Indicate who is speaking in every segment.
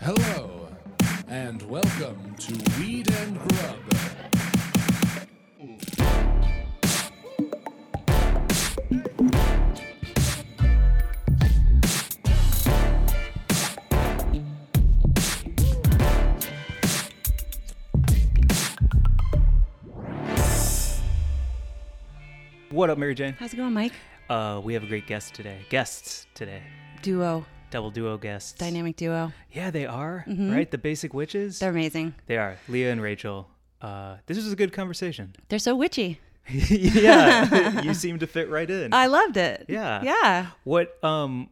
Speaker 1: Hello, and welcome to Weed and Grub.
Speaker 2: What up, Mary Jane?
Speaker 3: How's it going, Mike?
Speaker 2: Uh, we have a great guest today. Guests today.
Speaker 3: Duo,
Speaker 2: Double duo guests.
Speaker 3: dynamic duo.
Speaker 2: Yeah, they are, right? The Basic Witches.
Speaker 3: Mm-hmm. They're amazing.
Speaker 2: They are. Leah and Rachel. Uh, this was a good conversation.
Speaker 3: They're so witchy.
Speaker 2: yeah, you seem to fit right in.
Speaker 3: I loved it.
Speaker 2: Yeah.
Speaker 3: Yeah.
Speaker 2: what um,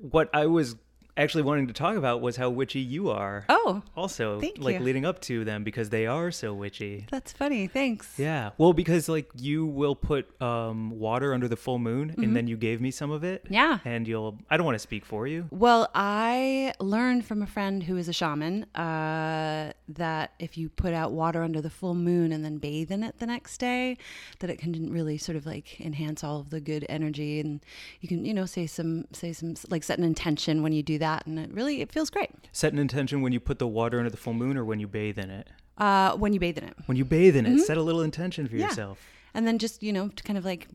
Speaker 2: what I was actually wanting to talk about was how witchy you are.
Speaker 3: Oh,
Speaker 2: also,
Speaker 3: thank
Speaker 2: like
Speaker 3: you.
Speaker 2: leading up to them because they are so witchy.
Speaker 3: that's funny. Thanks.
Speaker 2: Yeah. Well, because like you will put um water under the full moon, and then you gave me some of it.
Speaker 3: Mm-hmm. Yeah.
Speaker 2: And you'll. I don't want to speak for you.
Speaker 3: Well, I learned from a friend who is a shaman uh, that if you put out water under the full moon and then bathe in it the next day, that it can really sort of like enhance all of the good energy, and you can you know say some say some like set an intention when you do that, and it really it feels great
Speaker 2: Set an intention when you put the water under the full moon or when you bathe in it.
Speaker 3: uh, when you bathe in it.
Speaker 2: When you bathe in it, set a little intention for
Speaker 3: Mm-hmm. Yeah.
Speaker 2: yourself.
Speaker 3: And then just, you know, to kind of like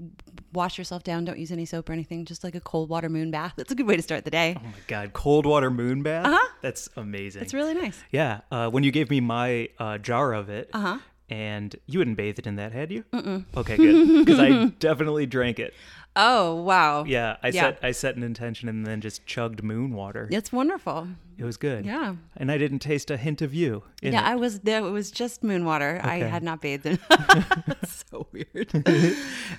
Speaker 3: wash yourself down. Don't use any soap or anything. Just like a cold water moon bath. That's a good way to start the day.
Speaker 2: Oh my God, cold water moon bath?
Speaker 3: Uh-huh.
Speaker 2: That's amazing.
Speaker 3: It's really nice.
Speaker 2: yeah. Uh, when you gave me my uh, jar of it, uh-huh. and you hadn't bathed it in that, had you? Mm-mm. Okay, good. Because I definitely drank it.
Speaker 3: Oh, wow.
Speaker 2: Yeah, I
Speaker 3: Yeah.
Speaker 2: set I set an intention and then just chugged moon water.
Speaker 3: It's wonderful.
Speaker 2: It was good.
Speaker 3: Yeah.
Speaker 2: And I didn't taste a hint of you. In
Speaker 3: yeah,
Speaker 2: it.
Speaker 3: I was there. It was just moon water. I
Speaker 2: Okay.
Speaker 3: had not bathed in So weird.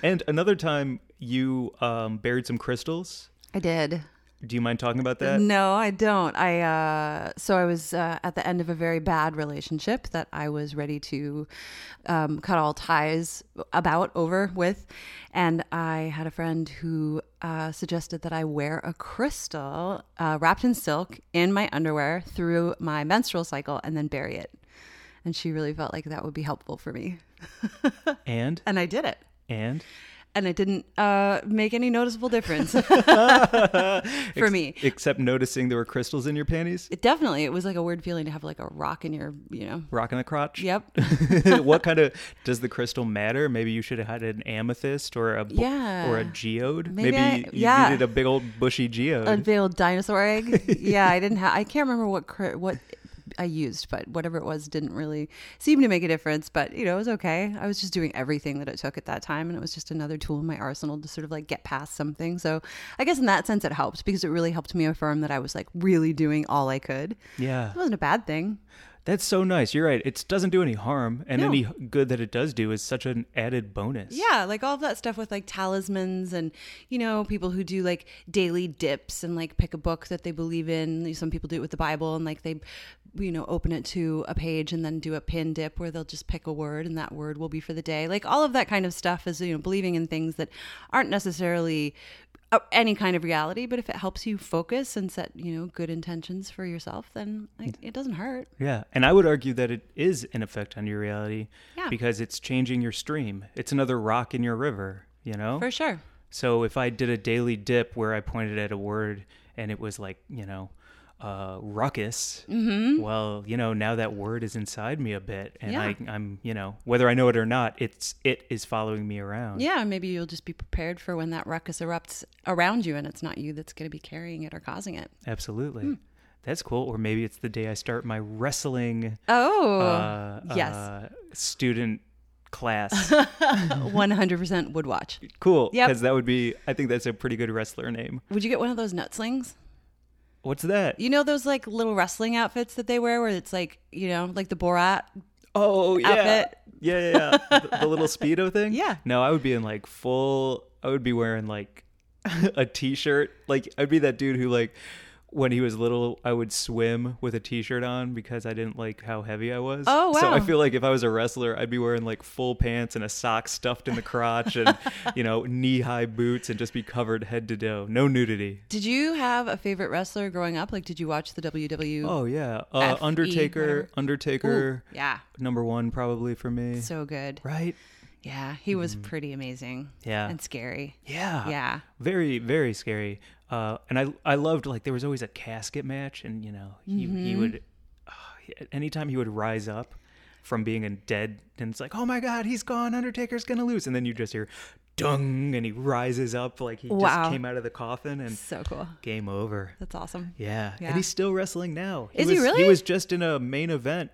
Speaker 2: and another time you um, buried some crystals.
Speaker 3: I did.
Speaker 2: Do you mind talking about that?
Speaker 3: No, I don't. I uh, so I was uh, at the end of a very bad relationship that I was ready to um, cut all ties about over with, and I had a friend who uh, suggested that I wear a crystal uh, wrapped in silk in my underwear through my menstrual cycle and then bury it. And she really felt like that would be helpful for me,
Speaker 2: And
Speaker 3: and I did it.
Speaker 2: and
Speaker 3: And it didn't uh, make any noticeable difference for me.
Speaker 2: except noticing there were crystals in your panties
Speaker 3: It definitely it was like a weird feeling to have like a rock in your you know
Speaker 2: rocking the crotch
Speaker 3: yep
Speaker 2: what kind of does the crystal matter maybe you should have had an amethyst or a bu-
Speaker 3: Yeah.
Speaker 2: or a geode
Speaker 3: Maybe I-
Speaker 2: you
Speaker 3: yeah.
Speaker 2: needed a big old bushy geode
Speaker 3: a big old dinosaur egg yeah i didn't have i can't remember what cri- what i used but whatever it was didn't really seem to make a difference but you know it was okay i was just doing everything that it took at that time and it was just another tool in my arsenal to sort of like get past something so i guess in that sense it helped because it really helped me affirm that i was like really doing all i could
Speaker 2: yeah
Speaker 3: it wasn't a bad thing
Speaker 2: that's so nice you're right it doesn't do any harm and
Speaker 3: No.
Speaker 2: any good that it does do is such an added bonus
Speaker 3: Yeah, like all of that stuff with like talismans and you know people who do like daily dips and like pick a book that they believe in. Some people do it with the Bible and like they you know open it to a page and then do a pin dip where they'll just pick a word and that word will be for the day. Like all of that kind of stuff is you know believing in things that aren't necessarily uh, any kind of reality, but if it helps you focus and set you know good intentions for yourself, then like, it doesn't hurt.
Speaker 2: yeah and i would argue that it is an effect on your reality
Speaker 3: Yeah.
Speaker 2: because it's changing your stream it's another rock in your river you know
Speaker 3: For sure.
Speaker 2: So if I did a daily dip where I pointed at a word and it was like, you know, uh, ruckus,
Speaker 3: Mm-hmm.
Speaker 2: well, you know, now that word is inside me a bit, and
Speaker 3: Yeah.
Speaker 2: I, I'm, you know, whether I know it or not, it's it is following me around.
Speaker 3: Yeah, maybe you'll just be prepared for when that ruckus erupts around you and it's not you that's going to be carrying it or causing it.
Speaker 2: Absolutely,
Speaker 3: Hmm.
Speaker 2: that's cool. Or maybe it's the day I start my wrestling
Speaker 3: Oh,
Speaker 2: uh,
Speaker 3: yes.
Speaker 2: uh, student class.
Speaker 3: 100% would watch.
Speaker 2: cool,
Speaker 3: Yep.
Speaker 2: because that would be. I think that's a pretty good wrestler name.
Speaker 3: Would you get one of those nutslings?
Speaker 2: What's that?
Speaker 3: You know those like little wrestling outfits that they wear where it's like, you know, like the Borat?
Speaker 2: Oh yeah,
Speaker 3: outfit.
Speaker 2: yeah, yeah, yeah. the, the little speedo thing.
Speaker 3: Yeah.
Speaker 2: No, I would be in like full. I would be wearing like a t-shirt. Like I'd be that dude who like when he was little, I would swim with a t-shirt on because I didn't like how heavy I was.
Speaker 3: Oh,
Speaker 2: So I
Speaker 3: wow.
Speaker 2: feel like if I was a wrestler, I'd be wearing like full pants and a sock stuffed in the crotch and you know knee-high boots and just be covered head to toe. No nudity.
Speaker 3: Did you have a favorite wrestler growing up? Like, did you watch the E? WW?
Speaker 2: Oh yeah, uh,
Speaker 3: FE,
Speaker 2: Undertaker.
Speaker 3: whatever.
Speaker 2: Undertaker.
Speaker 3: yeah.
Speaker 2: Number one probably for me.
Speaker 3: So good.
Speaker 2: right. Mm-hmm.
Speaker 3: Yeah, he was pretty amazing.
Speaker 2: Yeah.
Speaker 3: And scary.
Speaker 2: Yeah.
Speaker 3: Yeah.
Speaker 2: Very, very scary. Uh, and I, I loved like there was always a casket match, and you know he, he
Speaker 3: Mm-hmm.
Speaker 2: would, uh, anytime he would rise up from being a dead, and it's like, oh my god, he's gone, Undertaker's gonna lose, and then you just hear, dung, and he rises up like he
Speaker 3: Wow.
Speaker 2: just came out of the coffin, and
Speaker 3: So cool.
Speaker 2: game over.
Speaker 3: That's awesome.
Speaker 2: Yeah.
Speaker 3: Yeah.
Speaker 2: And he's still wrestling now.
Speaker 3: Is he
Speaker 2: was-
Speaker 3: really?
Speaker 2: He was just in a main event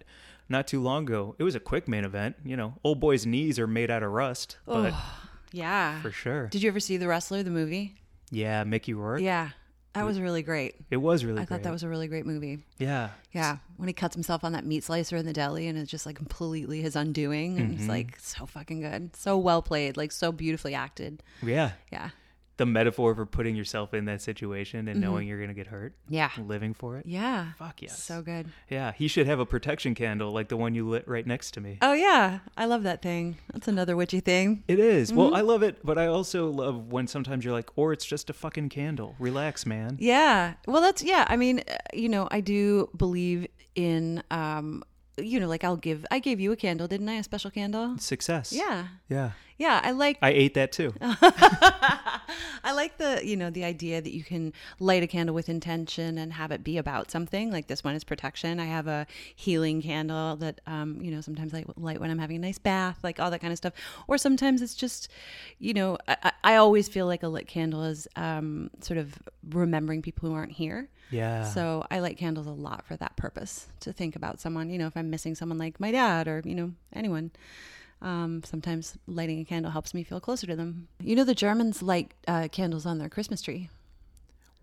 Speaker 2: not too long ago. It was a quick main event. You know, old boy's knees are made out of rust, but
Speaker 3: Yeah.
Speaker 2: for sure.
Speaker 3: Did you ever see The Wrestler, the movie?
Speaker 2: Yeah, Mickey Rourke.
Speaker 3: Yeah.
Speaker 2: Mm.
Speaker 3: That was really great.
Speaker 2: It was really
Speaker 3: I
Speaker 2: great.
Speaker 3: thought that was a really great movie.
Speaker 2: Yeah.
Speaker 3: Yeah. When he cuts himself on that meat slicer in the deli and it's just like completely his undoing. And
Speaker 2: Mm-hmm.
Speaker 3: it's like so fucking good. So well played, like so beautifully acted.
Speaker 2: Yeah.
Speaker 3: Yeah.
Speaker 2: The metaphor for putting yourself in that situation and knowing you're going to get hurt,
Speaker 3: Mm-hmm. Yeah.
Speaker 2: living for it.
Speaker 3: Yeah.
Speaker 2: Fuck yes.
Speaker 3: So good.
Speaker 2: Yeah. He should have a protection candle like the one you lit right next to me.
Speaker 3: Oh, yeah. I love that thing. That's another witchy thing.
Speaker 2: It is.
Speaker 3: Mm-hmm.
Speaker 2: Well, I love it, but I also love when sometimes you're like, or it's just a fucking candle. Relax, man.
Speaker 3: Yeah. Well, that's yeah. I mean, uh, you know, I do believe in um you know, like I'll give I gave you a candle, didn't I? A special candle?
Speaker 2: Success.
Speaker 3: Yeah.
Speaker 2: Yeah.
Speaker 3: Yeah, I like
Speaker 2: I ate that too.
Speaker 3: I like the, you know, the idea that you can light a candle with intention and have it be about something. Like this one is protection. I have a healing candle that, um, you know, sometimes I light when I'm having a nice bath, like all that kind of stuff. Or sometimes it's just, you know, I, I- I always feel like a lit candle is um, sort of remembering people who aren't here.
Speaker 2: Yeah.
Speaker 3: So I light candles a lot for that purpose to think about someone, you know, if I'm missing someone like my dad or, you know, anyone. Um, sometimes lighting a candle helps me feel closer to them. You know, the Germans light uh, candles on their Christmas tree,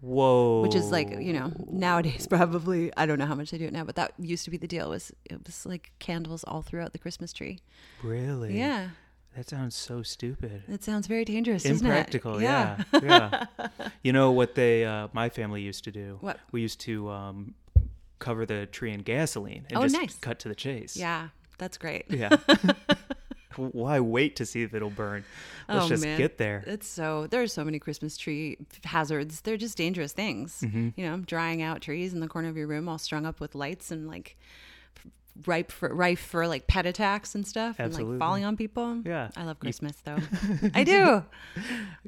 Speaker 2: Whoa.
Speaker 3: which is like, you know,
Speaker 2: Oh.
Speaker 3: nowadays probably, I don't know how much they do it now, but that used to be the deal was it was like candles all throughout the Christmas tree.
Speaker 2: Really?
Speaker 3: Yeah.
Speaker 2: That sounds so stupid.
Speaker 3: It sounds very dangerous, doesn't it?
Speaker 2: Impractical, yeah. Yeah. you know what they uh, my family used to do?
Speaker 3: What?
Speaker 2: We used to um, cover the tree in gasoline and
Speaker 3: Oh,
Speaker 2: just
Speaker 3: nice.
Speaker 2: cut to the chase.
Speaker 3: Yeah. That's great.
Speaker 2: Yeah. Why wait to see if it'll burn? Let's
Speaker 3: Oh,
Speaker 2: just
Speaker 3: man.
Speaker 2: get there.
Speaker 3: It's so there are so many Christmas tree hazards. They're just dangerous things.
Speaker 2: Mm-hmm.
Speaker 3: You know, drying out trees in the corner of your room, all strung up with lights and like ripe for rife for like pet attacks and stuff, and
Speaker 2: Absolutely.
Speaker 3: like falling on people.
Speaker 2: Yeah.
Speaker 3: I love
Speaker 2: You-
Speaker 3: Christmas though. I do.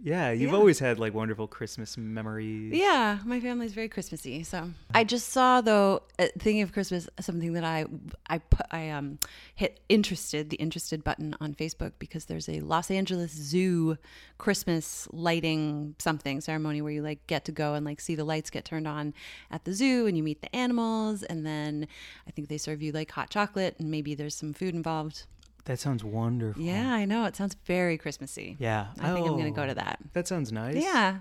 Speaker 2: Yeah, you've always had like wonderful Christmas memories.
Speaker 3: Yeah, my family's very Christmassy. So I just saw though, uh, thinking of Christmas, something that I I put I um hit interested the interested button on Facebook because there's a Los Angeles Zoo Christmas lighting something ceremony where you like get to go and like see the lights get turned on at the zoo and you meet the animals and then I think they serve you like hot chocolate and maybe there's some food involved.
Speaker 2: That sounds wonderful.
Speaker 3: Yeah, I know it sounds very Christmassy.
Speaker 2: Yeah.
Speaker 3: I think I'm gonna
Speaker 2: Oh,
Speaker 3: go to that.
Speaker 2: That sounds nice.
Speaker 3: Yeah,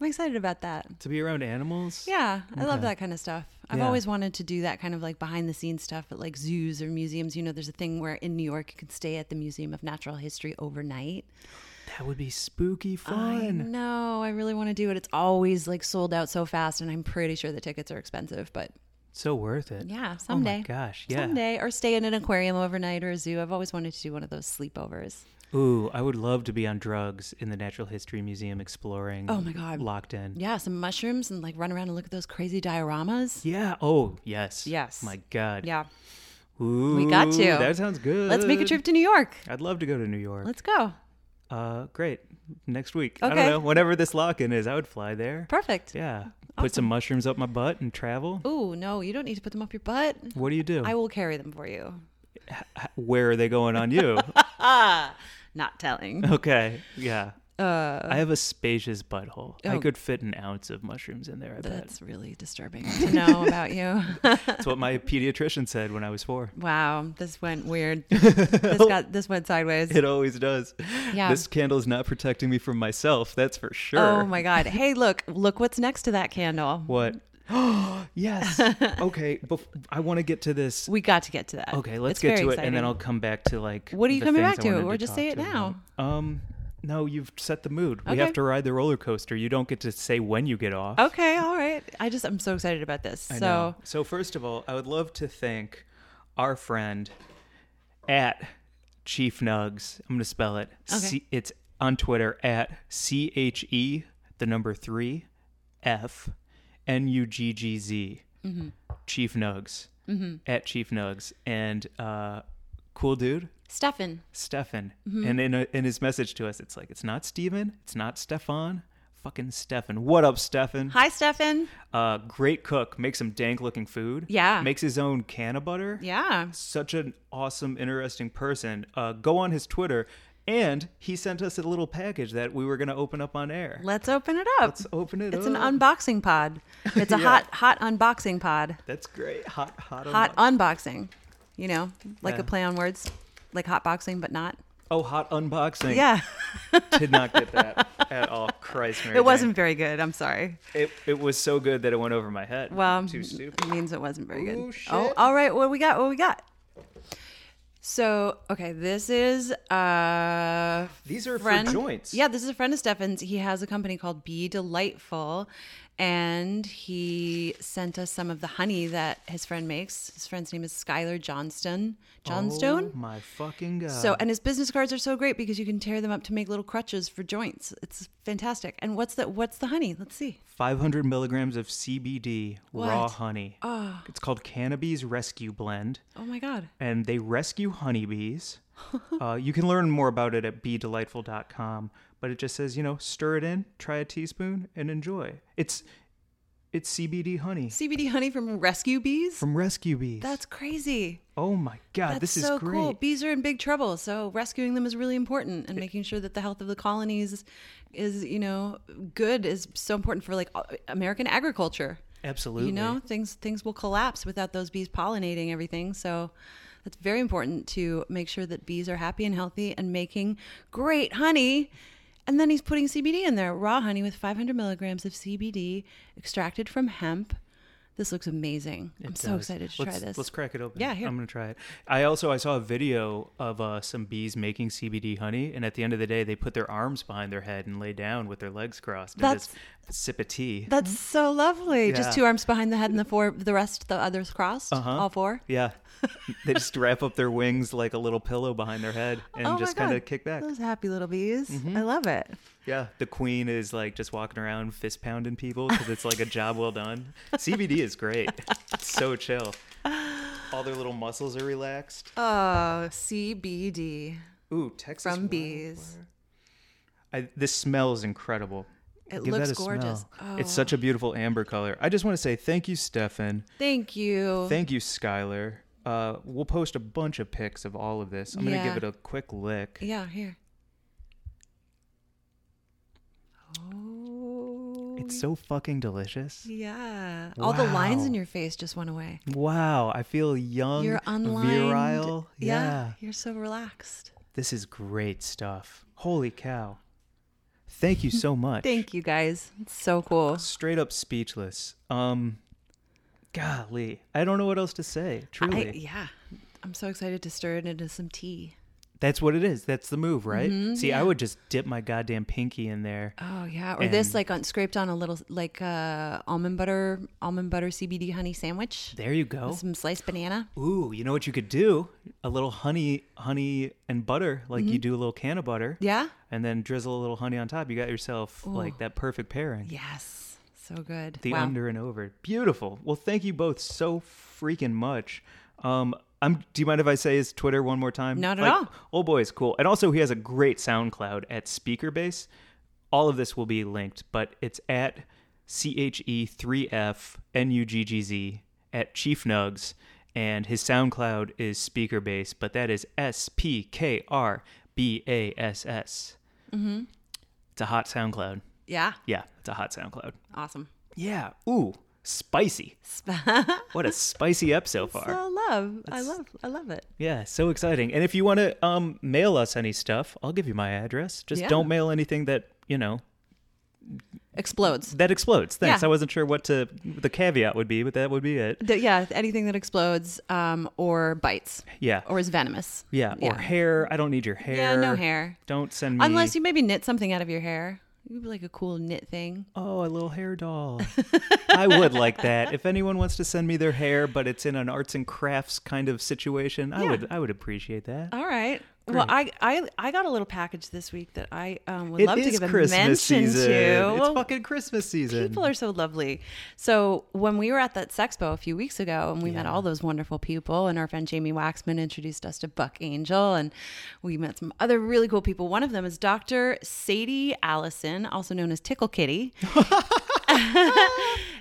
Speaker 3: I'm excited about that.
Speaker 2: To be around animals.
Speaker 3: Yeah, I love that kind of stuff. I've
Speaker 2: Yeah.
Speaker 3: always wanted to do that kind of like behind the scenes stuff at like zoos or museums. You know, there's a thing where in New York you can stay at the Museum of Natural History overnight.
Speaker 2: That would be spooky
Speaker 3: I
Speaker 2: fun.
Speaker 3: know, I really want to do it. It's always like sold out so fast, and I'm pretty sure the tickets are expensive, but
Speaker 2: So worth it.
Speaker 3: yeah, someday.
Speaker 2: Oh my gosh. Yeah.
Speaker 3: Someday, or stay in an aquarium overnight or a zoo. I've always wanted to do one of those sleepovers.
Speaker 2: Ooh, I would love to be on drugs in the Natural History Museum exploring.
Speaker 3: Oh my God.
Speaker 2: Locked in.
Speaker 3: Yeah, some mushrooms and like run around and look at those crazy dioramas.
Speaker 2: Yeah. Oh, yes.
Speaker 3: Yes.
Speaker 2: My God.
Speaker 3: Yeah.
Speaker 2: Ooh,
Speaker 3: got to.
Speaker 2: That sounds good.
Speaker 3: Let's make a trip to New York.
Speaker 2: I'd love to go to New York.
Speaker 3: Let's go.
Speaker 2: uh, great. Next week. I
Speaker 3: Okay.
Speaker 2: don't know. Whenever this lock-in is, I would fly there.
Speaker 3: Perfect.
Speaker 2: Yeah. Put some mushrooms up my butt and travel.
Speaker 3: Oh, no, you don't need to put them up your butt.
Speaker 2: What do you do?
Speaker 3: I will carry them for you.
Speaker 2: Where are they going on you?
Speaker 3: Not telling.
Speaker 2: okay. Yeah. Uh, I have a spacious butthole. I could fit an ounce of mushrooms in there. I bet.
Speaker 3: oh. That's really disturbing to know about you.
Speaker 2: That's what my pediatrician said when I was four.
Speaker 3: wow, this went weird. This got this went sideways.
Speaker 2: It always does.
Speaker 3: Yeah.
Speaker 2: This candle is not protecting me from myself. That's for sure.
Speaker 3: Oh my god. Hey, look, look what's next to that candle.
Speaker 2: What? yes. Okay. Bef- I want to get to this.
Speaker 3: We got to get to that.
Speaker 2: Okay, let's
Speaker 3: It's
Speaker 2: get
Speaker 3: very
Speaker 2: to it, and then
Speaker 3: exciting.
Speaker 2: I'll come back to like.
Speaker 3: What are you
Speaker 2: the
Speaker 3: coming
Speaker 2: things
Speaker 3: back
Speaker 2: I
Speaker 3: to?
Speaker 2: wanted
Speaker 3: Or just
Speaker 2: talk
Speaker 3: say it
Speaker 2: to you
Speaker 3: now.
Speaker 2: about. Um, no, you've set the mood. We
Speaker 3: Okay.
Speaker 2: have to ride the roller coaster. You don't get to say when you get off.
Speaker 3: Okay, all right. I just I'm so excited about this.
Speaker 2: I
Speaker 3: so
Speaker 2: know. so first of all, I would love to thank our friend at Chief Nugs. I'm going to spell it.
Speaker 3: Okay.
Speaker 2: C- it's on Twitter at C H E the number three F N U G G Z.
Speaker 3: Mm-hmm.
Speaker 2: Chief Nugs at Chief Nugs and uh, cool dude.
Speaker 3: Stefan.
Speaker 2: Stefan.
Speaker 3: Mm-hmm.
Speaker 2: And in, in his message to us, it's like, it's not Steven, it's not Stefan, fucking Stefan. What up, Stefan?
Speaker 3: Hi, Stefan.
Speaker 2: Uh, great cook, makes some dank looking food.
Speaker 3: Yeah.
Speaker 2: Makes his own can of butter.
Speaker 3: Yeah.
Speaker 2: Such an awesome, interesting person. Uh, go on his Twitter. And he sent us a little package that we were going to open up on air.
Speaker 3: Let's open it up.
Speaker 2: Let's open it
Speaker 3: it's
Speaker 2: up.
Speaker 3: an unboxing pod. It's a
Speaker 2: Yeah.
Speaker 3: hot, hot unboxing pod.
Speaker 2: That's great. Hot, hot,
Speaker 3: Hot
Speaker 2: unbox-
Speaker 3: unboxing. You know, like
Speaker 2: Yeah.
Speaker 3: a play on words, like hot boxing, but not.
Speaker 2: oh, hot unboxing.
Speaker 3: Yeah.
Speaker 2: Did not get that at all. Christ, Mary
Speaker 3: It
Speaker 2: Jane.
Speaker 3: wasn't very good. I'm sorry.
Speaker 2: It, it was so good that it went over my head.
Speaker 3: Well,
Speaker 2: too stupid.
Speaker 3: it means it wasn't very good.
Speaker 2: Ooh, shit.
Speaker 3: Oh, all right. What we got? What we got? So, okay, this is uh
Speaker 2: These are
Speaker 3: friend.
Speaker 2: for joints.
Speaker 3: Yeah, this is a friend of Stefan's. He has a company called Be Delightful, and he sent us some of the honey that his friend makes. His friend's name is Skylar Johnston. Johnstone.
Speaker 2: Oh my fucking god.
Speaker 3: So, and his business cards are so great because you can tear them up to make little crutches for joints. It's fantastic. And what's the what's the honey? Let's see.
Speaker 2: 500 milligrams of CBD raw
Speaker 3: What?
Speaker 2: honey. It's called Cannabis Rescue Blend,
Speaker 3: Ah, Oh my god.
Speaker 2: and they rescue honeybees. uh, you can learn more about it at bedelightful.com, but it just says, you know, stir it in, try a teaspoon, and enjoy. It's it's CBD honey
Speaker 3: CBD honey from rescue bees?
Speaker 2: from rescue bees.
Speaker 3: That's crazy.
Speaker 2: oh my god,
Speaker 3: That's
Speaker 2: this is
Speaker 3: so
Speaker 2: great.
Speaker 3: cool. Bees are in big trouble, so rescuing them is really important, and making sure that the health of the colonies is, you know, good is so important for like American agriculture.
Speaker 2: Absolutely.
Speaker 3: You know, things things will collapse without those bees pollinating everything. So that's very important to make sure that bees are happy and healthy and making great honey. And then he's putting CBD in there, raw honey with 500 milligrams of CBD extracted from hemp. This looks amazing. I'm
Speaker 2: It
Speaker 3: so
Speaker 2: does.
Speaker 3: excited to
Speaker 2: let's,
Speaker 3: try this.
Speaker 2: Let's crack it open.
Speaker 3: Yeah, here.
Speaker 2: I'm gonna try it. I also I saw a video of uh, some bees making CBD honey, and at the end of the day, they put their arms behind their head and lay down with their legs crossed and
Speaker 3: That's-
Speaker 2: just sip a tea.
Speaker 3: That's so lovely.
Speaker 2: hmm? Yeah. Uh-huh.
Speaker 3: Just two arms behind the head and the four, the rest, the others crossed. All four.
Speaker 2: yeah, they just wrap up their wings like a little pillow behind their head and
Speaker 3: Oh my
Speaker 2: just kind of
Speaker 3: God.
Speaker 2: kick back. Mm-hmm.
Speaker 3: Those happy little bees. I love it.
Speaker 2: Yeah, the queen is like just walking around fist pounding people because it's like a job well done. CBD is great. It's so chill. All their little muscles are relaxed.
Speaker 3: Oh, CBD.
Speaker 2: Ooh, Texas
Speaker 3: From
Speaker 2: wild
Speaker 3: bees.
Speaker 2: flower. I, this smell is incredible.
Speaker 3: It
Speaker 2: Give that
Speaker 3: looks
Speaker 2: a
Speaker 3: gorgeous. Oh.
Speaker 2: smell. It's such a beautiful amber color. I just want to say thank you, Stefan.
Speaker 3: Thank you.
Speaker 2: Thank you, Skylar. Uh, we'll post a bunch of pics of all of this. I'm
Speaker 3: Yeah.
Speaker 2: gonna give it a quick lick.
Speaker 3: yeah, here. Oh,
Speaker 2: It's so fucking delicious.
Speaker 3: yeah. All the lines
Speaker 2: Wow.
Speaker 3: in your face just went away.
Speaker 2: Wow, I feel young,
Speaker 3: You're unlined.
Speaker 2: virile. yeah,
Speaker 3: You're so relaxed.
Speaker 2: this is great stuff. Holy cow! Thank you so much.
Speaker 3: Thank you guys. It's so cool.
Speaker 2: straight up speechless. Um, golly, I don't know what else to say. Truly,
Speaker 3: I, yeah. I'm so excited to stir it into some tea.
Speaker 2: that's what it is. That's the move, right?
Speaker 3: Mm-hmm,
Speaker 2: See, I would just dip my goddamn pinky in there.
Speaker 3: Oh yeah, or this
Speaker 2: And-
Speaker 3: like on, scraped on a little like uh, almond butter, almond butter CBD honey sandwich,
Speaker 2: There you go.
Speaker 3: some sliced banana.
Speaker 2: Ooh, you know what you could do? A little honey, honey and butter, like you
Speaker 3: Mm-hmm.
Speaker 2: do a little can of butter.
Speaker 3: Yeah.
Speaker 2: And then drizzle a little honey on top. You got yourself like that perfect pairing.
Speaker 3: Yes, so good.
Speaker 2: The
Speaker 3: wow.
Speaker 2: under and over. Beautiful. Well, thank you both so freaking much. Um, I'm. Do you mind if I say his Twitter one more time?
Speaker 3: Not at all.
Speaker 2: Old boy is cool, and also he has a great SoundCloud at Speakerbase. All of this will be linked, but it's at C H E three F N U G G Z at Chief Nugs, and his SoundCloud is Speakerbase, but that is S P K R B A S S.
Speaker 3: Mm-hmm.
Speaker 2: It's a hot SoundCloud.
Speaker 3: yeah,
Speaker 2: Yeah, it's a hot SoundCloud.
Speaker 3: awesome.
Speaker 2: Yeah. Ooh, spicy. what a spicy up so far.
Speaker 3: So love, I love, I love it.
Speaker 2: yeah, so exciting. And if you want to um, mail us any stuff, I'll give you my address. Just
Speaker 3: Yeah.
Speaker 2: don't mail anything that you know
Speaker 3: Explodes.
Speaker 2: that explodes. Thanks.
Speaker 3: Yeah.
Speaker 2: I wasn't sure what to the caveat would be, but that would be it.
Speaker 3: The- yeah, anything that explodes, um, or bites,
Speaker 2: Yeah.
Speaker 3: or is venomous.
Speaker 2: yeah. Or
Speaker 3: yeah.
Speaker 2: hair. I don't need your hair.
Speaker 3: Yeah, no hair.
Speaker 2: Don't send me.
Speaker 3: Unless you maybe knit something out of your hair, You'd be like a cool knit thing.
Speaker 2: Oh, a little hair doll. I would like that. If anyone wants to send me their hair, but it's in an arts and crafts kind of situation, I
Speaker 3: Yeah.
Speaker 2: would. I would appreciate that.
Speaker 3: All right,
Speaker 2: Great.
Speaker 3: Well, I, I I got a little package this week that I um, would
Speaker 2: It
Speaker 3: love to
Speaker 2: is
Speaker 3: give a
Speaker 2: Christmas
Speaker 3: mention
Speaker 2: season.
Speaker 3: to.
Speaker 2: It's
Speaker 3: Well,
Speaker 2: fucking Christmas season.
Speaker 3: people are so lovely. So when we were at that sexpo a few weeks ago, and we met all those wonderful people, and our friend Jamie Waxman introduced us to Buck Angel, and we met some other really cool people. One of them is Dr. Sadie Allison, also known as Tickle Kitty.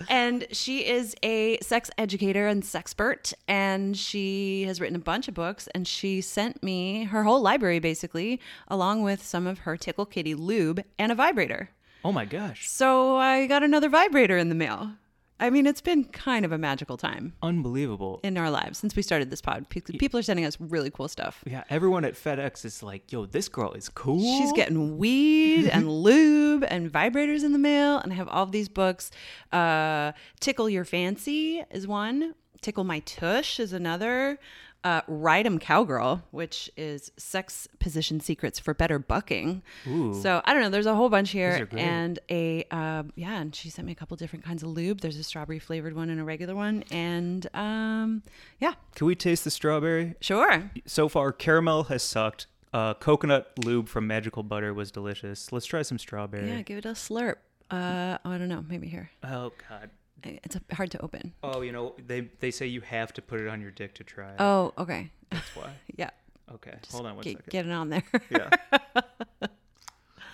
Speaker 3: and she is a sex educator and sexpert and she has written a bunch of books and she sent me her whole library basically along with some of her tickle kitty lube and a vibrator
Speaker 2: oh my gosh.
Speaker 3: so i got another vibrator in the mail i mean it's been kind of a magical time
Speaker 2: Unbelievable.
Speaker 3: in our lives since we started this pod Pe- people are sending us really cool stuff
Speaker 2: yeah, everyone at FedEx is like, yo, this girl is cool.
Speaker 3: She's getting weed and lube and vibrators in the mail, and I have all of these books. Uh, Tickle Your Fancy is one. Tickle My Tush is another. Uh, Ride 'em Cowgirl, which is sex position secrets for better bucking. So I don't know. There's a whole bunch
Speaker 2: are
Speaker 3: here,
Speaker 2: great.
Speaker 3: and a uh, yeah. And she sent me a couple different kinds of lube. There's a strawberry flavored one and a regular one, and um, yeah,
Speaker 2: Can we taste the strawberry?
Speaker 3: sure.
Speaker 2: So far, caramel has sucked. Uh, coconut lube from Magical Butter was delicious. Let's try some strawberry.
Speaker 3: Yeah, give it a slurp. Uh, oh, I don't know. Maybe here.
Speaker 2: Oh God.
Speaker 3: It's uh, hard to open.
Speaker 2: Oh, you know they they say you have to put it on your dick to try. it.
Speaker 3: Oh, okay.
Speaker 2: That's why.
Speaker 3: Yeah.
Speaker 2: Okay, hold on one second.
Speaker 3: Get, get it on there.
Speaker 2: Yeah.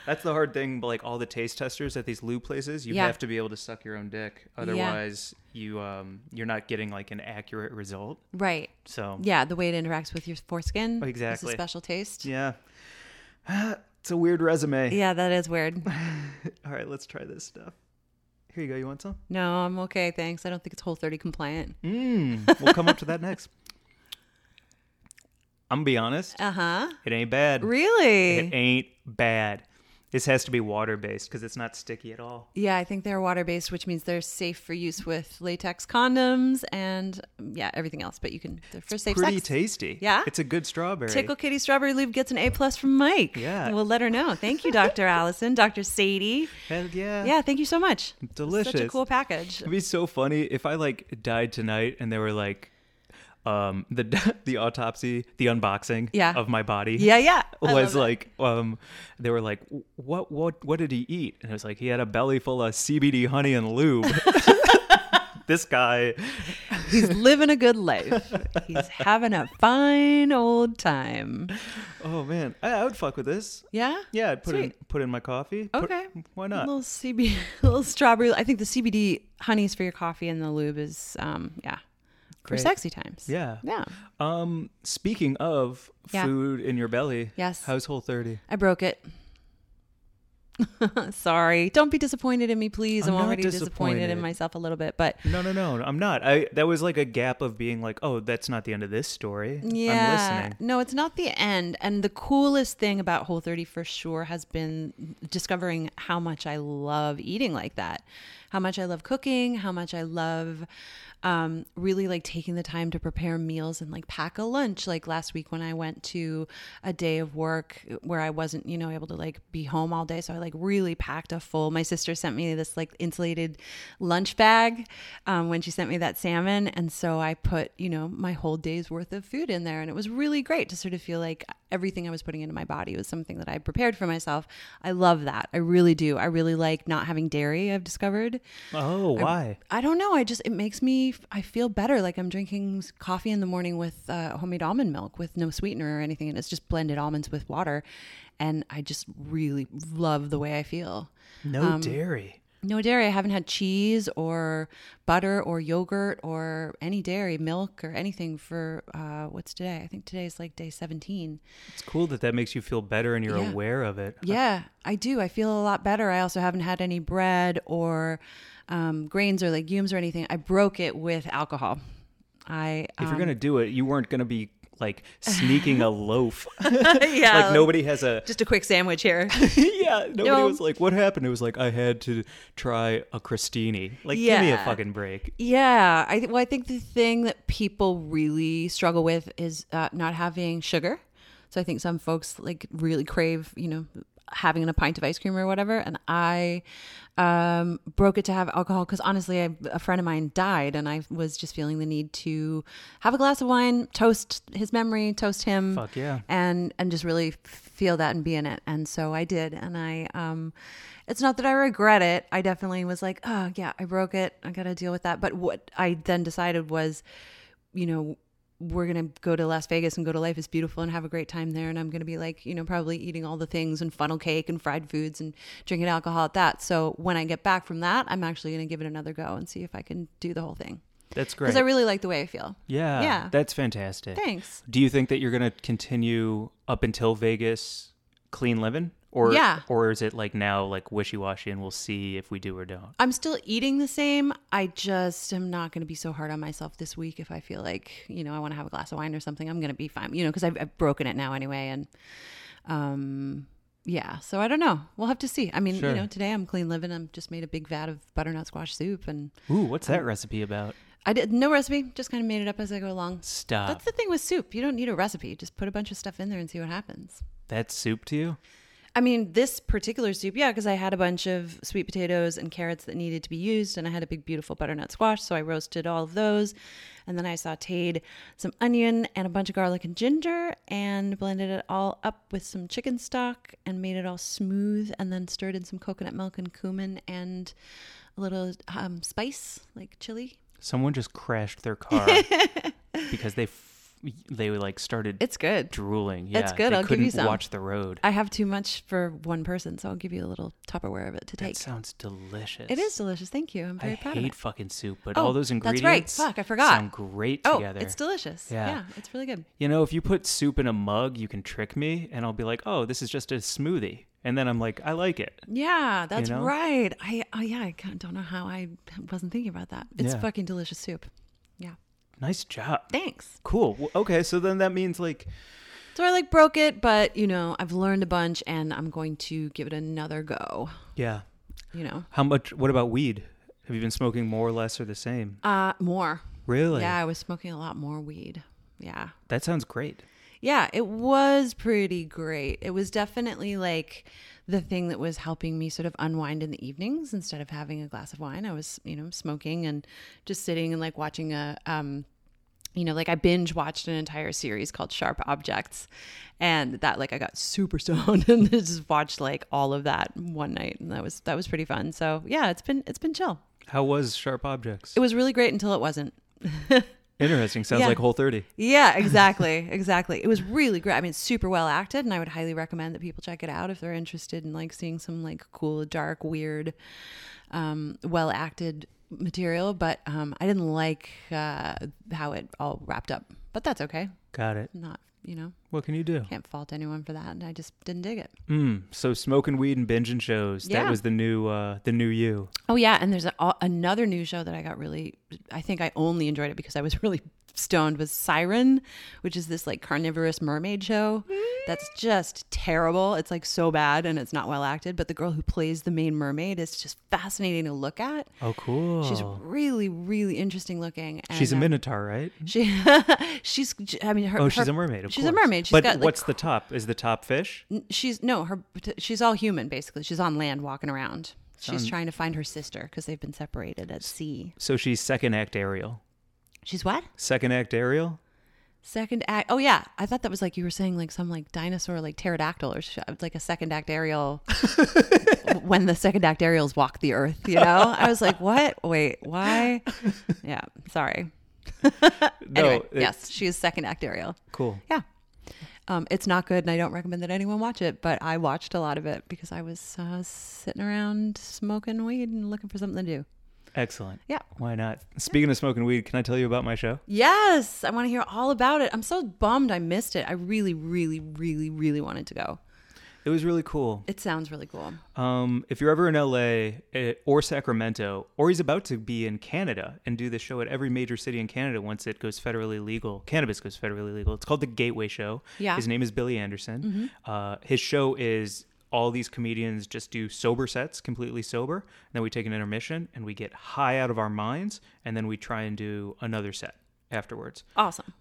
Speaker 2: That's the hard thing, but like all the taste testers at these lube places, you
Speaker 3: Yeah.
Speaker 2: have to be able to suck your own dick. Otherwise, you um you're not getting like an accurate result.
Speaker 3: right.
Speaker 2: So
Speaker 3: Yeah, the way it interacts with your foreskin. is
Speaker 2: Exactly.
Speaker 3: a special taste. Yeah,
Speaker 2: yeah. it's a weird resume.
Speaker 3: that is weird.
Speaker 2: All right, let's try this stuff. Here you go. You want some?
Speaker 3: No, I'm okay. Thanks. I don't think it's Whole 30 compliant.
Speaker 2: Mm, we'll come up to that next. I'm gonna be honest.
Speaker 3: Uh huh.
Speaker 2: It ain't bad. It
Speaker 3: Really?
Speaker 2: ain't bad. This has to be water based because it's not sticky at all.
Speaker 3: Yeah, I think they're water based, which means they're safe for use with latex condoms and yeah, everything else. But you can, they're for safe
Speaker 2: Pretty
Speaker 3: sex.
Speaker 2: tasty.
Speaker 3: Yeah?
Speaker 2: It's a good strawberry.
Speaker 3: Tickle Kitty Strawberry Lube gets an A plus from Mike.
Speaker 2: Yeah.
Speaker 3: We'll let her know. Thank you, Dr. Allison, Dr. Sadie.
Speaker 2: Hell yeah.
Speaker 3: Yeah, thank you so much.
Speaker 2: Delicious.
Speaker 3: Such a cool package.
Speaker 2: It'd be so funny if I like died tonight and they were like, um, the the autopsy, the unboxing
Speaker 3: Yeah.
Speaker 2: of my body.
Speaker 3: Yeah, yeah. I
Speaker 2: was
Speaker 3: love it.
Speaker 2: like um they were like what what what did he eat and it was like he had a belly full of CBD honey and lube this guy
Speaker 3: He's living a good life. He's having a fine old time.
Speaker 2: oh man I, I would fuck with this
Speaker 3: Yeah?
Speaker 2: yeah I'd put in
Speaker 3: Sweet.
Speaker 2: put in my coffee Put-
Speaker 3: Okay.
Speaker 2: why
Speaker 3: A
Speaker 2: not
Speaker 3: little CB, a little strawberry. I think the CBD honey is for your coffee and the lube is, um, yeah, for
Speaker 2: Great.
Speaker 3: sexy times.
Speaker 2: yeah
Speaker 3: Yeah.
Speaker 2: um speaking of
Speaker 3: Yeah.
Speaker 2: food in your belly
Speaker 3: Yes.
Speaker 2: how's whole 30
Speaker 3: I broke it. Sorry. Don't be disappointed in me, please.
Speaker 2: I'm
Speaker 3: I'm,
Speaker 2: not
Speaker 3: already disappointed
Speaker 2: disappointed.
Speaker 3: in myself a little bit, but
Speaker 2: no no no I'm not I that was like a gap of being like oh that's not the end of this story I'm listening
Speaker 3: No, it's not the end. And the coolest thing about Whole 30 for sure has been discovering how much I love eating like that, how much I love cooking, how much I love um, really like taking the time to prepare meals and like pack a lunch. Like last week when I went to a day of work where I wasn't, you know, able to like be home all day. So I like really packed a full. My sister sent me this like insulated lunch bag um, when she sent me that salmon. And so I put, you know, my whole day's worth of food in there. And it was really great to sort of feel like everything I was putting into my body was something that I had prepared for myself. I love that. I really do. I really like not having dairy, I've discovered.
Speaker 2: oh why
Speaker 3: I don't know. I just it makes me I feel better. Like I'm drinking s- coffee in the morning with uh, homemade almond milk with no sweetener or anything, and it's just blended almonds with water. And I just really love the way I feel.
Speaker 2: no
Speaker 3: um,
Speaker 2: dairy
Speaker 3: No dairy. I haven't had cheese or butter or yogurt or any dairy, milk or anything for uh, what's today? I think today is like day 17.
Speaker 2: It's cool that that makes you feel better and you're
Speaker 3: Yeah.
Speaker 2: aware of it.
Speaker 3: Yeah, I do. I feel a lot better. I also haven't had any bread or um, grains or legumes or anything. I broke it with alcohol. I
Speaker 2: If
Speaker 3: um,
Speaker 2: you're gonna do it, you weren't gonna be like sneaking a loaf.
Speaker 3: yeah,
Speaker 2: like nobody has a
Speaker 3: Just a quick sandwich here.
Speaker 2: yeah. Nobody
Speaker 3: Um, No.
Speaker 2: was like, "What happened?" It was like I had to try a crostini. Like, give me a
Speaker 3: Yeah.
Speaker 2: fucking break.
Speaker 3: yeah, I th- well, I think the thing that people really struggle with is uh, not having sugar. So I think some folks like really crave, you know, having a pint of ice cream or whatever, and I um, broke it to have alcohol because honestly, I, a friend of mine died, and I was just feeling the need to have a glass of wine, toast his memory, toast him,
Speaker 2: Fuck yeah.
Speaker 3: and and just really feel that and be in it. And so I did, and I um, it's not that I regret it. I definitely was like, oh yeah, I broke it. I got to deal with that. But what I then decided was, you know. We're gonna go to Las Vegas and go to Life is Beautiful and have a great time there. And I'm gonna be like, you know, probably eating all the things and funnel cake and fried foods and drinking alcohol at that. So when I get back from that, I'm actually gonna give it another go and see if I can do the whole thing
Speaker 2: That's great.
Speaker 3: because I really like the way I feel.
Speaker 2: yeah.
Speaker 3: Yeah.
Speaker 2: That's fantastic.
Speaker 3: Thanks.
Speaker 2: Do you think that you're going to continue up until Vegas clean living? Or,
Speaker 3: Yeah.
Speaker 2: or is it like now like wishy washy and we'll see if we do or don't?
Speaker 3: I'm still eating the same. I just am not going to be so hard on myself this week if I feel like, you know, I want to have a glass of wine or something. I'm going to be fine, you know, because I've, I've broken it now anyway. And um, yeah, so I don't know. We'll have to see. I mean,
Speaker 2: Sure.
Speaker 3: you know, today I'm clean living. I'm just made a big vat of butternut squash soup and
Speaker 2: Ooh, what's
Speaker 3: Mm.
Speaker 2: that recipe about?
Speaker 3: I did no recipe, just kind of made it up as I go along.
Speaker 2: Stop.
Speaker 3: That's the thing with soup. You don't need a recipe. Just put a bunch of stuff in there and see what happens.
Speaker 2: That's soup to you?
Speaker 3: I mean, this particular soup, yeah, because I had a bunch of sweet potatoes and carrots that needed to be used, and I had a big, beautiful butternut squash, so I roasted all of those, and then I sautéed some onion and a bunch of garlic and ginger, and blended it all up with some chicken stock and made it all smooth, and then stirred in some coconut milk and cumin and a little um, spice like chili.
Speaker 2: Someone just crashed their car because they f- they like started
Speaker 3: It's good.
Speaker 2: drooling. Yeah,
Speaker 3: good.
Speaker 2: They
Speaker 3: I'll give
Speaker 2: couldn't
Speaker 3: you some.
Speaker 2: watch the road.
Speaker 3: I have too much for one person, so I'll give you a little Tupperware of it to
Speaker 2: That
Speaker 3: take.
Speaker 2: sounds delicious.
Speaker 3: It is delicious. Thank you. I'm very
Speaker 2: I
Speaker 3: proud of
Speaker 2: hate
Speaker 3: it.
Speaker 2: fucking soup, but
Speaker 3: Oh,
Speaker 2: all those
Speaker 3: that's right.
Speaker 2: ingredients
Speaker 3: Fuck, I forgot.
Speaker 2: sound great
Speaker 3: Oh,
Speaker 2: together.
Speaker 3: it's delicious.
Speaker 2: Yeah.
Speaker 3: Yeah. it's really good.
Speaker 2: you know, if you put soup in a mug, you can trick me, and I'll be like, "Oh, this is just a smoothie," and then I'm like, "I like it."
Speaker 3: Yeah, that's
Speaker 2: know?
Speaker 3: right. I oh yeah, I kind of don't know how I wasn't thinking about that. It's
Speaker 2: Yeah.
Speaker 3: fucking delicious soup. Yeah,
Speaker 2: Nice job.
Speaker 3: thanks.
Speaker 2: Cool. Well, okay, so then that means like
Speaker 3: So I like broke it, but you know I've learned a bunch, and I'm going to give it another go.
Speaker 2: yeah,
Speaker 3: You know,
Speaker 2: how much? What about weed? Have you been smoking more, less, or the same?
Speaker 3: uh, more.
Speaker 2: Really?
Speaker 3: Yeah, I was smoking a lot more weed. Yeah,
Speaker 2: That sounds great.
Speaker 3: Yeah, it was pretty great. It was definitely like the thing that was helping me sort of unwind in the evenings instead of having a glass of wine. I was, you know, smoking and just sitting and like watching a um you know, like I binge watched an entire series called Sharp Objects and that like I got super stoned and just watched like all of that one night and that was that was pretty fun. So, yeah, it's been it's been chill.
Speaker 2: How was Sharp Objects?
Speaker 3: It was really great until it wasn't.
Speaker 2: Interesting. Sounds
Speaker 3: Yeah.
Speaker 2: like Whole 30.
Speaker 3: Yeah, exactly. exactly. It was really great. I mean, it's super well acted and I would highly recommend that people check it out if they're interested in like seeing some like cool, dark, weird, um, well acted material. But um, I didn't like uh, how it all wrapped up. But that's okay.
Speaker 2: Got it.
Speaker 3: Not, you know,
Speaker 2: What can you do?
Speaker 3: can't fault anyone for that. And I just didn't dig it.
Speaker 2: Mm, so smoking weed and binging shows. That
Speaker 3: Yeah.
Speaker 2: was the new uh the new you.
Speaker 3: Oh yeah, and there's a, a- another new show that I got really. I think I only enjoyed it because I was really stoned. Was Siren, which is this like carnivorous mermaid show that's just terrible. It's like so bad and it's not well acted. But the girl who plays the main mermaid is just fascinating to look at.
Speaker 2: Oh cool.
Speaker 3: She's really, really interesting looking. And,
Speaker 2: She's a
Speaker 3: um,
Speaker 2: minotaur, right?
Speaker 3: She, she's. I mean, her.
Speaker 2: Oh,
Speaker 3: her-
Speaker 2: she's a mermaid. Of
Speaker 3: she's
Speaker 2: course.
Speaker 3: a mermaid. She's
Speaker 2: but
Speaker 3: got like
Speaker 2: what's the top? Is the top fish?
Speaker 3: N- she's no her she's all human basically she's on land walking around she's trying to find her sister because they've been separated at sea
Speaker 2: So she's second act Ariel.
Speaker 3: she's what
Speaker 2: Second act Ariel.
Speaker 3: second act oh yeah i thought that was like you were saying like some like dinosaur like pterodactyl or sh- like a second act aerial when the second act aerials walk the earth you know i was like what wait why yeah sorry
Speaker 2: No.
Speaker 3: anyway
Speaker 2: it-
Speaker 3: yes she is second act aerial
Speaker 2: Cool.
Speaker 3: yeah um, it's not good and i don't recommend that anyone watch it but i watched a lot of it because i was uh, sitting around smoking weed and looking for something to do
Speaker 2: Excellent.
Speaker 3: Yeah.
Speaker 2: Why not? Speaking of smoking weed, can I tell you about my show?
Speaker 3: yes i want to hear all about it i'm so bummed i missed it i really really really really wanted to go
Speaker 2: It was really cool.
Speaker 3: it sounds really cool
Speaker 2: Um, if you're ever in LA eh, or Sacramento, or he's about to be in Canada and do the show at every major city in Canada once it goes federally legal, cannabis goes federally legal. It's called the Gateway Show.
Speaker 3: Yeah.
Speaker 2: His name is Billy Anderson. Uh, his show is all these comedians just do sober sets, completely sober. And then we take an intermission and we get high out of our minds, and then we try and do another set afterwards.
Speaker 3: awesome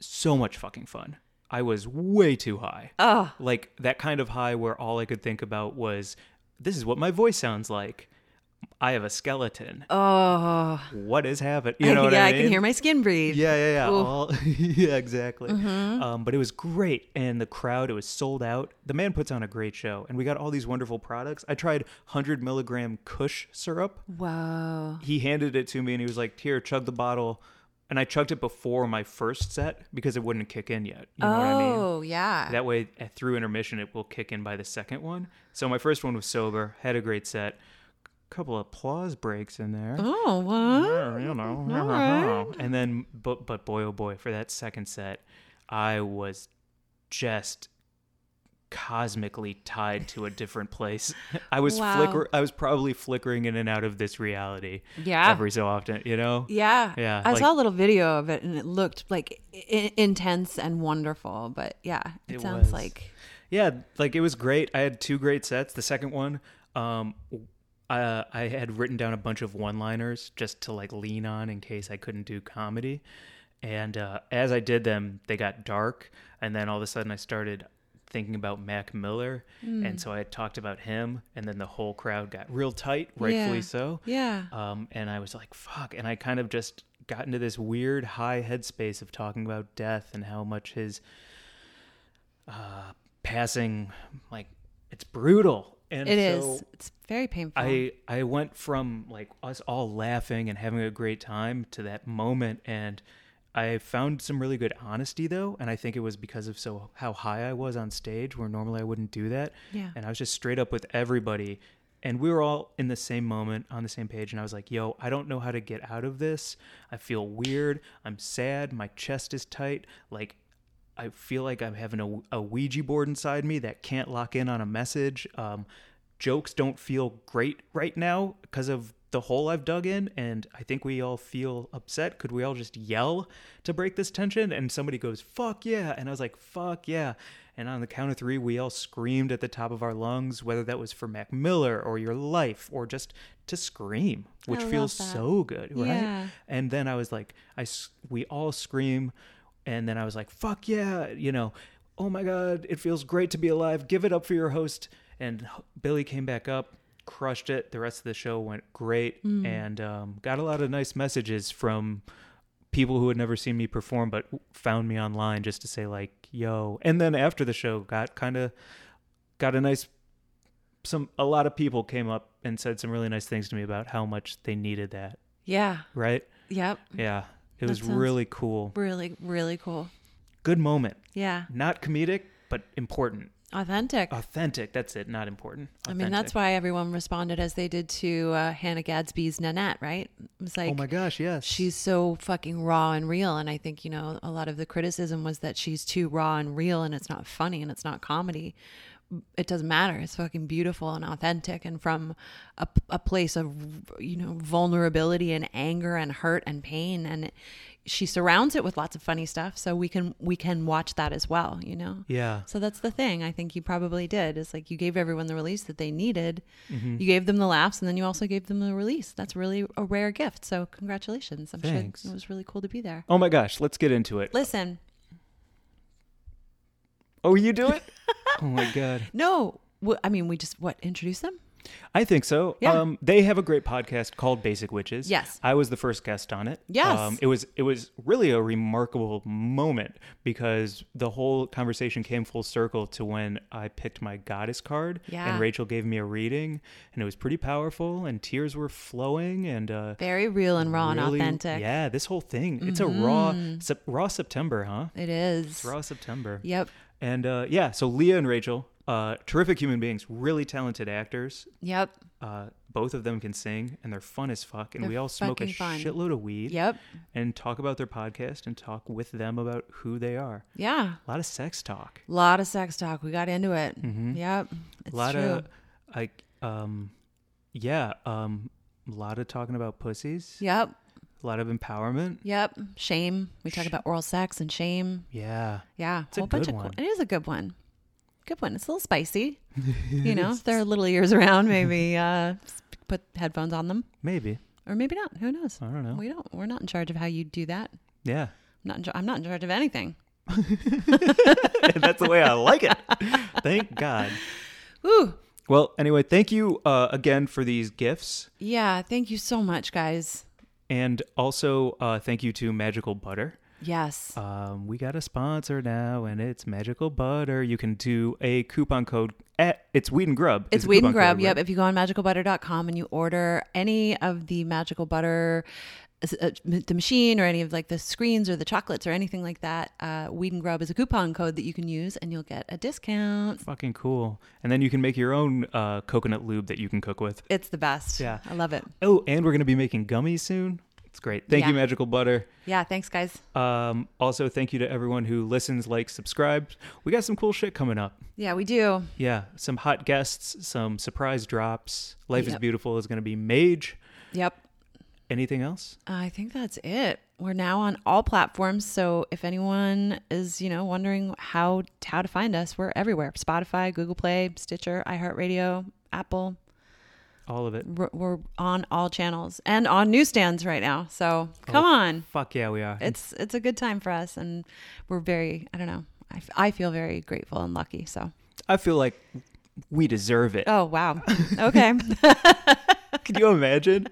Speaker 2: So much fucking fun. I was way too high.
Speaker 3: Oh,
Speaker 2: Like that kind of high where all I could think about was this is what my voice sounds like. I have a skeleton.
Speaker 3: oh.
Speaker 2: What is happening? You know what
Speaker 3: yeah,
Speaker 2: I
Speaker 3: I,
Speaker 2: mean?
Speaker 3: can hear my skin breathe.
Speaker 2: Yeah, yeah, yeah.
Speaker 3: Oof. Mm-hmm.
Speaker 2: All, yeah, exactly. Um, but it was great, and the crowd it was sold out. The man puts on a great show, and we got all these wonderful products. I tried hundred milligram Kush syrup.
Speaker 3: Wow.
Speaker 2: He handed it to me, and he was like, "Here, chug the bottle." And I chugged it before my first set because it wouldn't kick in yet. You know what I mean?
Speaker 3: oh, yeah.
Speaker 2: That way, uh, through intermission, it will kick in by the second one. So my first one was sober. Had a great set. Couple of applause breaks in there.
Speaker 3: oh, what?
Speaker 2: Yeah, you know. And then, but but boy, oh boy, for that second set, I was just cosmically tied to a different place. I was
Speaker 3: Wow.
Speaker 2: flicker. I was probably flickering in and out of this reality.
Speaker 3: Yeah.
Speaker 2: every so often, you know.
Speaker 3: Yeah.
Speaker 2: Yeah,
Speaker 3: I
Speaker 2: like-
Speaker 3: saw a little video of it and it looked like I- intense and wonderful, but yeah, it,
Speaker 2: It
Speaker 3: sounds
Speaker 2: was.
Speaker 3: like
Speaker 2: Yeah, like it was great. I had two great sets. The second one, um, uh, I had written down a bunch of one-liners just to like lean on in case I couldn't do comedy. And uh, as I did them, they got dark, and then all of a sudden I started thinking about Mac Miller, and so I had talked about him, and then the whole crowd got real tight, rightfully
Speaker 3: Yeah.
Speaker 2: so.
Speaker 3: yeah.
Speaker 2: Um, and I was like, fuck. And I kind of just got into this weird high headspace of talking about death and how much his uh, passing, like, it's brutal. And
Speaker 3: It is.
Speaker 2: so
Speaker 3: It's very painful.
Speaker 2: I, I went from like us all laughing and having a great time to that moment. And I found some really good honesty though. And I think it was because of so how high I was on stage where normally I wouldn't do that
Speaker 3: yeah.
Speaker 2: and I was just straight up with everybody. And we were all in the same moment on the same page. And I was like, yo, I don't know how to get out of this. I feel weird. I'm sad. My chest is tight. Like, I feel like I'm having a, a Ouija board inside me that can't lock in on a message. Um, jokes don't feel great right now because of the hole I've dug in. And I think we all feel upset. Could we all just yell to break this tension? And somebody goes, fuck yeah. And I was like, fuck yeah. And on the count of three, we all screamed at the top of our lungs, whether that was for Mac Miller or your life or just to scream, which
Speaker 3: I love
Speaker 2: feels
Speaker 3: that.
Speaker 2: so good, right?
Speaker 3: Yeah.
Speaker 2: And then I was like, I s- we all scream, and then I was like, fuck yeah, you know, oh my god, it feels great to be alive. Give it up for your host. And h- Billy came back up, crushed it. The rest of the show went great, and um, got a lot of nice messages from people who had never seen me perform but found me online just to say like yo and then after the show got kind of got a nice some a lot of people came up and said some really nice things to me about how much they needed that
Speaker 3: yeah.
Speaker 2: right
Speaker 3: Yep.
Speaker 2: yeah it was
Speaker 3: sounds-
Speaker 2: really cool
Speaker 3: Really, really cool.
Speaker 2: good moment
Speaker 3: Yeah.
Speaker 2: not comedic but important
Speaker 3: Authentic.
Speaker 2: authentic that's it not important
Speaker 3: I mean, that's
Speaker 2: Authentic.
Speaker 3: why everyone responded as they did to uh, Hannah Gadsby's Nanette, right? It was like,
Speaker 2: oh my gosh yes
Speaker 3: she's so fucking raw and real. And I think, you know, a lot of the criticism was that she's too raw and real and it's not funny and it's not comedy. It doesn't matter. It's fucking beautiful and authentic and from a, a place of, you know, vulnerability and anger and hurt and pain. And it, she surrounds it with lots of funny stuff. So we can, we can watch that as well, you know?
Speaker 2: yeah
Speaker 3: So that's the thing I think you probably did is like you gave everyone the release that they needed.
Speaker 2: Mm-hmm.
Speaker 3: You gave them the laughs and then you also gave them the release. That's really a rare gift. So congratulations. I'm
Speaker 2: Thanks.
Speaker 3: sure it was really cool to be there.
Speaker 2: oh my gosh let's get into it
Speaker 3: Listen,
Speaker 2: oh you do it oh my god
Speaker 3: no, w- I mean, we just, what, introduce them?
Speaker 2: I think so.
Speaker 3: Yeah.
Speaker 2: Um, they have a great podcast called Basic Witches.
Speaker 3: Yes.
Speaker 2: I was the first guest on it. Um,
Speaker 3: Yes.
Speaker 2: it was it was really a remarkable moment because the whole conversation came full circle to when I picked my goddess card
Speaker 3: Yeah.
Speaker 2: and Rachel gave me a reading and it was pretty powerful and tears were flowing and uh
Speaker 3: Very real and raw
Speaker 2: really-
Speaker 3: and authentic. Mm-hmm.
Speaker 2: Yeah, this whole thing. It's a raw sep- raw September, huh?
Speaker 3: It is.
Speaker 2: Raw September.
Speaker 3: Yep.
Speaker 2: And uh yeah, so Leah and Rachel, uh terrific human beings, really talented actors.
Speaker 3: Yep.
Speaker 2: Uh, both of them can sing and they're fun as fuck. And
Speaker 3: They're
Speaker 2: we all smoke a
Speaker 3: fucking fun.
Speaker 2: shitload of weed
Speaker 3: Yep.
Speaker 2: and talk about their podcast and talk with them about who they are.
Speaker 3: Yeah.
Speaker 2: A lot of sex talk.
Speaker 3: lot of sex talk. We got into it. Yep.
Speaker 2: A
Speaker 3: It's
Speaker 2: Mm-hmm. lot
Speaker 3: true.
Speaker 2: of like, um, yeah, um, a lot of talking about pussies.
Speaker 3: Yep.
Speaker 2: A lot of empowerment.
Speaker 3: Yep. Shame. We talk about oral sex and shame.
Speaker 2: Yeah.
Speaker 3: Yeah,
Speaker 2: It's a good
Speaker 3: of
Speaker 2: one.
Speaker 3: cool. It is a good one. Good one. It's a little spicy. you know, if there are little ears around, maybe uh, s- put headphones on them,
Speaker 2: Maybe.
Speaker 3: or maybe not. Who knows?
Speaker 2: I don't know.
Speaker 3: We don't. We're not in charge of how you do that. I'm
Speaker 2: Yeah.
Speaker 3: not. In, char- I'm not in charge of anything.
Speaker 2: And that's the way I like it. Thank God.
Speaker 3: Woo.
Speaker 2: Well, anyway, thank you uh, again for these gifts.
Speaker 3: Yeah. Thank you so much, guys.
Speaker 2: And also, uh, thank you to Magical Butter.
Speaker 3: Yes.
Speaker 2: Um, we got a sponsor now, and it's Magical Butter. You can do a coupon code. At, it's Weed and Grub. is
Speaker 3: It's
Speaker 2: the
Speaker 3: Weed and
Speaker 2: coupon
Speaker 3: Grub.
Speaker 2: code,
Speaker 3: Yep.
Speaker 2: right?
Speaker 3: If you go on magicalbutter.com and you order any of the magical butter, uh, the machine, or any of like the screens or the chocolates or anything like that, uh, Weed and Grub is a coupon code that you can use and you'll get a discount.
Speaker 2: Fucking cool. And then you can make your own uh, coconut lube that you can cook with.
Speaker 3: It's the best.
Speaker 2: Yeah.
Speaker 3: I love it.
Speaker 2: Oh, and we're going to be making gummies soon. It's great. Thank you,
Speaker 3: Yeah.
Speaker 2: Magical Butter.
Speaker 3: Yeah. Thanks, guys.
Speaker 2: Um, also, thank you to everyone who listens, likes, subscribes. We got some cool shit coming up.
Speaker 3: Yeah, we do.
Speaker 2: Yeah, some hot guests, some surprise drops. Life is
Speaker 3: Yep.
Speaker 2: Beautiful is going to be Mage.
Speaker 3: Yep.
Speaker 2: Anything else?
Speaker 3: I think that's it. We're now on all platforms, so if anyone is, you know, wondering how how to find us, we're everywhere: Spotify, Google Play, Stitcher, iHeartRadio, Apple.
Speaker 2: All of it.
Speaker 3: We're, we're on all channels and on newsstands right now. So come on,
Speaker 2: Fuck yeah, we are.
Speaker 3: it's it's a good time for us, and we're very I don't know. I, f- I feel very grateful and lucky. So
Speaker 2: I feel like we deserve it.
Speaker 3: oh wow, okay,
Speaker 2: Can you imagine?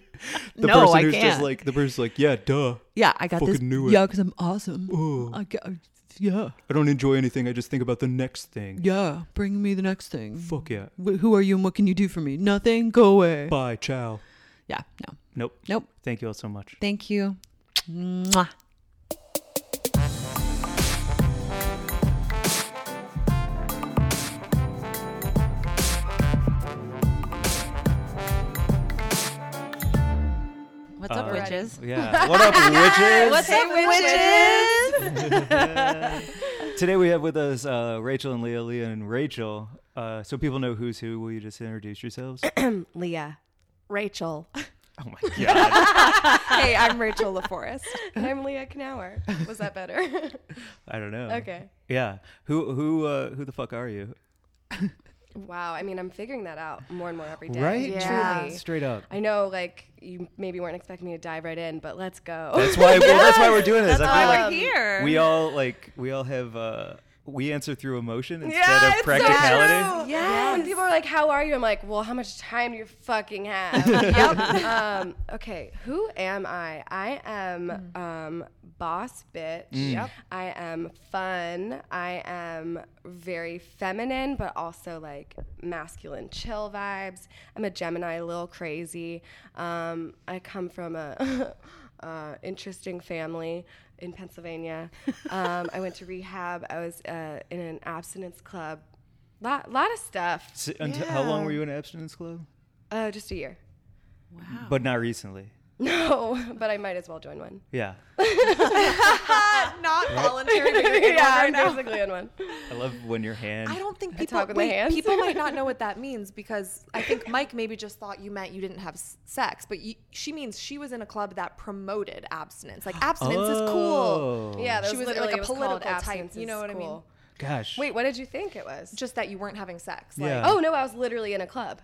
Speaker 2: The
Speaker 3: No,
Speaker 2: person
Speaker 3: I
Speaker 2: who's just
Speaker 3: can't.
Speaker 2: like the person's like, yeah, duh.
Speaker 3: yeah, I got this.
Speaker 2: Fucking knew it.
Speaker 3: Yeah, because I'm awesome. I got, yeah,
Speaker 2: I don't enjoy anything. I just think about the next thing.
Speaker 3: yeah. Bring me the next thing.
Speaker 2: Fuck yeah.
Speaker 3: Wh- Who are you and what can you do for me? Nothing. Go away.
Speaker 2: Bye, ciao.
Speaker 3: Yeah. No.
Speaker 2: Nope.
Speaker 3: Nope.
Speaker 2: Thank you all so much.
Speaker 3: Thank you. Mwah. What's up, witches?
Speaker 2: Yeah. What up, witches?
Speaker 3: What's up, witches?
Speaker 2: Today we have with us uh, Rachel and Leah, Leah and Rachel. Uh, so people know who's who. Will you just introduce yourselves?
Speaker 4: Leah. Rachel.
Speaker 2: oh my god,
Speaker 4: hey, I'm Rachel LaForest. And I'm Leah Knauer. Was that better?
Speaker 2: I don't know.
Speaker 4: okay.
Speaker 2: Yeah. Who who uh, who the fuck are you?
Speaker 5: Wow, I mean, I'm figuring that out more and more every day.
Speaker 2: Right?
Speaker 4: Yeah.
Speaker 5: Truly.
Speaker 2: Straight up.
Speaker 5: I know, like, you maybe weren't expecting me to dive right in, but let's go.
Speaker 2: That's why. Well, that's why we're doing this. I feel like
Speaker 3: here.
Speaker 2: we all like we all have uh, we answer through emotion instead
Speaker 5: yeah,
Speaker 2: of
Speaker 5: it's
Speaker 2: practicality.
Speaker 5: So true. Yeah. When people are like, "How are you?" I'm like, "Well, how much time do you fucking have?" Um, okay. Who am I? I am um, boss bitch. Yep. I am fun. I am very feminine, but also like masculine, chill vibes. I'm a Gemini, a little crazy. Um, I come from a. Uh, interesting family in Pennsylvania. Um, I went to rehab. I was uh, in an abstinence club. Lot, lot of stuff.
Speaker 2: S- until- How long were you in abstinence club?
Speaker 5: Uh, just a year.
Speaker 2: But not recently.
Speaker 5: No, but I might as well join one.
Speaker 2: Yeah.
Speaker 4: Not voluntary. but you're in
Speaker 5: yeah,
Speaker 4: one
Speaker 5: I'm
Speaker 4: right now.
Speaker 5: basically in one.
Speaker 2: I love when your hand.
Speaker 4: I don't think people
Speaker 5: talk with my
Speaker 4: wait,
Speaker 5: hands.
Speaker 4: people might not know what that means because I think Mike maybe just thought you meant you didn't have s- sex, but you, she means she was in a club that promoted abstinence. Like abstinence is cool.
Speaker 2: Oh.
Speaker 5: Yeah, that
Speaker 4: She was like
Speaker 5: literally
Speaker 4: a
Speaker 5: it was called
Speaker 4: political type,
Speaker 5: abstinence
Speaker 4: you
Speaker 5: is
Speaker 4: know what I mean?
Speaker 5: cool.
Speaker 2: Gosh.
Speaker 5: Wait, what did you think it was?
Speaker 4: Just uh, that you weren't having sex. Like,
Speaker 2: Yeah.
Speaker 5: oh no, I was literally in a club.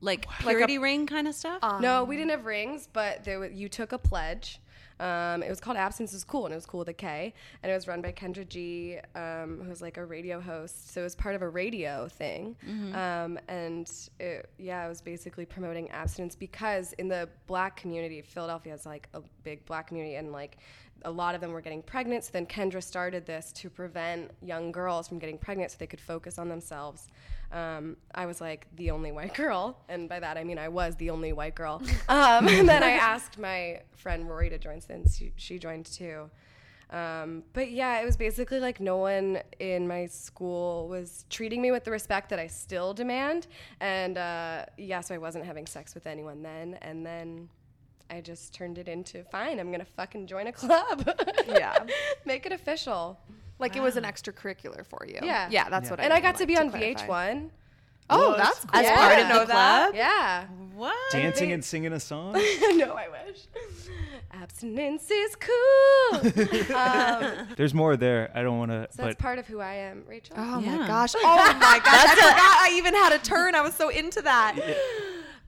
Speaker 3: like purity ring kind of stuff.
Speaker 5: No, we didn't have rings, but there wa you took a pledge. Um, it was called Absence is Cool, and it was cool with a K. And it was run by Kendra G, um, who was like a radio host. So it was part of a radio thing. Um, and it, yeah, it was basically promoting abstinence because in the black community, Philadelphia is like a big black community, and like a lot of them were getting pregnant. So then Kendra started this to prevent young girls from getting pregnant so they could focus on themselves. Um, I was like the only white girl. And by that, I mean I was the only white girl. Um, and then I asked my friend Rory to join since she, she joined too. Um, but yeah, it was basically like no one in my school was treating me with the respect that I still demand. And uh, yeah, so I wasn't having sex with anyone then. And then I just turned it into fine, I'm gonna fucking join a club.
Speaker 4: Yeah.
Speaker 5: Make it official.
Speaker 4: Like it was an extracurricular for you.
Speaker 5: Yeah.
Speaker 4: Yeah, that's what I
Speaker 5: Ah. and I
Speaker 4: mean,
Speaker 5: got to
Speaker 4: like,
Speaker 5: be on
Speaker 4: clarify.
Speaker 5: VH1.
Speaker 4: Oh,
Speaker 2: What?
Speaker 4: that's cool.
Speaker 5: As
Speaker 4: I
Speaker 5: part
Speaker 4: didn't
Speaker 5: of the
Speaker 4: know that.
Speaker 5: Yeah.
Speaker 3: What?
Speaker 2: Dancing and singing a song?
Speaker 5: no, I wish. Abstinence is cool.
Speaker 2: There's more there. I don't want to.
Speaker 5: So
Speaker 2: but
Speaker 5: that's part of who I am, Rachel.
Speaker 4: Oh
Speaker 3: Yeah.
Speaker 4: my gosh. Oh my gosh. I forgot I even had a turn. I was so into that.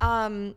Speaker 4: Um,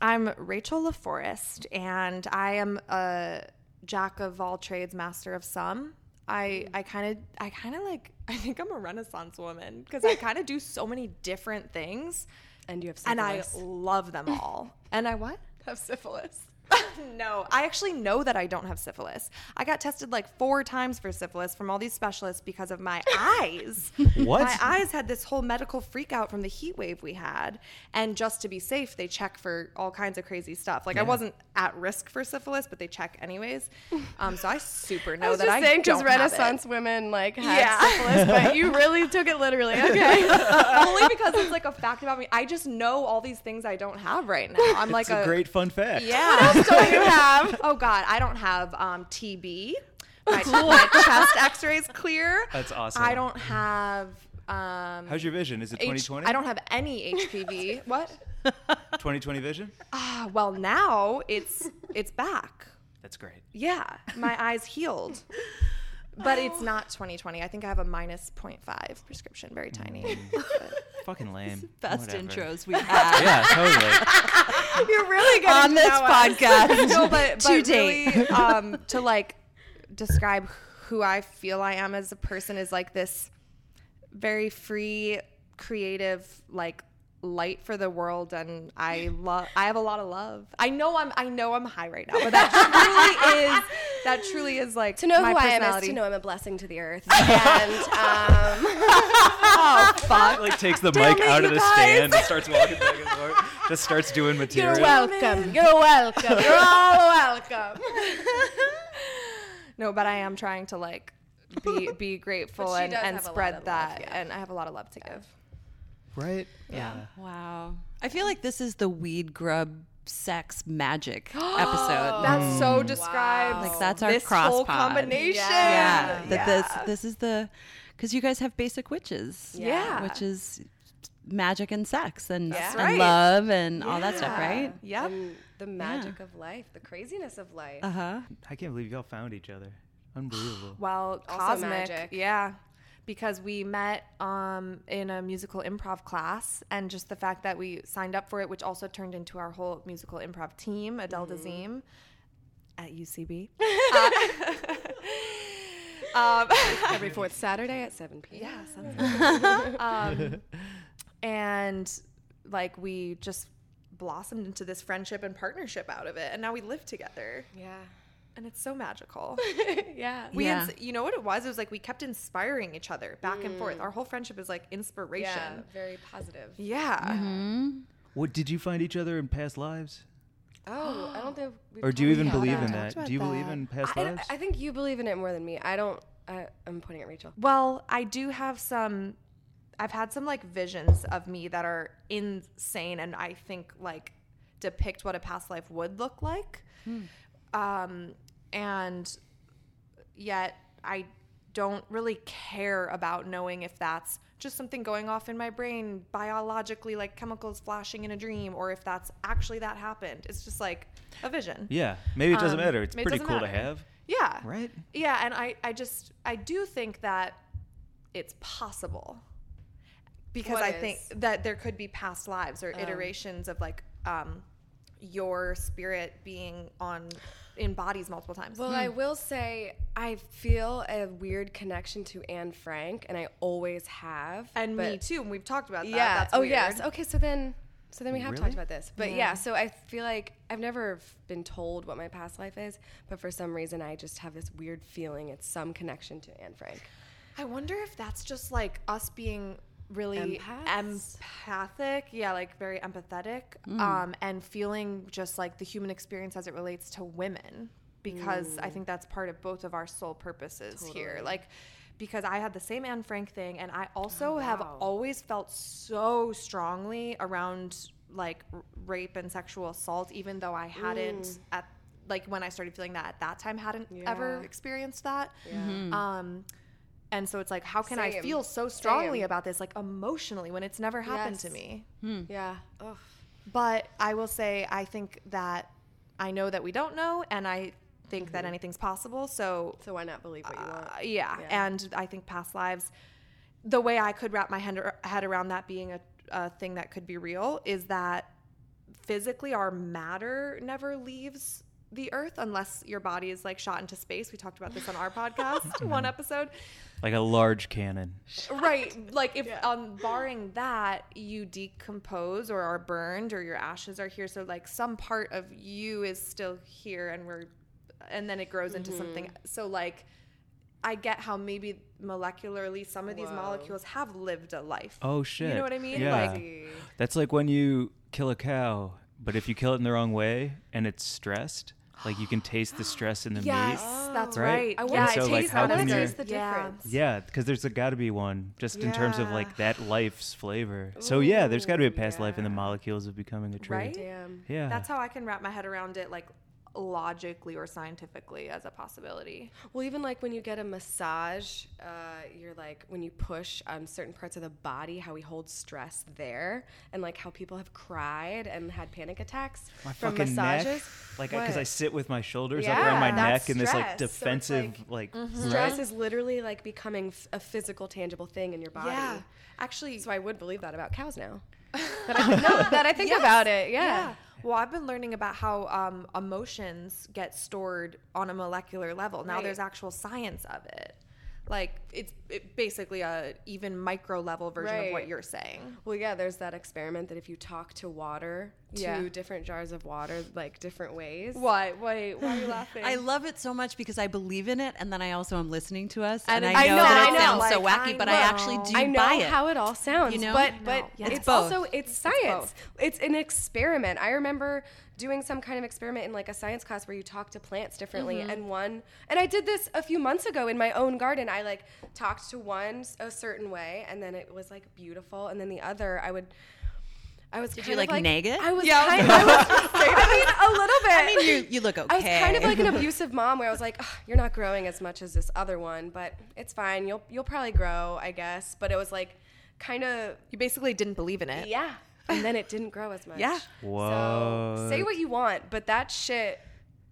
Speaker 4: I'm Rachel LaForest, and I am a jack of all trades, master of some. I I kind of I kind of like I think I'm a renaissance woman because I kind of do so many different things
Speaker 5: And you have
Speaker 4: and I
Speaker 5: syphilis.
Speaker 4: love them all. and I what?
Speaker 5: have syphilis.
Speaker 4: no, I actually know that I don't have syphilis. I got tested like four times for syphilis from all these specialists because of my eyes.
Speaker 2: What?
Speaker 4: My eyes had this whole medical freak out from the heat wave we had. And just to be safe, they check for all kinds of crazy stuff. Like I wasn't at risk for syphilis, but they check anyways. Um, so I super know
Speaker 5: I was
Speaker 4: that
Speaker 5: just
Speaker 4: I
Speaker 5: saying because
Speaker 4: don't
Speaker 5: Renaissance
Speaker 4: have
Speaker 5: women like had
Speaker 4: Yeah.
Speaker 5: syphilis, but you really took it literally. Okay,
Speaker 4: it. only because it's like a fact about me. I just know all these things I don't have right now. I'm like
Speaker 2: It's a great fun fact.
Speaker 4: Yeah. What else don't you have? Oh God, I don't have um, TB. My, my chest X-rays clear.
Speaker 2: That's awesome.
Speaker 4: I don't have. Um,
Speaker 2: How's your vision? Is it
Speaker 4: H-
Speaker 2: 2020?
Speaker 4: I don't have any HPV. what?
Speaker 2: 2020 vision?
Speaker 4: Ah, well, now it's it's back.
Speaker 2: That's great.
Speaker 4: Yeah, my eyes healed. But it's not 2020. I think I have a minus 0.5 prescription, very
Speaker 2: Mm.
Speaker 4: tiny.
Speaker 2: Fucking lame.
Speaker 3: Best
Speaker 2: Whatever.
Speaker 3: intros we have
Speaker 2: Yeah, totally.
Speaker 4: You're really good
Speaker 3: on this podcast.
Speaker 4: no, but, but
Speaker 3: To date.
Speaker 4: really, um, to like describe who I feel I am as a person is like this very free, creative, like light for the world, and I love. I have a lot of love. I know I'm. I know I'm high right now, but that truly is. That truly is like
Speaker 5: to know
Speaker 4: my
Speaker 5: who I am is
Speaker 4: personality.
Speaker 5: to know I'm a blessing to the earth. And um,
Speaker 2: It, like takes the mic out of the stand and starts walking back and forth. Just starts doing material.
Speaker 5: welcome, you're welcome, you're all welcome.
Speaker 4: No, but I am trying to like be be grateful
Speaker 5: But she
Speaker 4: and,
Speaker 5: does
Speaker 4: and
Speaker 5: have a lot
Speaker 4: spread
Speaker 5: of love,
Speaker 4: that,
Speaker 5: yeah.
Speaker 4: and I have a lot of love to give.
Speaker 2: Right?
Speaker 4: Yeah.
Speaker 3: Wow. I feel like this is the weed grub sex magic episode.
Speaker 4: That's so described.
Speaker 3: Like, that's our
Speaker 4: this
Speaker 3: cross
Speaker 4: whole
Speaker 3: pod.
Speaker 4: combination.
Speaker 3: yeah. That
Speaker 4: Yeah.
Speaker 3: this this is the because you guys have basic witches.
Speaker 4: Yeah.
Speaker 3: Which is magic and sex and,
Speaker 4: That's
Speaker 3: and
Speaker 4: right.
Speaker 3: love and all that stuff, right?
Speaker 4: Yep.
Speaker 5: And the magic of life, the craziness of life.
Speaker 3: Uh huh.
Speaker 2: I can't believe y'all found each other. Unbelievable.
Speaker 4: Well,
Speaker 5: Also
Speaker 4: cosmic.
Speaker 5: magic.
Speaker 4: Yeah. Because we met um, in a musical improv class, and just the fact that we signed up for it, which also turned into our whole musical improv team, Adele Dazim at UCB. Um,
Speaker 5: Every fourth Saturday at 7 p.m.
Speaker 4: Yeah, sounds good. um, and like we just blossomed into this friendship and partnership out of it, and now we live together,
Speaker 5: Yeah.
Speaker 4: and it's so magical.
Speaker 5: yeah.
Speaker 4: We,
Speaker 3: Yeah.
Speaker 4: ins- you know what it was? It was like we kept inspiring each other back and forth. Our whole friendship is like inspiration.
Speaker 5: Yeah. Very positive.
Speaker 4: Yeah.
Speaker 2: What did you find each other in past lives?
Speaker 5: Oh, I don't think. we've
Speaker 2: Or do you
Speaker 5: talked
Speaker 2: even
Speaker 5: about
Speaker 2: believe in
Speaker 5: that?
Speaker 2: that? Do you believe in past
Speaker 5: I,
Speaker 2: lives?
Speaker 5: I think you believe in it more than me. I don't. I, I'm pointing at Rachel.
Speaker 4: Well, I do have some. I've had some like visions of me that are insane, and I think like depict what a past life would look like. Um, and yet, I don't really care about knowing if that's just something going off in my brain biologically, like chemicals flashing in a dream, or if that's actually that happened. It's just like a vision.
Speaker 2: yeah. Maybe it doesn't
Speaker 4: Um,
Speaker 2: matter. It's
Speaker 4: it
Speaker 2: pretty
Speaker 4: doesn't
Speaker 2: cool to
Speaker 4: matter.
Speaker 2: have.
Speaker 4: Yeah.
Speaker 2: Right?
Speaker 4: Yeah, and I, I just I do think that it's possible because
Speaker 5: What
Speaker 4: I
Speaker 5: is? Oh.
Speaker 4: think that there could be past lives or iterations of like um, your spirit being on in bodies multiple times.
Speaker 5: Well, I will say I feel a weird connection to Anne Frank, and I always have.
Speaker 4: and
Speaker 5: but-
Speaker 4: me too, and we've talked about that.
Speaker 5: Yeah.
Speaker 4: That's
Speaker 5: oh
Speaker 4: weird.
Speaker 5: yes. Okay. So then, so then we have
Speaker 2: Really?
Speaker 5: talked about this, but yeah. So I feel like I've never f- been told what my past life is, but for some reason I just have this weird feeling it's some connection to Anne Frank.
Speaker 4: I wonder if that's just like us being really
Speaker 5: Empaths? Mm.
Speaker 4: empathic, yeah, like very empathetic, um, and feeling just like the human experience as it relates to women, because
Speaker 5: Mm.
Speaker 4: I think that's part of both of our sole purposes here, like. Because I had the same Anne Frank thing, and I
Speaker 5: Oh,
Speaker 4: also have always felt so strongly around like r- rape and sexual assault, even though I hadn't
Speaker 5: Mm.
Speaker 4: at like when I started feeling that at that time hadn't ever
Speaker 5: Yeah.
Speaker 4: experienced that. Um, and so it's like, how can I
Speaker 5: Same.
Speaker 4: feel so strongly
Speaker 5: Same.
Speaker 4: about this, like emotionally, when it's never happened to
Speaker 5: Yes.
Speaker 4: me?
Speaker 5: Yeah. Ugh.
Speaker 4: But I will say, I think that I know that we don't know, and I think that anything's possible. So,
Speaker 5: Mm-hmm. So why not believe what you want?
Speaker 4: uh, yeah. And I think past lives, the way I could wrap my head, ar- head around that being a, a thing that could be real is that physically our matter never leaves the earth unless your body is like shot into space. We talked about this on our podcast, one episode.
Speaker 2: like a large cannon.
Speaker 4: Right. Like if um barring that, you decompose or are burned or your ashes are here. So like some part of you is still here and we're and then it grows into something. e-, So like I get how maybe molecularly some of these molecules have lived a life.
Speaker 2: Oh shit!
Speaker 4: You know what I mean?
Speaker 2: Yeah.
Speaker 4: Like
Speaker 2: That's like when you kill a cow, but if you kill it in the wrong way and it's stressed, like you can taste the stress in the
Speaker 4: Yes,
Speaker 2: meat.
Speaker 4: that's
Speaker 2: Right?
Speaker 4: right.
Speaker 2: I wonder
Speaker 4: yeah,
Speaker 2: if so,
Speaker 4: it
Speaker 2: like,
Speaker 4: tastes
Speaker 2: how
Speaker 4: better.
Speaker 2: can you-
Speaker 5: the
Speaker 4: Yeah.
Speaker 5: difference.
Speaker 2: Yeah, because there's got to be one just in terms of
Speaker 4: Yeah.
Speaker 2: like that life's flavor. so yeah, there's got to be a past life in the molecules of becoming a tree.
Speaker 4: Right?
Speaker 5: Damn.
Speaker 2: Yeah.
Speaker 4: That's how I can wrap my head around it like logically or scientifically as a possibility.
Speaker 5: Well, even like when you get a massage, uh, you're like when you push on certain parts of the body, how we hold stress there, and like how people have cried and had panic attacks
Speaker 2: my
Speaker 5: from
Speaker 2: fucking
Speaker 5: massages.
Speaker 2: neck, like because
Speaker 5: What?
Speaker 2: I sit with my shoulders up around my
Speaker 5: Yeah,
Speaker 2: neck
Speaker 5: that's
Speaker 2: in this like
Speaker 5: stress. So it's
Speaker 2: defensive like,
Speaker 4: mm-hmm.
Speaker 5: stress is literally like becoming f- a physical, tangible thing in your body.
Speaker 4: Yeah. Actually,
Speaker 5: So I would believe that about cows now. That I, no, that I think about it. Yeah.
Speaker 4: Well, I've been learning about how um, emotions get stored on a molecular level. Now
Speaker 5: Right.
Speaker 4: there's actual science of it. Like it's it basically a even micro level version of what
Speaker 5: Right.
Speaker 4: you're saying.
Speaker 5: Well, yeah, there's that experiment that if you talk to water,
Speaker 4: Yeah.
Speaker 5: two different jars of water, like different ways.
Speaker 4: Why? Why? Why are you laughing?
Speaker 3: I love it so much because I believe in it, and then I also am listening to us,
Speaker 4: And
Speaker 3: and,
Speaker 4: it-
Speaker 3: I
Speaker 4: I
Speaker 3: know,
Speaker 4: know,
Speaker 3: that
Speaker 4: I
Speaker 3: it
Speaker 4: know.
Speaker 3: sounds so
Speaker 4: Like,
Speaker 3: wacky,
Speaker 4: I
Speaker 3: but I
Speaker 4: know.
Speaker 3: actually do
Speaker 5: I know
Speaker 3: buy it.
Speaker 5: how it all sounds,
Speaker 3: You know?
Speaker 5: but
Speaker 3: I
Speaker 5: but
Speaker 3: know. Yeah.
Speaker 5: it's,
Speaker 3: It's both.
Speaker 5: also it's science. It's, an experiment. I remember doing some kind of experiment in like a science class where you talk to plants differently,
Speaker 3: Mm-hmm.
Speaker 5: and one and I did this a few months ago in my own garden. I like talked to one s- a certain way, and then it was like beautiful, and then the other I would. I was Did
Speaker 3: you, like, nag it?
Speaker 5: I was kind of, I, was, I mean, a little bit.
Speaker 3: I mean, you you look okay.
Speaker 5: I was kind of like an abusive mom where I was like, "Ugh, you're not growing as much as this other one, but it's fine. You'll you'll probably grow, I guess. But it was like kind of
Speaker 4: you basically didn't believe in it.
Speaker 5: yeah. And then it didn't grow as much.
Speaker 4: Yeah.
Speaker 5: So say
Speaker 2: What?
Speaker 5: what you want, but that shit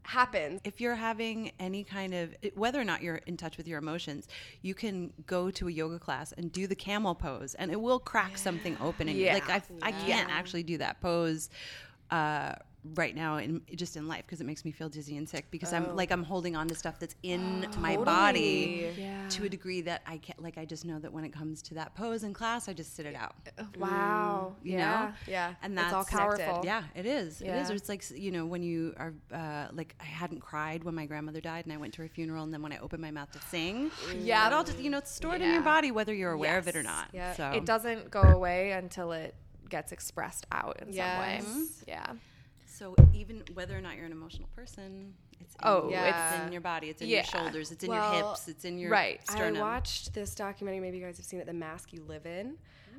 Speaker 5: happens.
Speaker 3: if you're having any kind of whether or not you're in touch with your emotions you can go to a yoga class and do the camel pose and it will crack something open in you
Speaker 4: Yeah.
Speaker 3: like I, I can't actually do that pose uh, right now in just in life because it makes me feel dizzy and sick because
Speaker 4: Oh.
Speaker 3: i'm like i'm holding on to stuff that's in my body to a degree that i can't like i just know that when it comes to that pose in class i just sit it out
Speaker 4: Wow.
Speaker 3: you know
Speaker 4: yeah.
Speaker 5: yeah.
Speaker 3: and
Speaker 5: It's
Speaker 3: that's
Speaker 5: all connected.
Speaker 4: powerful.
Speaker 3: yeah it is it is
Speaker 5: Yeah.
Speaker 3: it's like s- you know when you are uh, like i hadn't cried when my grandmother died and i went to her funeral and then when i opened my mouth to sing yeah it all just you know it's stored in your
Speaker 4: Yeah.
Speaker 3: body whether you're aware of it or not
Speaker 5: Mm. Yeah.
Speaker 3: so
Speaker 4: It doesn't go away until it gets expressed out in
Speaker 5: Yes.
Speaker 4: some way. Yeah.
Speaker 3: so even whether or not you're an emotional person it's in,
Speaker 4: Oh,
Speaker 5: Yeah.
Speaker 3: it's in your body it's in
Speaker 4: Yeah.
Speaker 3: your shoulders it's in your
Speaker 5: Well,
Speaker 3: hips it's in your
Speaker 4: right. I
Speaker 3: sternum
Speaker 5: I watched this documentary. Maybe you guys have seen it, "The Mask You Live In."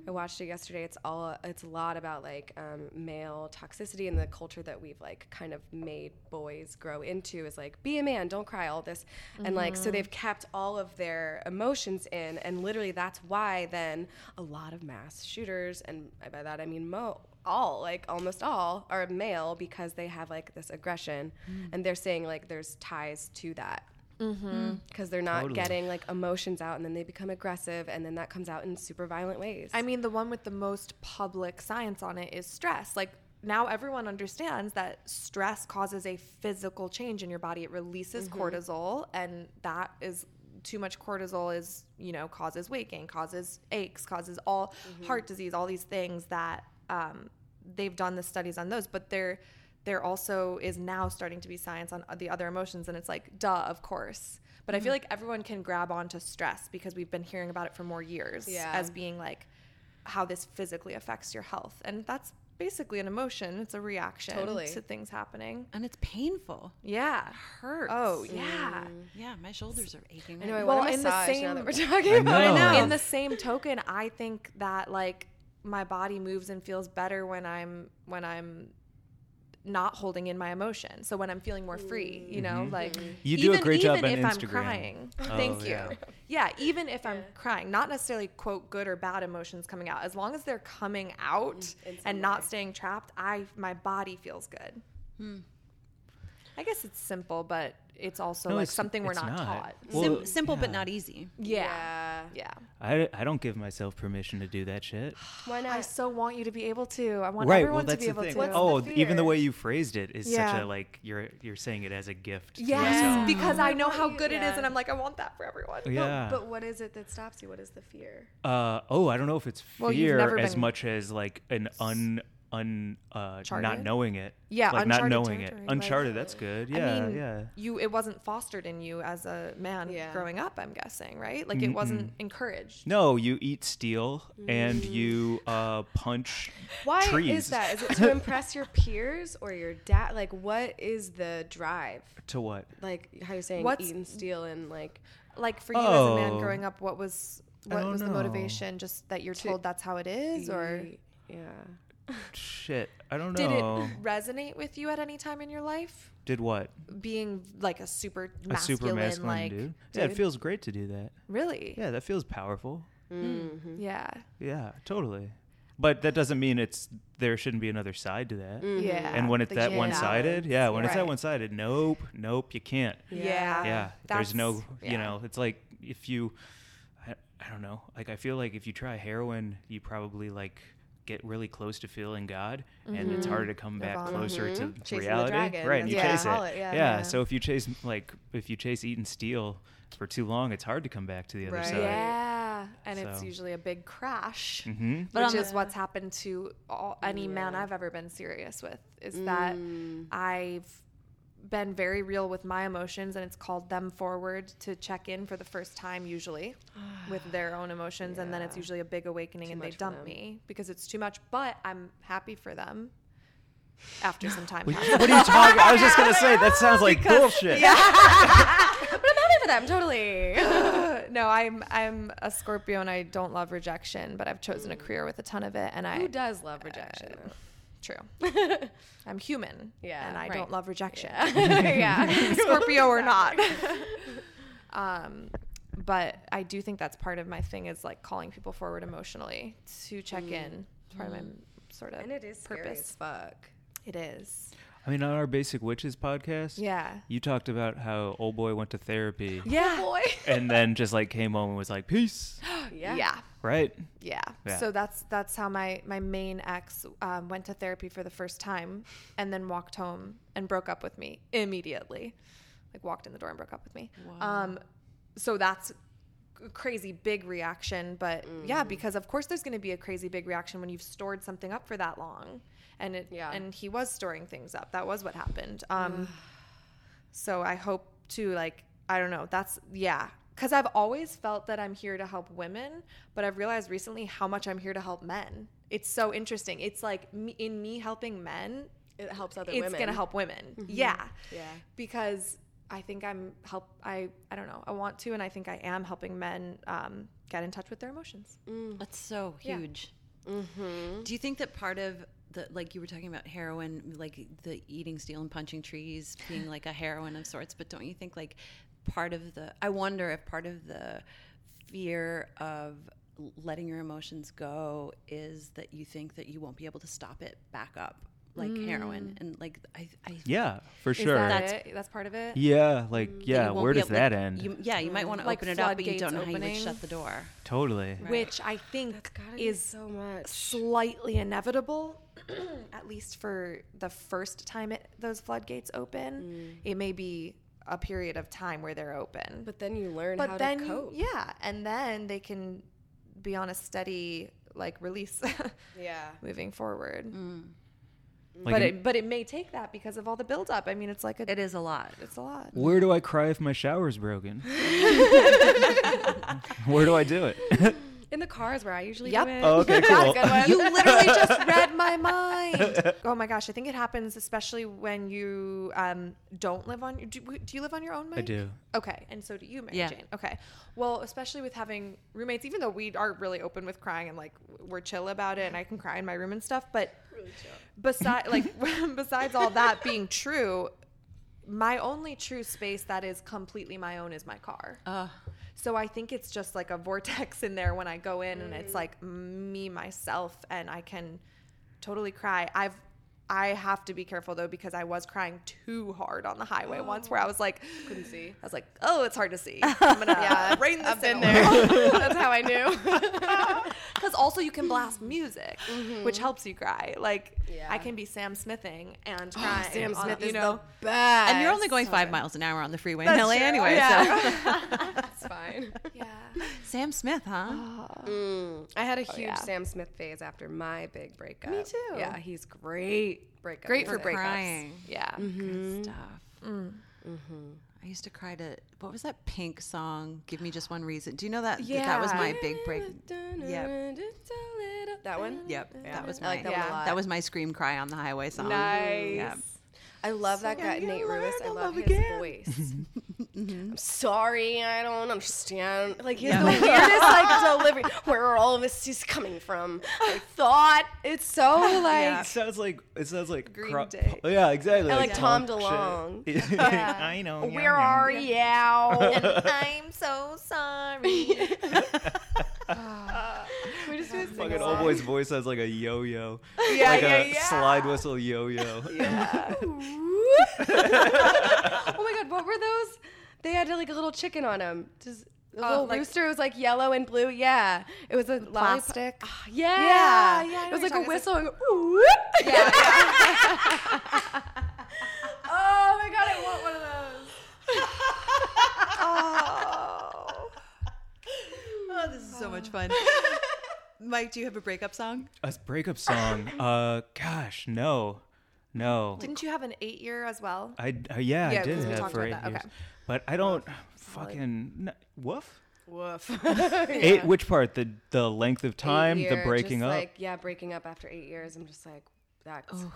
Speaker 5: I watched it yesterday. It's all. It's a lot about like um, male toxicity and the culture that we've like kind of made boys grow into is like be a man, don't cry, all this, and like so they've kept all of their emotions in, and literally that's why then a lot of mass shooters, and I- by that I mean mo all like almost all are male because they have like this aggression and they're saying like there's ties to that because they're not getting like emotions out and then they become aggressive and then that comes out in super violent ways
Speaker 4: I mean, the one with the most public science on it is stress. Like now everyone understands that stress causes a physical change in your body. It releases cortisol, and that is too much cortisol is, you know, causes weight gain, causes aches, causes all heart disease, all these things that um, they've done the studies on those, but there, There also is now starting to be science on the other emotions, and it's like, duh, of course. But I feel
Speaker 5: Mm-hmm.
Speaker 4: like everyone can grab onto stress because we've been hearing about it for more years
Speaker 5: Yeah.
Speaker 4: as being like how this physically affects your health. And that's basically an emotion. It's a reaction
Speaker 5: Totally.
Speaker 4: to things happening.
Speaker 3: and it's painful
Speaker 4: Yeah.
Speaker 3: hurts
Speaker 4: Oh, yeah.
Speaker 5: Mm.
Speaker 3: yeah my shoulders are aching
Speaker 5: I know I
Speaker 4: Well,
Speaker 5: want a
Speaker 4: in the
Speaker 5: massage now
Speaker 4: same-
Speaker 5: that we're talking about
Speaker 2: know.
Speaker 5: it.
Speaker 2: Oh.
Speaker 4: In the same token, I think that like my body moves and feels better when I'm when I'm not holding in my emotion. So when I'm feeling more free, you know, like
Speaker 2: Mm-hmm. You do a
Speaker 4: even-
Speaker 2: great job
Speaker 4: even
Speaker 2: on
Speaker 4: if I'm
Speaker 2: Instagram.
Speaker 4: crying.
Speaker 2: Oh,
Speaker 4: Thank you.
Speaker 2: yeah.
Speaker 4: Yeah. even if I'm crying, not necessarily quote good or bad emotions coming out. As long as they're coming out and not staying trapped, I my body feels good. I guess it's simple, but it's also
Speaker 2: No,
Speaker 4: like
Speaker 2: it's-
Speaker 4: something we're
Speaker 2: it's
Speaker 4: not,
Speaker 2: not.
Speaker 4: taught.
Speaker 2: Well,
Speaker 3: Sim- simple but
Speaker 2: yeah.
Speaker 3: not easy.
Speaker 4: Yeah. Yeah.
Speaker 2: I, I don't give myself permission to do that shit.
Speaker 5: Why not?
Speaker 4: I so want you to be able to. I want
Speaker 2: right. Well,
Speaker 4: everyone
Speaker 2: that's the
Speaker 4: to be able
Speaker 2: thing.
Speaker 4: to.
Speaker 5: What's
Speaker 2: oh,
Speaker 5: the
Speaker 2: even the
Speaker 5: fear?
Speaker 2: way you phrased it is such a
Speaker 4: Yeah.
Speaker 2: like you're you're saying it as a gift. to
Speaker 4: Yes,
Speaker 2: yourself.
Speaker 4: because
Speaker 5: Oh,
Speaker 4: I
Speaker 5: I
Speaker 4: know
Speaker 5: want
Speaker 4: how
Speaker 5: you-
Speaker 4: good it is,
Speaker 5: yeah.
Speaker 4: and I'm like, I want that for everyone.
Speaker 5: But-
Speaker 2: Oh, Yeah.
Speaker 5: But, what is it that stops you? What is the fear?
Speaker 2: Uh, oh, I don't know if it's
Speaker 4: Well, you've
Speaker 2: fear
Speaker 4: never
Speaker 2: as
Speaker 4: been-
Speaker 2: much as like an un un uh not
Speaker 4: Charted?
Speaker 2: knowing it.
Speaker 4: Yeah,
Speaker 2: like
Speaker 4: uncharted
Speaker 2: not knowing it.
Speaker 4: territory, like-
Speaker 2: Uncharted. that's good. Yeah,
Speaker 4: I mean,
Speaker 2: yeah.
Speaker 4: You, it wasn't fostered in you as a man
Speaker 5: Yeah.
Speaker 4: growing up. I'm guessing, right? Like it wasn't encouraged.
Speaker 2: No, you eat steel and you uh punch
Speaker 5: Why
Speaker 2: trees.
Speaker 5: is that? Is it to impress your peers or your dad? Like, what is the drive?
Speaker 2: to what?
Speaker 5: Like how you're saying,
Speaker 4: What's-
Speaker 5: eating steel and like
Speaker 4: Like for you as a man
Speaker 2: Oh.
Speaker 4: growing up, what was
Speaker 2: I
Speaker 4: what
Speaker 2: don't
Speaker 4: was the
Speaker 2: know.
Speaker 4: motivation? Just that you're told that's how it is, or
Speaker 5: y- yeah.
Speaker 2: Shit. I don't
Speaker 4: did
Speaker 2: know.
Speaker 4: it resonate with you at any time in your life?
Speaker 2: Did what?
Speaker 4: Being like a super masculine,
Speaker 2: A super masculine
Speaker 4: like
Speaker 2: dude. Yeah, it feels great to do that.
Speaker 4: really,
Speaker 2: Yeah, that feels powerful.
Speaker 4: yeah,
Speaker 2: Yeah, totally. But that doesn't mean it's there shouldn't be another side to that.
Speaker 4: yeah.
Speaker 2: And when it's
Speaker 4: The
Speaker 2: that
Speaker 4: yin
Speaker 2: one sided,
Speaker 4: balance.
Speaker 2: yeah, when it's that
Speaker 4: Right.
Speaker 2: one sided, nope, nope, you can't.
Speaker 4: yeah,
Speaker 2: yeah there's no
Speaker 4: That's-
Speaker 2: you
Speaker 4: yeah.
Speaker 2: know it's like if you I, I don't know like i feel like if you try heroin you probably like get really close to feeling god and it's harder to come back
Speaker 4: Nirvana.
Speaker 2: closer to
Speaker 5: Chasing the
Speaker 2: reality
Speaker 5: dragon,
Speaker 2: right and
Speaker 5: that's
Speaker 2: you
Speaker 4: what they
Speaker 2: chase it
Speaker 5: call it,
Speaker 2: yeah,
Speaker 5: yeah.
Speaker 2: yeah so if you chase like if you chase eating steel for too long it's hard to come back to the other
Speaker 5: Right.
Speaker 2: side
Speaker 4: Yeah, and it's
Speaker 2: So-
Speaker 4: usually a big crash,
Speaker 2: hmm
Speaker 3: But
Speaker 4: which
Speaker 3: on
Speaker 4: is what's happened to all, any man I've ever been serious with. Is that I've been very real with my emotions, and it's called them forward to check in for the first time, usually with their own emotions, and then it's
Speaker 5: Yeah.
Speaker 4: usually a big awakening, and they
Speaker 5: much for
Speaker 4: dump
Speaker 5: them.
Speaker 4: me because it's too much. But I'm happy for them after some time.
Speaker 2: what
Speaker 4: passes.
Speaker 2: what are you talking i was just gonna say that sounds like bullshit
Speaker 5: But I'm happy for them, totally.
Speaker 4: no, I'm I'm a Scorpio and I don't love rejection, but I've chosen a career with a ton of it, and I Uh,
Speaker 5: Who does love rejection?
Speaker 4: True. I'm human.
Speaker 5: Yeah,
Speaker 4: And I
Speaker 5: right.
Speaker 4: don't love rejection.
Speaker 5: yeah.
Speaker 4: Scorpio or not. um, but I do think that's part of my thing is like calling people forward emotionally to check in. It's part of my sort of
Speaker 5: Mm-hmm. And it is scary as
Speaker 4: purpose.
Speaker 5: fuck.
Speaker 4: It is.
Speaker 2: i mean on our basic witches podcast
Speaker 4: Yeah.
Speaker 2: you talked about how old boy went to therapy
Speaker 4: Yeah.
Speaker 5: Boy.
Speaker 2: and then just like came home and was like peace
Speaker 5: Yeah.
Speaker 4: Yeah.
Speaker 2: right
Speaker 4: Yeah.
Speaker 2: Yeah.
Speaker 4: So that's that's how my my main ex um, went to therapy for the first time, and then walked home and broke up with me immediately, like walked in the door and broke up with me. Um, so that's a crazy big reaction, but yeah, because of course there's going to be a crazy big reaction when you've stored something up for that long, and it
Speaker 5: Yeah.
Speaker 4: and he was storing things up. That was what happened. Um, so I hope to like I don't know. That's yeah. Cause I've always felt that I'm here to help women, but I've realized recently how much I'm here to help men. It's so interesting. It's like me, in me helping men,
Speaker 5: It helps other
Speaker 4: it's
Speaker 5: women. Mm-hmm.
Speaker 4: gonna help women. Yeah,
Speaker 5: Yeah.
Speaker 4: because I think I'm help. I I don't know. I want to, and I think I am helping men um, get in touch with their emotions.
Speaker 3: That's so
Speaker 4: Yeah.
Speaker 3: huge.
Speaker 4: Mm-hmm.
Speaker 3: Do you think that part of the like you were talking about heroin, like the eating steel and punching trees, being like a heroin of sorts? But don't you think like part of the I wonder if part of the fear of letting your emotions go is that you think that you won't be able to stop it back up like
Speaker 4: Mm.
Speaker 3: heroin and like I, I
Speaker 2: Yeah, for
Speaker 4: Is
Speaker 2: sure.
Speaker 4: that
Speaker 3: That's-
Speaker 4: it? That's part of it.
Speaker 2: yeah, like
Speaker 3: that you
Speaker 2: yeah,
Speaker 3: won't
Speaker 2: where
Speaker 3: be
Speaker 2: does
Speaker 3: able- like,
Speaker 2: that end?
Speaker 3: you- yeah, you might want to
Speaker 4: Like
Speaker 3: open it up, but you
Speaker 4: floodgates
Speaker 3: don't know how you
Speaker 4: opening.
Speaker 3: would shut the door.
Speaker 2: totally.
Speaker 4: Which I think is
Speaker 5: so much.
Speaker 4: slightly inevitable, at least for the first time it, those floodgates open. It may be a period of time where they're open,
Speaker 5: Mm. But then you learn
Speaker 4: but
Speaker 5: how
Speaker 4: then
Speaker 5: to
Speaker 4: you-
Speaker 5: cope.
Speaker 4: yeah, and then they can be on a steady like release
Speaker 5: yeah.
Speaker 4: moving forward.
Speaker 5: Mm.
Speaker 2: Like,
Speaker 4: but it, but it may take that because of all the buildup. I mean, it's like a,
Speaker 3: It is a lot.
Speaker 4: it's a lot.
Speaker 2: where do I cry if my shower's broken? where do I do it?
Speaker 5: In the cars where I usually
Speaker 4: Yep.
Speaker 5: do it.
Speaker 2: Oh, okay, cool.
Speaker 4: You literally just read my mind. Oh my gosh, I think it happens especially when you um, don't live on. Do, do you live on your own? Mike?
Speaker 2: do.
Speaker 4: Okay, and so do you, Mary
Speaker 3: Yeah.
Speaker 4: Jane. Okay, well, especially with having roommates, even though we are really open with crying and like we're chill about it, and I can cry in my room and stuff. But beside, like besides all that being true, my only true space that is completely my own is my car. So I think it's just like a vortex in there when I
Speaker 5: Mm.
Speaker 4: go in and it's like me myself and I can totally cry. I've I have to be careful though because I was crying too hard on the highway once where I was like,
Speaker 5: Couldn't see.
Speaker 4: I was like, oh, it's hard to see. I'm gonna yeah, rain this
Speaker 5: I've been
Speaker 4: in a little.
Speaker 5: there. That's how I knew.
Speaker 4: Because also you can blast music, which helps you cry. Like
Speaker 5: Mm-hmm. Yeah.
Speaker 4: I can be Sam Smithing and crying.
Speaker 5: Sam
Speaker 4: on-
Speaker 5: Smith
Speaker 4: you
Speaker 5: is
Speaker 4: know,
Speaker 5: the best.
Speaker 3: And you're only going five miles an hour on the freeway in LA anyway. So.
Speaker 4: Yeah.
Speaker 5: It's fine.
Speaker 4: yeah.
Speaker 3: Sam Smith,
Speaker 5: Oh,
Speaker 3: huh?
Speaker 5: I had a huge
Speaker 4: yeah.
Speaker 5: Sam Smith phase after my big breakup.
Speaker 4: Me too.
Speaker 5: Yeah, he's great. Breakup.
Speaker 4: Great for
Speaker 5: music.
Speaker 4: breakups.
Speaker 3: Crying. Mm-hmm.
Speaker 4: Yeah.
Speaker 3: Good stuff. Mm-hmm. I used to cry to what was that Pink song? Give me just one reason. Do you know that? Yeah. That was
Speaker 4: Yeah.
Speaker 3: my big break.
Speaker 5: Yep. That one.
Speaker 3: Yep, that was
Speaker 5: I
Speaker 3: my
Speaker 5: like that one a lot.
Speaker 3: that was my scream cry on the highway song.
Speaker 4: Nice.
Speaker 3: Yeah.
Speaker 5: I love that guy,
Speaker 3: you
Speaker 5: Nate
Speaker 3: learn
Speaker 5: Ruiz. I
Speaker 3: to love
Speaker 5: love Mm-hmm. his
Speaker 3: again.
Speaker 5: voice. I'm sorry, I don't understand. Like he's
Speaker 3: Yeah.
Speaker 5: the weirdest like delivery. Where are all of this is coming from? I thought it's so like.
Speaker 2: It sounds like it sounds like Oh,
Speaker 4: Green Day.
Speaker 2: Yeah, exactly.
Speaker 5: like Tom
Speaker 2: punk
Speaker 5: DeLonge.
Speaker 2: shit. I know. yeah,
Speaker 5: Where
Speaker 2: yeah.
Speaker 5: are you?
Speaker 4: I'm so sorry.
Speaker 5: we just do a sing
Speaker 2: Fucking old
Speaker 5: along.
Speaker 2: boy's voice sounds like a yo-yo,
Speaker 4: Yeah,
Speaker 2: like
Speaker 4: yeah,
Speaker 2: a
Speaker 4: yeah.
Speaker 2: slide whistle yo-yo.
Speaker 5: Oh my god, what were those? They had like a little chicken on them. Just a
Speaker 4: Oh,
Speaker 5: little
Speaker 4: like-
Speaker 5: rooster. It was like yellow and blue. Yeah, it was a
Speaker 4: Plastic.
Speaker 5: lollipop- Ah, yeah.
Speaker 4: Yeah, yeah, I know
Speaker 5: It was
Speaker 4: what
Speaker 5: like
Speaker 4: you're
Speaker 5: a
Speaker 4: talking- it's
Speaker 5: whistle. and go, whoop. oh my god, I want one of those.
Speaker 4: oh.
Speaker 3: Oh, this is so much fun. Mike, do you have a breakup song?
Speaker 2: A breakup song. Uh, gosh, no, no.
Speaker 4: Didn't you have an eight year as well?
Speaker 2: I uh, yeah,
Speaker 4: Yeah,
Speaker 2: I did
Speaker 4: 'cause we
Speaker 2: have
Speaker 4: talked
Speaker 2: for eight
Speaker 4: about that.
Speaker 2: years,
Speaker 4: Okay.
Speaker 2: but I don't fucking n- woof.
Speaker 5: Woof.
Speaker 2: Eight. Which part? The the length of time.
Speaker 5: Eight
Speaker 2: the
Speaker 5: year,
Speaker 2: breaking
Speaker 5: just,
Speaker 2: up.
Speaker 5: Like yeah, breaking up after eight years. I'm just like that's ugh,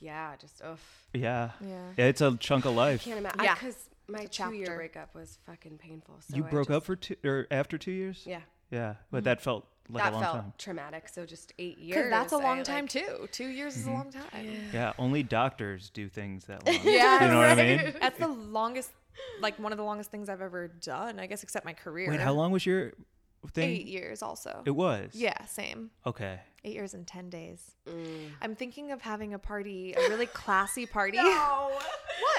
Speaker 5: yeah, just oof.
Speaker 2: yeah.
Speaker 4: Yeah.
Speaker 2: It's a chunk of life.
Speaker 5: Can't imagine
Speaker 4: Yeah.
Speaker 5: because my
Speaker 4: It's a
Speaker 5: two year
Speaker 4: chapter.
Speaker 5: breakup was fucking painful. So
Speaker 2: you
Speaker 5: I
Speaker 2: broke
Speaker 5: just-
Speaker 2: up for two or after two years.
Speaker 5: Yeah,
Speaker 2: Yeah, but that felt like
Speaker 5: that
Speaker 2: a long
Speaker 5: felt
Speaker 2: time.
Speaker 5: traumatic. So just eight years.
Speaker 4: Because that's a
Speaker 5: I,
Speaker 4: long
Speaker 5: like,
Speaker 4: time too. Two years is a long time.
Speaker 2: Yeah, only doctors do things that long.
Speaker 4: Yeah,
Speaker 2: you know what I mean.
Speaker 4: That's the longest, like one of the longest things I've ever done, I guess, except my career.
Speaker 2: Wait, how long was your thing?
Speaker 4: Eight years also.
Speaker 2: It was.
Speaker 4: yeah, same.
Speaker 2: Okay.
Speaker 4: Eight years and 10 days. I'm thinking of having a party, a really classy party. What?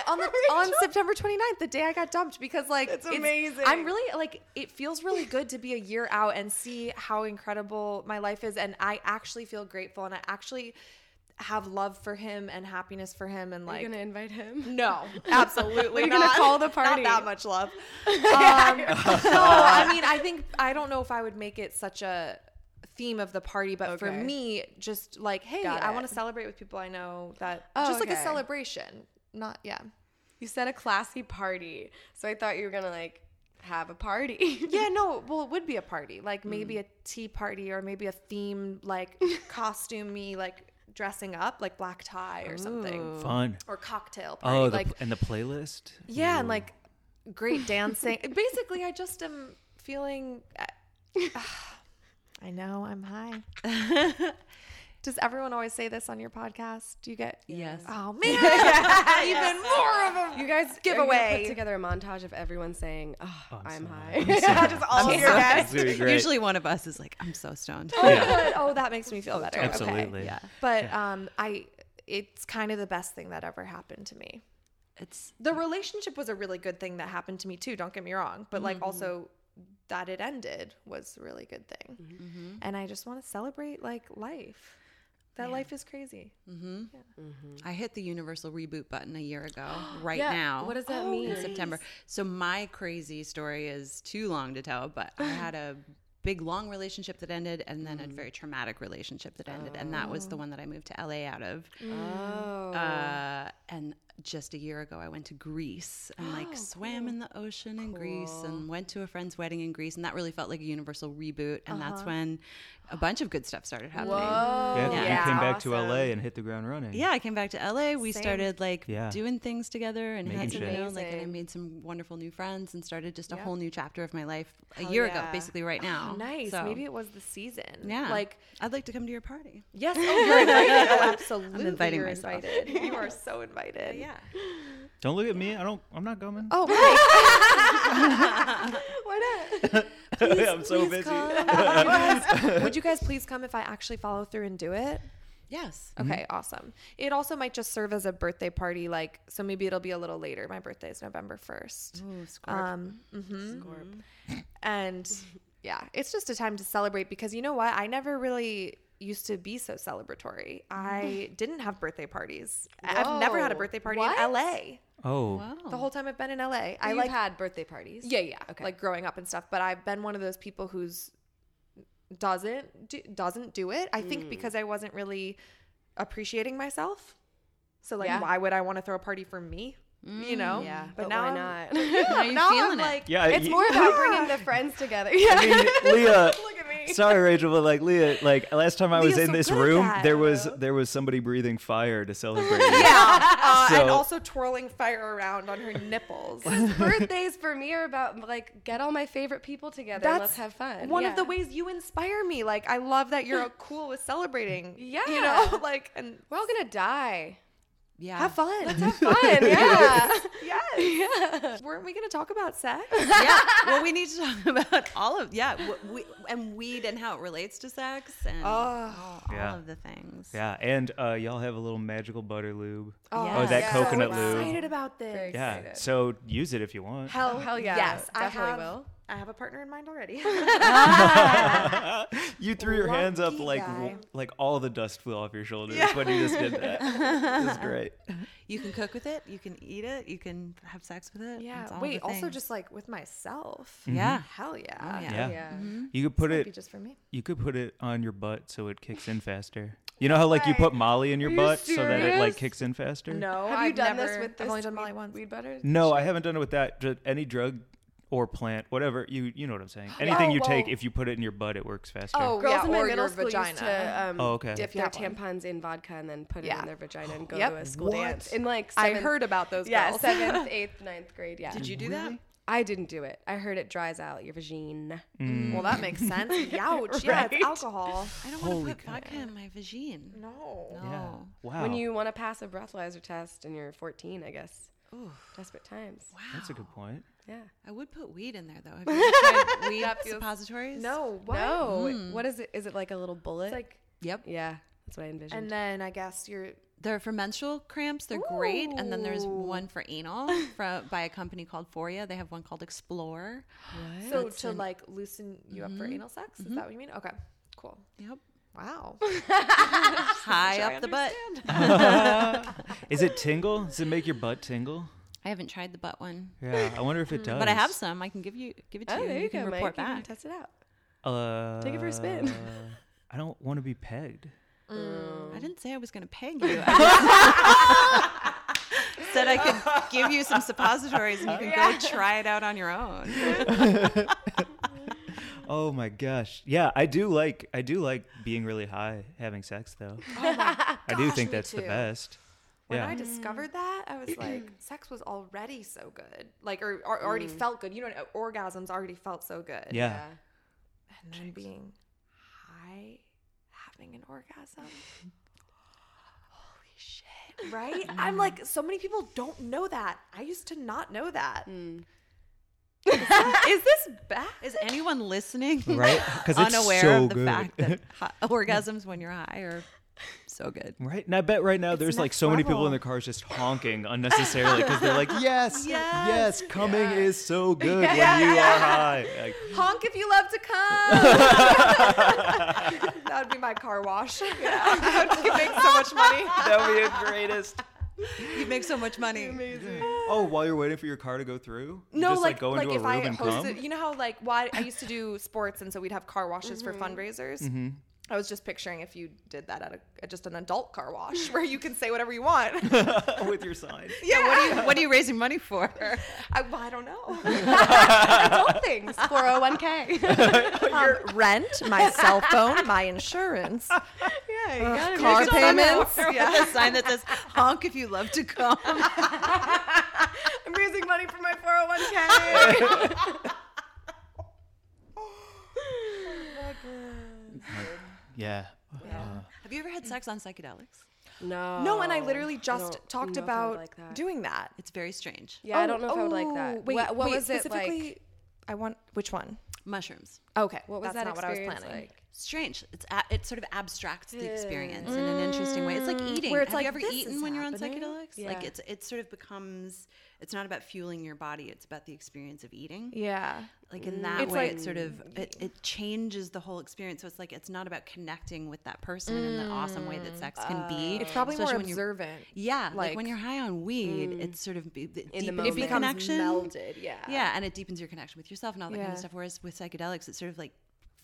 Speaker 4: On, the, on September 29th, the day I got dumped, because like
Speaker 5: amazing.
Speaker 4: I'm really like, it feels really good to be a year out and see how incredible my life is. And I actually feel grateful and I actually have love for him and happiness for him. And like,
Speaker 5: You're gonna invite him.
Speaker 4: no, absolutely
Speaker 5: You're gonna
Speaker 4: not.
Speaker 5: call the party.
Speaker 4: Not that much love. Um, no, I mean, I think I don't know if I would make it such a theme of the party, but for
Speaker 5: Okay.
Speaker 4: me, just like, hey,
Speaker 5: Got
Speaker 4: I
Speaker 5: it.
Speaker 4: want to celebrate with people I know that
Speaker 5: Oh,
Speaker 4: just like
Speaker 5: okay.
Speaker 4: a celebration. Not yeah.
Speaker 5: You said a classy party, so I thought you were gonna like have a party.
Speaker 4: Yeah, no, well, it would be a party, like maybe a tea party or maybe a theme like costume me like dressing up like black tie or something
Speaker 2: Fun.
Speaker 4: or cocktail party
Speaker 2: Oh, the,
Speaker 4: like
Speaker 2: pl- and the playlist.
Speaker 4: Yeah, and like great dancing. Basically, I just am feeling. uh, I know I'm high. Does everyone always say this on your podcast? Do you get?
Speaker 3: Yes.
Speaker 4: Oh man, even more of a
Speaker 5: You guys are gonna
Speaker 4: Giveaway.
Speaker 5: put together a montage of everyone saying, "Oh, I'm,
Speaker 2: so
Speaker 5: high."
Speaker 4: just all of your
Speaker 2: It's
Speaker 5: Oh,
Speaker 2: gonna be great.
Speaker 3: Usually one of us is like, I'm so stoned.
Speaker 2: Yeah.
Speaker 4: Good. Oh, that makes me feel better.
Speaker 2: Absolutely.
Speaker 4: Okay.
Speaker 2: Yeah.
Speaker 4: But um, I, it's kind of the best thing that ever happened to me.
Speaker 3: It's
Speaker 4: The relationship was a really good thing that happened to me too. Don't get me wrong, but like also that it ended was a really good thing.
Speaker 3: Mm-hmm.
Speaker 4: And I just want to celebrate like life. That life is crazy.
Speaker 3: I hit the universal reboot button a year ago, right
Speaker 5: Yeah,
Speaker 3: now.
Speaker 5: what does that Oh, mean?
Speaker 3: In September. So my crazy story is too long to tell, but I had a big long relationship that ended and then a very traumatic relationship that ended. And that was the one that I moved to LA out of.
Speaker 5: oh,
Speaker 3: Uh, and just a year ago, I went to Greece and like swam in the ocean in Greece and went to a friend's wedding in Greece. And that really felt like a universal reboot. And that's when a bunch of good stuff started happening.
Speaker 2: Yeah, 'cause
Speaker 3: Yeah.
Speaker 2: you came back to
Speaker 4: Awesome.
Speaker 2: LA and hit the ground running.
Speaker 3: Yeah, I came back to LA. We
Speaker 4: Same.
Speaker 3: started like
Speaker 2: Yeah.
Speaker 3: doing things together and
Speaker 2: Making
Speaker 3: had some, you
Speaker 2: shit.
Speaker 3: know, like, and I
Speaker 5: Amazing.
Speaker 3: made some wonderful new friends and started just a whole new chapter of my life a
Speaker 4: Hell
Speaker 3: year ago,
Speaker 4: yeah.
Speaker 3: basically right now.
Speaker 4: Nice.
Speaker 3: Oh, So,
Speaker 4: Maybe it was the season.
Speaker 3: yeah,
Speaker 4: Like
Speaker 3: I'd like to come to your party.
Speaker 4: yes, oh, you're invited. Oh, absolutely.
Speaker 3: inviting
Speaker 4: you're
Speaker 3: myself.
Speaker 4: Invited. You are so invited.
Speaker 2: Don't look at me. I don't. I'm not coming.
Speaker 4: Oh, right.
Speaker 5: why not?
Speaker 2: I'm so busy.
Speaker 4: would, you guys, would you guys please come if I actually follow through and do it?
Speaker 3: Yes.
Speaker 5: Mm-hmm.
Speaker 4: Okay, awesome. It also might just serve as a birthday party, like so. Maybe it'll be a little later. My birthday is November first.
Speaker 3: Ooh, Scorp.
Speaker 4: Um, mhm.
Speaker 3: Scorp.
Speaker 4: and yeah, it's just a time to celebrate because you know what? I never really used to be so celebratory. I didn't have birthday parties. I- I've never had a
Speaker 5: Whoa.
Speaker 4: birthday party
Speaker 5: What?
Speaker 4: in LA.
Speaker 2: Oh,
Speaker 4: The whole time I've been in LA, I
Speaker 5: You've
Speaker 4: like
Speaker 5: had birthday parties.
Speaker 4: yeah, yeah,
Speaker 5: Okay.
Speaker 4: like growing up and stuff. But I've been one of those people who's doesn't do, doesn't do it. I
Speaker 5: Mm.
Speaker 4: think because I wasn't really appreciating myself. So like,
Speaker 5: Yeah. Mm,
Speaker 4: why would I want to throw a party for me? you know?
Speaker 5: Yeah.
Speaker 4: But, now
Speaker 5: why
Speaker 4: I'm,
Speaker 5: not?
Speaker 3: Now you're
Speaker 4: now I'm
Speaker 3: feeling it.
Speaker 4: like,
Speaker 2: yeah.
Speaker 5: it's
Speaker 2: you-
Speaker 5: more about bringing the friends together. Yeah.
Speaker 2: I mean, Leah.
Speaker 4: look at me.
Speaker 2: Sorry, Rachel, but like Leah, like last time I was in
Speaker 4: Leah's so
Speaker 2: this
Speaker 4: good at
Speaker 2: room,
Speaker 4: that.
Speaker 2: there was there was somebody breathing fire to celebrate. you.
Speaker 4: Yeah. Uh, And
Speaker 2: So-
Speaker 4: also twirling fire around on her nipples.
Speaker 5: Birthdays for me are about like get all my favorite people together. and let's have fun.
Speaker 4: One
Speaker 5: Yeah.
Speaker 4: of the ways you inspire me. Like I love that you're cool with celebrating. You
Speaker 5: Yeah.
Speaker 4: know, like and
Speaker 5: we're all gonna die.
Speaker 3: yeah.
Speaker 4: have fun.
Speaker 5: Fun. Yeah.
Speaker 4: yes. Weren't we going to talk about sex?
Speaker 3: yeah. Well, we need to talk about all of yeah, wh- we, and weed and how it relates to sex and
Speaker 4: Oh.
Speaker 3: all, all
Speaker 2: Yeah.
Speaker 3: of the things.
Speaker 2: Yeah, and uh, y'all have a little magical butter lube.
Speaker 3: Oh,
Speaker 2: that
Speaker 5: yeah.
Speaker 2: coconut
Speaker 4: so
Speaker 2: lube.
Speaker 4: excited about this.
Speaker 5: Very
Speaker 2: Yeah,
Speaker 5: excited.
Speaker 2: so use it if you want.
Speaker 4: Hell,
Speaker 5: Oh, hell yeah,
Speaker 4: Yes, I
Speaker 5: definitely
Speaker 4: have,
Speaker 5: will.
Speaker 4: I have a partner in mind already.
Speaker 2: you threw your hands up
Speaker 4: Lucky
Speaker 2: like
Speaker 4: guy.
Speaker 2: w- like all the dust flew off your shoulders when you just did that. That's great.
Speaker 3: You can cook with it. You can eat it. You can have sex with it. it's
Speaker 4: yeah.
Speaker 3: all
Speaker 4: Wait,
Speaker 3: the
Speaker 4: also
Speaker 3: things.
Speaker 4: just like with myself.
Speaker 3: Yeah.
Speaker 4: Hell yeah.
Speaker 3: yeah.
Speaker 2: Yeah,
Speaker 5: Oh, Yeah.
Speaker 4: Mm-hmm.
Speaker 2: you could put
Speaker 4: Might be
Speaker 2: it.
Speaker 4: just for me.
Speaker 2: You could put it on your butt so it kicks in faster. You know how like you put Molly in your
Speaker 5: Are you
Speaker 2: butt so that it like
Speaker 5: serious?
Speaker 2: kicks in faster.
Speaker 4: No,
Speaker 5: Have you
Speaker 4: I've
Speaker 5: done this
Speaker 4: never-
Speaker 5: with this?
Speaker 4: I've only done Molly
Speaker 5: weed-
Speaker 4: once.
Speaker 5: Weed butter.
Speaker 2: No, I haven't done it with that. Just any drug or plant, whatever you you know what I'm saying. Anything
Speaker 5: Oh,
Speaker 2: you take,
Speaker 5: well-
Speaker 2: if you put it in your butt, it works faster.
Speaker 4: Oh,
Speaker 5: Girls
Speaker 4: yeah,
Speaker 5: in my
Speaker 4: or
Speaker 5: middle
Speaker 4: your
Speaker 5: school used to
Speaker 4: vagina.
Speaker 5: um,
Speaker 2: Oh, okay.
Speaker 5: dip their
Speaker 4: That one.
Speaker 5: tampons in vodka and then put it
Speaker 4: Yeah.
Speaker 5: in their vagina and go
Speaker 4: Yep.
Speaker 5: to a school
Speaker 4: What?
Speaker 5: dance. In like
Speaker 4: I
Speaker 5: seventh-
Speaker 4: heard about those
Speaker 5: Yeah,
Speaker 4: girls.
Speaker 5: seventh, eighth, ninth grade. Yeah.
Speaker 3: Did you do that?
Speaker 5: I didn't do it. I heard it dries out your vagina.
Speaker 4: Well, that makes sense. Youch. Yeah, it's
Speaker 5: Right?
Speaker 4: alcohol.
Speaker 3: I don't want
Speaker 2: Holy
Speaker 3: to put vodka in my vagine.
Speaker 4: No.
Speaker 3: No.
Speaker 2: yeah. Wow.
Speaker 5: When you want to pass a breathalyzer test and you're 14, I guess.
Speaker 3: Ooh.
Speaker 5: Desperate times.
Speaker 3: Wow.
Speaker 2: That's a good point.
Speaker 5: Yeah.
Speaker 3: I would put weed in there though. Have you ever tried weed
Speaker 5: feels-
Speaker 3: suppositories?
Speaker 4: No. What? Hmm.
Speaker 5: No. What is it? Is it like a little bullet?
Speaker 4: It's like,
Speaker 3: Yep.
Speaker 5: yeah. That's what I envisioned.
Speaker 4: and then I guess you're.
Speaker 3: They're for menstrual cramps. They're great. And then there's one for anal from by a company called Foria. They have one called Explore.
Speaker 4: So to like loosen you up for
Speaker 5: Mm-hmm.
Speaker 4: anal sex? Is that what you mean? Okay. Cool.
Speaker 3: Yep.
Speaker 4: Wow.
Speaker 3: High up the butt.
Speaker 2: Is it tingle? Does it make your butt tingle?
Speaker 3: I haven't tried the butt one,
Speaker 2: Yeah, I wonder if it does.
Speaker 3: but I have some. I can give you give it to
Speaker 5: oh,
Speaker 3: you.
Speaker 5: there
Speaker 3: and
Speaker 5: you,
Speaker 3: you
Speaker 5: go,
Speaker 3: can
Speaker 5: Mike.
Speaker 3: report
Speaker 5: You can
Speaker 3: back.
Speaker 5: test it out.
Speaker 2: Uh,
Speaker 5: Take it for a spin.
Speaker 2: I don't want to be pegged. Oh.
Speaker 3: I didn't say I was going to peg you. I just said I could give you some suppositories and you can go try it out on your own.
Speaker 2: Oh my gosh. Yeah, I do like I do like being really high having sex though. I do think
Speaker 4: Oh me
Speaker 2: that's the
Speaker 4: too.
Speaker 2: best.
Speaker 4: When
Speaker 2: yeah.
Speaker 4: I discovered that, I was like, sex was already so good. Like, or, or already
Speaker 5: Mm.
Speaker 4: felt good. You know, orgasms already felt so good.
Speaker 2: yeah.
Speaker 4: And then being high, having an orgasm. Holy shit. Mm. Right? I'm like, so many people don't know that. I used to not know that. Is that- Mm. is this bad?
Speaker 3: Is anyone listening
Speaker 2: Right? Because it's
Speaker 3: unaware
Speaker 2: so
Speaker 3: of the
Speaker 2: good.
Speaker 3: fact that hi- orgasms when you're high are so good?
Speaker 2: Right, and I bet right now there's like
Speaker 4: next
Speaker 2: so many people in
Speaker 4: level.
Speaker 2: their cars just honking unnecessarily because they're like, "Yes,
Speaker 3: Yes.
Speaker 2: yes, coming is so good when you are high." Like,
Speaker 4: Honk if you love to come. that would be my car wash. Yeah. I would make so much money.
Speaker 2: that would be the greatest.
Speaker 3: You make so much money.
Speaker 2: Oh, while you're waiting for your car to go through, You
Speaker 4: No,
Speaker 2: just
Speaker 4: like,
Speaker 2: like, go
Speaker 4: like,
Speaker 2: into
Speaker 4: if
Speaker 2: a room
Speaker 4: I
Speaker 2: and
Speaker 4: hosted,
Speaker 2: come.
Speaker 4: you know how like why I used to do sports, and so we'd have car washes
Speaker 5: Mm-hmm.
Speaker 4: for fundraisers.
Speaker 2: Mm-hmm.
Speaker 4: I was just picturing if you did that at, a, at just an adult car wash where you can say whatever you want.
Speaker 2: with your sign.
Speaker 3: Yeah, what are you what are you raising money for?
Speaker 4: I, well, I don't know.
Speaker 5: Adult things. 401k.
Speaker 4: Your rent, my cell phone, my insurance,
Speaker 5: yeah, you gotta
Speaker 4: car
Speaker 3: Just on the
Speaker 4: payments.
Speaker 3: door with a sign that says honk if you love to come.
Speaker 5: I'm raising money for my 401k.
Speaker 2: Yeah.
Speaker 3: Have you ever had sex on psychedelics?
Speaker 5: no.
Speaker 4: No, and I literally
Speaker 5: Oh, I
Speaker 4: just
Speaker 5: don't
Speaker 4: talked
Speaker 5: know if I would
Speaker 4: about
Speaker 5: like that.
Speaker 4: doing that.
Speaker 3: It's very strange.
Speaker 5: Yeah, I don't know if I would like
Speaker 4: Oh,
Speaker 5: that.
Speaker 4: Wait,
Speaker 5: what what
Speaker 4: wait,
Speaker 5: was it like?
Speaker 4: specifically? I want which one?
Speaker 3: Mushrooms.
Speaker 4: Okay,
Speaker 5: What was
Speaker 4: that's
Speaker 5: that
Speaker 4: not what I was
Speaker 5: experience
Speaker 4: planning.
Speaker 5: like?
Speaker 3: strange. It's a, it sort of abstracts the experience in an interesting way. Mm. It's like eating.
Speaker 5: Where it's
Speaker 3: Have
Speaker 5: like,
Speaker 3: you ever
Speaker 5: this
Speaker 3: eaten
Speaker 5: is
Speaker 3: when you're on
Speaker 5: happening?
Speaker 3: psychedelics? Like
Speaker 5: Yeah.
Speaker 3: it's it sort of becomes. It's not about fueling your body. It's about the experience of eating.
Speaker 4: Yeah.
Speaker 3: Like in that
Speaker 4: It's
Speaker 3: way,
Speaker 4: like-
Speaker 3: it sort of it, it changes the whole experience. So it's like it's not about connecting with that person in the awesome way that sex can be.
Speaker 5: Um,
Speaker 4: It's probably
Speaker 3: especially
Speaker 4: more
Speaker 3: when you're-
Speaker 4: observant.
Speaker 3: Yeah, like,
Speaker 4: like-
Speaker 3: when you're high on weed, it's sort of be, the
Speaker 5: in
Speaker 3: deepens
Speaker 5: the moment.
Speaker 4: It
Speaker 3: the
Speaker 4: becomes
Speaker 3: connection.
Speaker 5: melded. Yeah.
Speaker 3: Yeah, and it deepens your connection with yourself and all that kind
Speaker 4: Yeah.
Speaker 3: of stuff. Whereas with psychedelics, it sort of like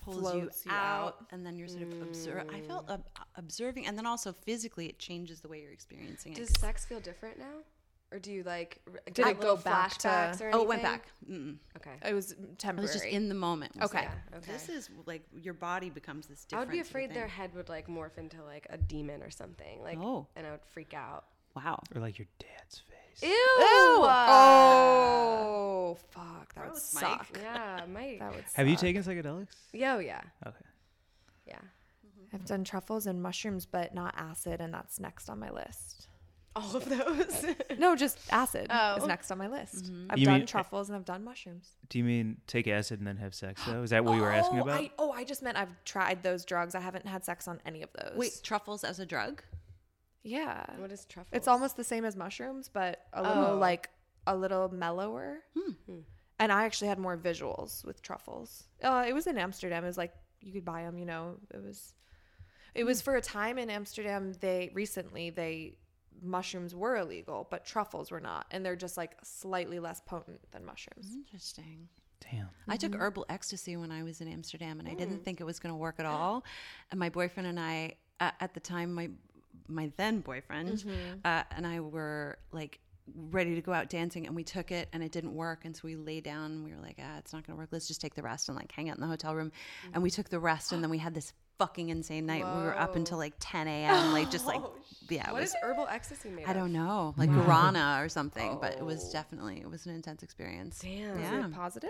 Speaker 3: pulls
Speaker 4: Floats
Speaker 3: you
Speaker 4: you
Speaker 3: out,
Speaker 4: out.
Speaker 3: and then you're sort of observe. I felt ob- observing, and then also physically, it changes the way you're experiencing it.
Speaker 5: Does sex feel different now, or do you like r- get
Speaker 4: it
Speaker 5: like, little
Speaker 4: go back to-
Speaker 5: flashbacks or anything?
Speaker 3: oh, it went back. Mm-mm.
Speaker 5: Okay.
Speaker 4: It was
Speaker 3: I
Speaker 4: temporary.
Speaker 3: was just in the moment. It was
Speaker 4: Okay.
Speaker 3: like,
Speaker 5: Yeah, okay.
Speaker 3: This is like your body becomes this
Speaker 5: I
Speaker 3: different.
Speaker 5: would be
Speaker 3: sort of
Speaker 5: afraid
Speaker 3: thing.
Speaker 5: their head would like morph into like a demon or something. Like,
Speaker 3: Oh.
Speaker 5: and I would freak out.
Speaker 3: Wow.
Speaker 2: Or like your dad's face.
Speaker 5: Ew.
Speaker 4: Oh fuck, that would
Speaker 3: Gross, Mike.
Speaker 4: suck.
Speaker 5: Yeah, my.
Speaker 4: That would. Suck.
Speaker 2: Have you taken psychedelics?
Speaker 5: Yeah, oh, yeah,
Speaker 2: Okay.
Speaker 5: yeah.
Speaker 4: I've done truffles and mushrooms, but not acid, and that's next on my list.
Speaker 5: All of those.
Speaker 4: No, just acid
Speaker 5: Oh.
Speaker 4: is next on my list. I've
Speaker 2: You
Speaker 4: done
Speaker 2: mean- eh,
Speaker 4: truffles and I've done mushrooms.
Speaker 2: Do you mean take acid and then have sex though? Is that what you were asking
Speaker 4: oh,
Speaker 2: about?
Speaker 4: I, oh, I just meant I've tried those drugs. I haven't had sex on any of those.
Speaker 3: Wait, truffles as a drug?
Speaker 4: yeah,
Speaker 5: what is truffle?
Speaker 4: it's almost the same as mushrooms, but a little
Speaker 5: Oh.
Speaker 4: like a little mellower. And I actually had more visuals with truffles. Uh, it was in Amsterdam. It was like you could buy them. You know, it was. It was for a time in Amsterdam. They recently they mushrooms were illegal, but truffles were not, and they're just like slightly less potent than mushrooms.
Speaker 3: Hmm. Interesting.
Speaker 2: Damn.
Speaker 3: I took herbal ecstasy when I was in Amsterdam, and I didn't think it was going to work at all. And my boyfriend and I, uh, at the time, my my then boyfriend uh, and I were like ready to go out dancing, and we took it, and it didn't work. And so we lay down, and we were like, ah, "It's not going to work. Let's just take the rest and like hang out in the hotel room." And we took the rest, and then we had this fucking insane night. We were up until like 10 a.m. Like just like yeah, it
Speaker 5: What
Speaker 3: was
Speaker 5: is herbal ecstasy made?
Speaker 3: I
Speaker 5: of?
Speaker 3: don't know, like guarana or something. But it was definitely it was an intense experience.
Speaker 5: Damn.
Speaker 3: Yeah.
Speaker 4: Is it positive?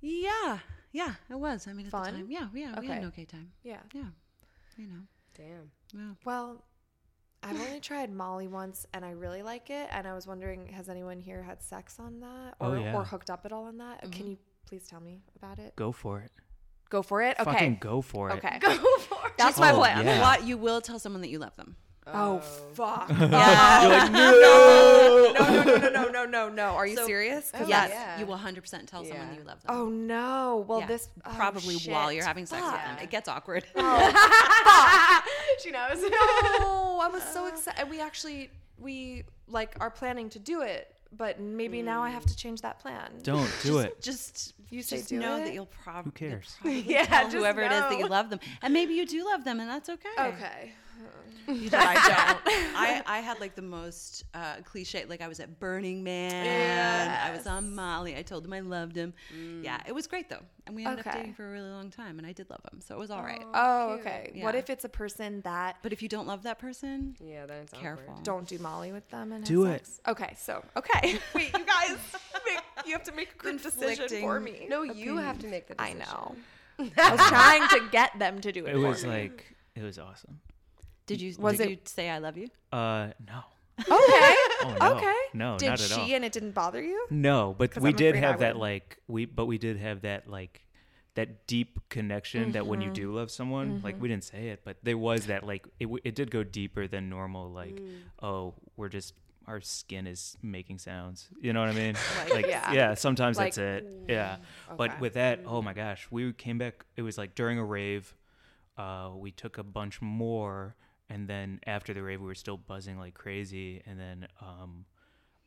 Speaker 3: Yeah, yeah, it was. I mean, at
Speaker 4: Fun?
Speaker 3: the time, yeah, yeah, we had an
Speaker 4: Okay.
Speaker 3: okay time.
Speaker 4: Yeah.
Speaker 3: Yeah, you know,
Speaker 5: Damn.
Speaker 3: yeah.
Speaker 4: Well, I've only tried Molly once and I really like it. And I was wondering, has anyone here had sex on that
Speaker 2: Oh,
Speaker 4: or,
Speaker 2: yeah.
Speaker 4: or hooked up at all on that?
Speaker 3: Mm-hmm.
Speaker 4: Can you please tell me about it?
Speaker 2: Go for it.
Speaker 4: Go for it. Okay.
Speaker 2: Fucking go for it.
Speaker 4: Okay.
Speaker 5: Go for it.
Speaker 4: That's my
Speaker 2: Oh,
Speaker 4: plan.
Speaker 2: yeah.
Speaker 3: What you will tell someone that you love them.
Speaker 4: Oh, fuck.
Speaker 2: You're
Speaker 3: Yeah.
Speaker 2: like, no.
Speaker 4: no, no, no, no, no, no, no, no. Are you
Speaker 3: So- oh.
Speaker 4: serious? 'Cause
Speaker 3: yes,
Speaker 4: that's-
Speaker 5: yeah.
Speaker 3: you will hundred percent tell someone
Speaker 5: Yeah.
Speaker 3: you love them.
Speaker 4: Oh, no. Well,
Speaker 3: Yeah.
Speaker 4: this. oh,
Speaker 3: probably while you're
Speaker 4: shit.
Speaker 3: having sex with them.
Speaker 5: Fuck.
Speaker 3: It gets awkward.
Speaker 5: she knows.
Speaker 4: no, Oh, I was so
Speaker 3: Oh.
Speaker 4: excited. And we actually, we like are planning to do it, but maybe now I have
Speaker 3: Mm.
Speaker 4: to change that plan.
Speaker 2: Don't do it.
Speaker 3: just
Speaker 4: You say
Speaker 3: just
Speaker 4: do
Speaker 3: know
Speaker 4: it?
Speaker 3: that you'll prob-
Speaker 2: Who
Speaker 3: you'll
Speaker 2: cares?
Speaker 3: probably
Speaker 5: Yeah,
Speaker 3: tell
Speaker 5: just
Speaker 3: whoever it is that you
Speaker 5: know.
Speaker 3: love them, and maybe you do love them, and that's okay.
Speaker 4: Okay.
Speaker 3: I don't. I, I had like the most uh, cliche. Like I was at Burning Man. I was on Molly. I told him I loved him. Yeah, it was great though, and we ended
Speaker 4: Mm. Okay.
Speaker 3: up dating for a really long time, and I did love him, so it was all right.
Speaker 4: Oh, okay. What
Speaker 3: Yeah.
Speaker 4: if it's a person that
Speaker 3: But if you don't love that person,
Speaker 5: Yeah, then it's
Speaker 3: careful.
Speaker 5: Awkward.
Speaker 4: don't do Molly with them and
Speaker 2: Do
Speaker 4: have
Speaker 2: it.
Speaker 4: sex? Okay, so okay. Wait, you guys, make, you have to make a group decision for
Speaker 3: Conflicting.
Speaker 4: me.
Speaker 5: No, you have to make the
Speaker 4: I
Speaker 5: decision.
Speaker 4: know. I was trying to get them to do it.
Speaker 2: It was
Speaker 4: for me.
Speaker 2: like it was awesome.
Speaker 3: Did you
Speaker 4: Was
Speaker 3: did
Speaker 4: it-
Speaker 3: you say I love you?
Speaker 2: Uh no.
Speaker 4: okay,
Speaker 2: Oh no.
Speaker 4: okay.
Speaker 2: No,
Speaker 4: did
Speaker 2: not at
Speaker 4: she
Speaker 2: all.
Speaker 4: and it didn't bother you?
Speaker 2: No, but
Speaker 4: 'Cause
Speaker 2: we
Speaker 4: I'm
Speaker 2: did
Speaker 4: afraid I
Speaker 2: have that
Speaker 4: would.
Speaker 2: like we but we did have that like that deep connection that when
Speaker 4: Mm-hmm.
Speaker 2: you do love someone like we didn't say it but there was that like it w- it did go deeper than normal like
Speaker 4: Mm.
Speaker 2: oh we're just our skin is making sounds you know what I mean like,
Speaker 4: yeah.
Speaker 2: yeah. sometimes that's
Speaker 4: Um, Like, mm,
Speaker 2: it yeah but with that oh my gosh we came back it was like during a rave uh we took a bunch more and then after the rave we were still buzzing like crazy and then um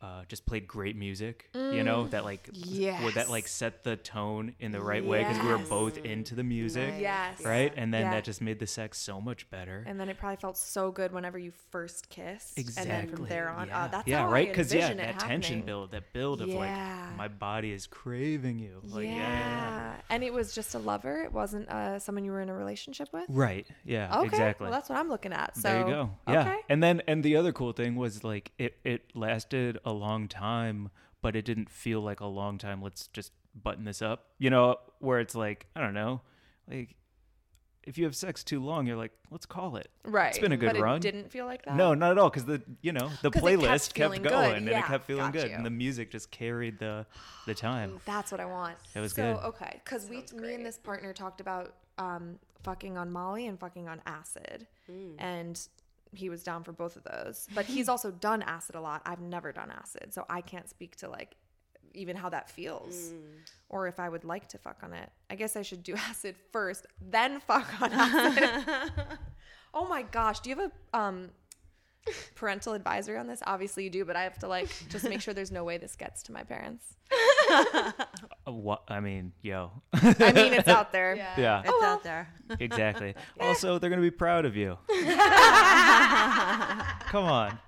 Speaker 2: uh, just played great music, you know, that like
Speaker 4: Mm,
Speaker 2: w- that like set the tone in the right way because we were
Speaker 4: Yes.
Speaker 2: both into the music,
Speaker 4: Yes.
Speaker 2: right? And then
Speaker 4: Yeah.
Speaker 2: that just made the sex so much better.
Speaker 4: And then it probably felt so good whenever you first kissed. And then from
Speaker 2: exactly.
Speaker 4: there on,
Speaker 2: yeah.
Speaker 4: uh, that's
Speaker 2: yeah,
Speaker 4: how I
Speaker 2: right. Because yeah,
Speaker 4: envision
Speaker 2: that
Speaker 4: it
Speaker 2: tension
Speaker 4: happening.
Speaker 2: build, that build of
Speaker 4: Yeah.
Speaker 2: like my body is craving you, like yeah,
Speaker 4: yeah.
Speaker 2: yeah, yeah.
Speaker 4: and it was just a lover. It wasn't uh, someone you were in a relationship with.
Speaker 2: right, yeah,
Speaker 4: Okay,
Speaker 2: exactly.
Speaker 4: well that's what I'm looking at. So
Speaker 2: there you go. Yeah.
Speaker 4: Okay.
Speaker 2: And then and the other cool thing was like it it lasted a long time, but it didn't feel like a long time. Let's just button this up. You know, where it's like, I don't know, like if you have sex too long, you're like, let's call it.
Speaker 4: Right.
Speaker 2: It's been a good
Speaker 4: but
Speaker 2: run.
Speaker 4: It didn't feel like that.
Speaker 2: No, not at all. Because the you know the
Speaker 4: 'Cause it kept
Speaker 2: playlist kept,
Speaker 4: feeling good.
Speaker 2: going and it
Speaker 4: Yeah,
Speaker 2: kept feeling
Speaker 4: got
Speaker 2: good,
Speaker 4: you.
Speaker 2: and the music just carried the the time.
Speaker 4: That's what I want.
Speaker 2: That was
Speaker 4: so,
Speaker 2: good.
Speaker 4: okay, because we, me and this partner talked about um, fucking on Molly and fucking on acid, and he was down for both of those. But he's also done acid a lot. I've never done acid, so I can't speak to like even how that feels. Or if I would like to fuck on it. I guess I should do acid first, then fuck on acid. oh my gosh, do you have a um, parental advisory on this? Obviously you do, but I have to like just make sure there's no way this gets to my parents.
Speaker 2: Uh, What I mean, yo,
Speaker 4: I mean, it's out there.
Speaker 2: yeah,
Speaker 3: It's out there.
Speaker 2: exactly. also, they're gonna be proud of you. Come on,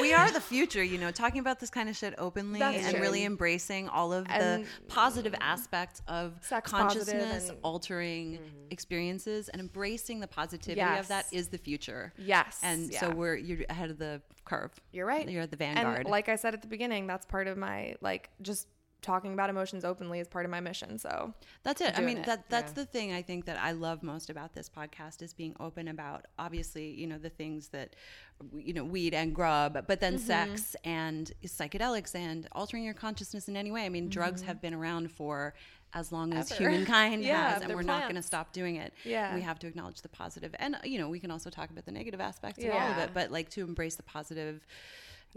Speaker 3: we are the future, you know, talking about this kind of shit openly
Speaker 4: That's
Speaker 3: and
Speaker 4: true.
Speaker 3: really embracing all of
Speaker 4: And-
Speaker 3: the positive aspects of
Speaker 4: Sex positive
Speaker 3: consciousness
Speaker 4: and- Mm-hmm.
Speaker 3: altering experiences and embracing the positivity of that
Speaker 4: Yes.
Speaker 3: is the future.
Speaker 4: Yes.
Speaker 3: And so
Speaker 4: yeah.
Speaker 3: we're you're ahead of the curve.
Speaker 4: You're right.
Speaker 3: You're at the vanguard.
Speaker 4: And like I said at the beginning, that's part of my like just talking about emotions openly is part of my mission. So
Speaker 3: That's it. I
Speaker 4: doing
Speaker 3: mean,
Speaker 4: it.
Speaker 3: that that's the thing I think that I love most about this podcast is being open about obviously, you know, the things that you know, weed and grub, but
Speaker 4: Mm-hmm.
Speaker 3: then sex and psychedelics and altering your consciousness in any way. I mean, drugs
Speaker 4: Mm-hmm.
Speaker 3: have been around for as long as humankind
Speaker 4: Yeah,
Speaker 3: has, and
Speaker 4: they're
Speaker 3: we're not going to
Speaker 4: plants.
Speaker 3: stop doing it.
Speaker 4: Yeah.
Speaker 3: We have to acknowledge the positive And, you know, we can also talk about the negative aspects of all of
Speaker 5: Yeah.
Speaker 3: it, but like to embrace the positive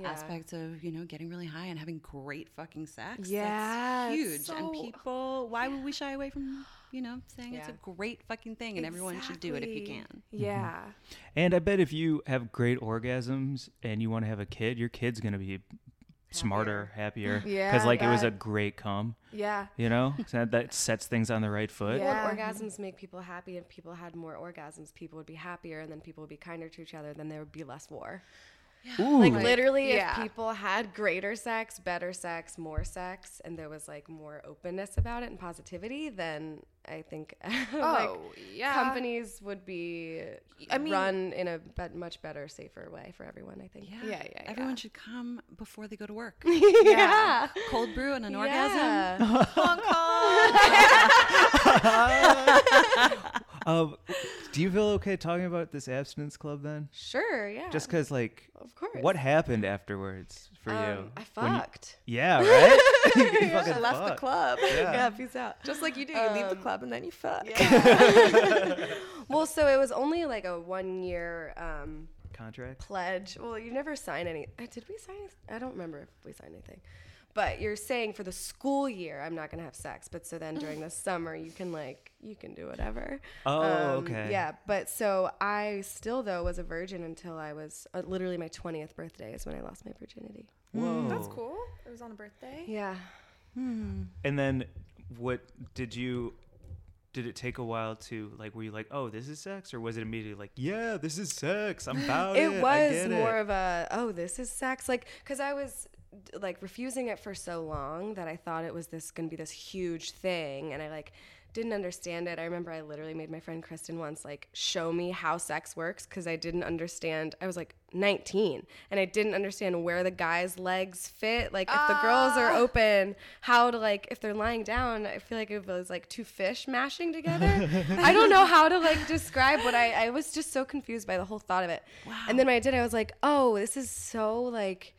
Speaker 3: aspects of, you know, getting really high and having great fucking sex. That's
Speaker 4: Yeah, it's
Speaker 3: huge. and
Speaker 4: so-
Speaker 3: people people why would we shy away from you know saying it's
Speaker 5: Yeah.
Speaker 3: a great fucking thing and everyone should do it if you can
Speaker 4: Exactly. Yeah.
Speaker 2: and I bet if you have great orgasms and you want to have a kid, your kid's gonna be smarter, happier,
Speaker 4: Yeah,
Speaker 2: because like it was
Speaker 4: yeah.
Speaker 2: a great cum.
Speaker 4: Yeah.
Speaker 2: You know, so that, that sets things on the right foot.
Speaker 4: Yeah.
Speaker 5: Well, if orgasms make people happy. If people had more orgasms, people would be happier, and then people would be kinder to each other. Then there would be less war.
Speaker 2: Ooh,
Speaker 5: Like literally,
Speaker 4: yeah.
Speaker 5: if people had greater sex, better sex, more sex, and there was like more openness about it and positivity, then I think like,
Speaker 4: Oh, yeah.
Speaker 5: companies would be
Speaker 4: I mean-
Speaker 5: run in a bet- much better, safer way for everyone. I think.
Speaker 4: Yeah, yeah,
Speaker 3: everyone
Speaker 4: yeah.
Speaker 3: should come before they go to work
Speaker 5: Yeah.
Speaker 3: cold brew and an orgasm
Speaker 5: Yeah.
Speaker 4: Hong Kong.
Speaker 2: Um, do you feel okay talking about this abstinence club then?
Speaker 5: Sure. Yeah.
Speaker 2: Just because, like,
Speaker 5: Of course.
Speaker 2: what happened afterwards for you?
Speaker 5: Um, I
Speaker 2: When you-
Speaker 5: fucked.
Speaker 2: Yeah, right. You fucking
Speaker 4: I left the
Speaker 2: fucked.
Speaker 4: club. Yeah.
Speaker 2: Yeah.
Speaker 4: peace out. Just like you do, you leave the club and then you fuck.
Speaker 5: Well, so it was only like a one year um,
Speaker 2: Contract.
Speaker 5: pledge. Well, you never sign any. uh, Did we sign? I don't remember if we signed anything. But you're saying for the school year, I'm not gonna have sex. But so then during the summer, you can like you can do whatever.
Speaker 2: Oh, okay.
Speaker 5: Um, Yeah, but so I still though was a virgin until I was uh, literally my 20th birthday is when I lost my virginity.
Speaker 2: Whoa.
Speaker 4: That's cool. It was on a birthday.
Speaker 5: Yeah.
Speaker 2: And then, what did you? Did it take a while to like? Were you like, oh, this is sex, or was it immediately like, yeah, this is sex? I'm about it.
Speaker 5: it
Speaker 2: I
Speaker 5: was
Speaker 2: get
Speaker 5: more
Speaker 2: it.
Speaker 5: of a oh this is sex like because i was d- like refusing it for so long that i thought it was this gonna be this huge thing and i like didn't understand it i remember i literally made my friend kristen once like show me how sex works because i didn't understand i was like 19 and i didn't understand where the guy's legs fit like if the girls are open how to like if they're lying down i feel like it was like two fish mashing together i don't know how to like describe what i i was just so confused by the whole thought of it and then when i did i was like oh this is so like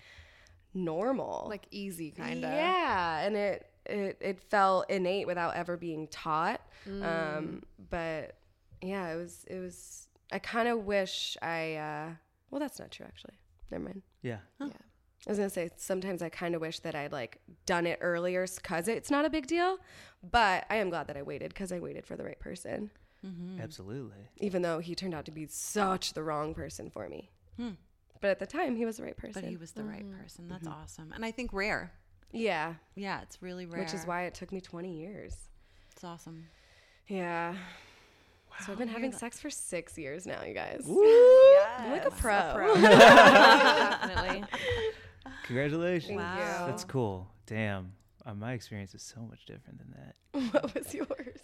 Speaker 5: normal
Speaker 4: Like easy, kind of.
Speaker 5: yeah and it it, it felt innate without ever being taught um but yeah it was it was i kind of wish i uh well that's not true actually never mind
Speaker 2: yeah.
Speaker 5: I was gonna say sometimes I kind of wish that I'd like done it earlier because it's not a big deal, but I am glad that I waited because I waited for the right person, Mm.
Speaker 2: Absolutely.
Speaker 5: even though he turned out to be such the wrong person for me. But at the time, he was the right person.
Speaker 3: but he was the right person that's awesome and i think rare
Speaker 5: yeah,
Speaker 3: yeah it's really rare
Speaker 5: which is why it took me 20 years.
Speaker 3: it's awesome
Speaker 5: Yeah. So I've been having sex for six years now, you guys. I'm like a pro.
Speaker 4: Definitely.
Speaker 2: Congratulations.
Speaker 5: Wow.
Speaker 2: That's cool. Damn. Uh, my experience is so much different than that.
Speaker 5: what was yours?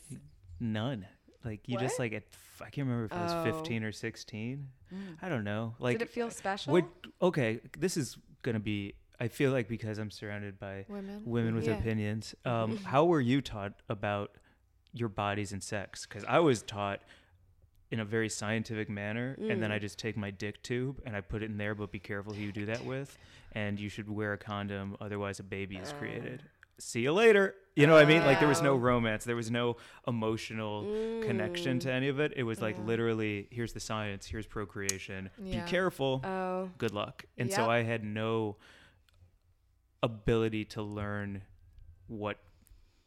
Speaker 2: None. Like you just like at, f- I can't remember if it was
Speaker 5: Oh. Mm.
Speaker 2: 15 or 16. I don't know. Like
Speaker 5: Did it feel special?
Speaker 2: would okay, this is going to be I feel like because I'm surrounded by women, with opinions. Um how were you taught about your bodies and sex? Cuz I was taught in a very scientific manner, and then I just take my dick tube and I put it in there. But be careful who you do that with, and you should wear a condom, otherwise a baby is created. See you later. You know what I mean? Like there was no romance, there was no emotional connection to any of it. It was like literally, here's the science, here's procreation.
Speaker 4: Yeah.
Speaker 2: Be careful.
Speaker 5: Oh.
Speaker 2: Good luck. And
Speaker 4: Yep.
Speaker 2: so I had no ability to learn what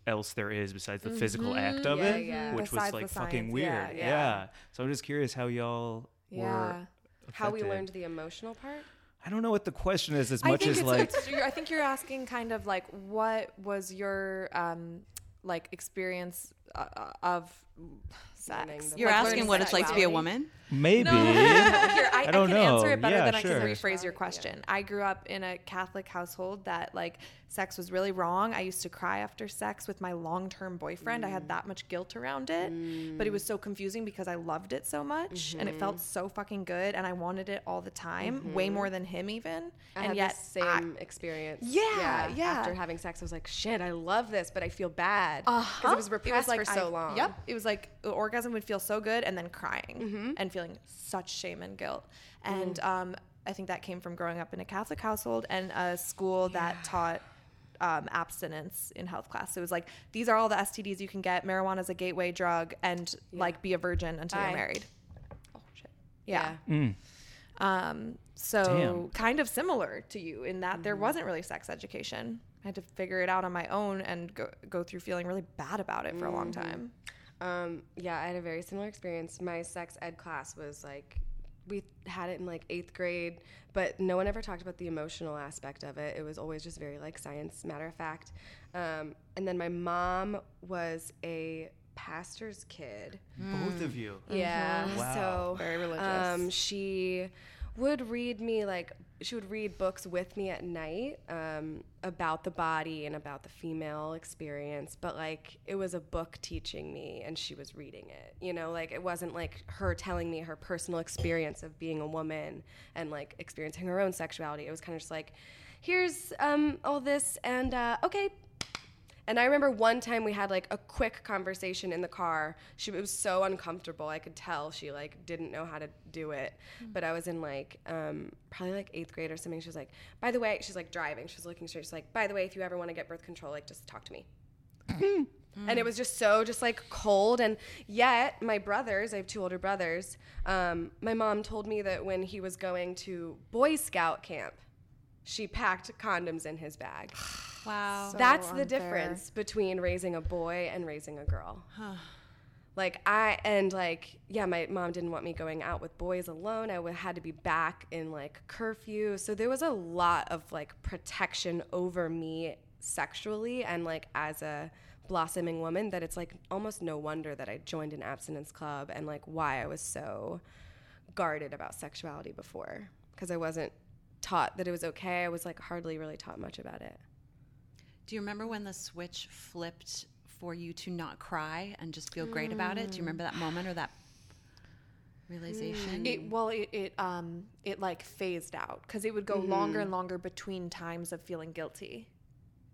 Speaker 2: else there is besides the pesical act of
Speaker 5: Yeah,
Speaker 2: it,
Speaker 5: yeah.
Speaker 2: which was
Speaker 4: Besides
Speaker 2: like
Speaker 4: the
Speaker 2: fucking
Speaker 4: science.
Speaker 2: weird.
Speaker 4: Yeah,
Speaker 2: Yeah,
Speaker 4: yeah.
Speaker 2: So I'm just curious how y'all
Speaker 4: Yeah.
Speaker 2: were.
Speaker 5: How we
Speaker 2: affected.
Speaker 5: learned the emotional part?
Speaker 2: I don't know what the question is as
Speaker 4: I
Speaker 2: much
Speaker 4: think
Speaker 2: as
Speaker 4: it's,
Speaker 2: like.
Speaker 4: it's- you're- I think you're asking kind of like what was your um like experience uh, uh, of sex?
Speaker 5: the-
Speaker 3: You're
Speaker 5: Like,
Speaker 3: asking
Speaker 5: learn
Speaker 3: what it's like to be a
Speaker 4: sexuality?
Speaker 3: woman.
Speaker 2: Maybe.
Speaker 4: Here, I, I,
Speaker 2: don't
Speaker 4: can
Speaker 2: know.
Speaker 4: answer it better
Speaker 2: Yeah,
Speaker 4: than I can
Speaker 2: sure.
Speaker 4: rephrase your question. I grew up in a Catholic household that like sex was really wrong. I used to cry after sex with my long-term boyfriend. I
Speaker 5: Mm.
Speaker 4: had that much guilt around it, but it was so confusing because I loved it so much and it
Speaker 5: Mm-hmm.
Speaker 4: felt so fucking good and I wanted it all the time, way more than him even.
Speaker 5: I
Speaker 4: and
Speaker 5: had
Speaker 4: yet
Speaker 5: the same experience.
Speaker 4: Yeah, yeah.
Speaker 5: After having sex, I was like, shit, I love this, but I feel bad because
Speaker 4: Huh?
Speaker 5: Uh-huh. it was repressed
Speaker 4: Uh-huh. like
Speaker 5: for so
Speaker 4: I-
Speaker 5: long.
Speaker 4: Yep. It was like the orgasm would feel so good and then crying
Speaker 5: Mm-hmm.
Speaker 4: and feeling such shame and guilt.
Speaker 5: Mm.
Speaker 4: And um, I think that came from growing up in a Catholic household and a school that taught um, abstinence in health class. So it was like, these are all the STDs you can get. Marijuana is a gateway drug and like be a virgin until
Speaker 5: Aye.
Speaker 4: you're married. Oh, shit. Yeah.
Speaker 5: Yeah.
Speaker 4: Um, so
Speaker 2: Damn.
Speaker 4: kind of similar to you in that
Speaker 5: Mm.
Speaker 4: there wasn't really sex education. I had to figure it out on my own and go, go through feeling really bad about it for a
Speaker 5: Mm-hmm.
Speaker 4: long time.
Speaker 5: Um, yeah, I had a very similar experience. My sex ed class was like, we had it in like eighth grade, but no one ever talked about the emotional aspect of it. It was always just very like science, matter of fact. Um, and then my mom was a pastor's kid.
Speaker 2: Both of you.
Speaker 5: Mm. Yeah.
Speaker 2: Wow.
Speaker 5: Mm-hmm. So
Speaker 4: Very religious.
Speaker 5: Um, she would read me like she would read books with me at night um, about the body and about the female experience, but like it was a book teaching me, and she was reading it. You know, like it wasn't like her telling me her personal experience of being a woman and like experiencing her own sexuality. It was kind of just like, here's um, all this, and uh, okay, and I remember one time we had like a quick conversation in the car. She it was so uncomfortable. I could tell she like didn't know how to do it. But I was in like um, probably like eighth grade or something. She was like, by the way, she's like driving. She's looking straight. She's like, by the way, if you ever want to get birth control, like just talk to me. And it was just so just like cold. And yet, my brothers, I have two older brothers. Um, my mom told me that when he was going to Boy Scout camp, she packed condoms in his bag.
Speaker 3: Wow.
Speaker 5: That's
Speaker 4: unfair.
Speaker 5: the difference between raising a boy and raising a girl. like I and like yeah, my mom didn't want me going out with boys alone. I w- had to be back in like curfew. So there was a lot of like protection over me sexually and like as a blossoming woman that it's like almost no wonder that I joined an abstinence club and like why I was so guarded about sexuality before because I wasn't taught that it was okay. I was like hardly really taught much about it.
Speaker 3: Do you remember when the switch flipped for you to not cry and just feel great about it? Do you remember that moment or that
Speaker 5: Mm-hmm.
Speaker 3: realization?
Speaker 4: It well, it it um it like phased out because it would go
Speaker 5: Mm-hmm.
Speaker 4: longer and longer between times of feeling guilty.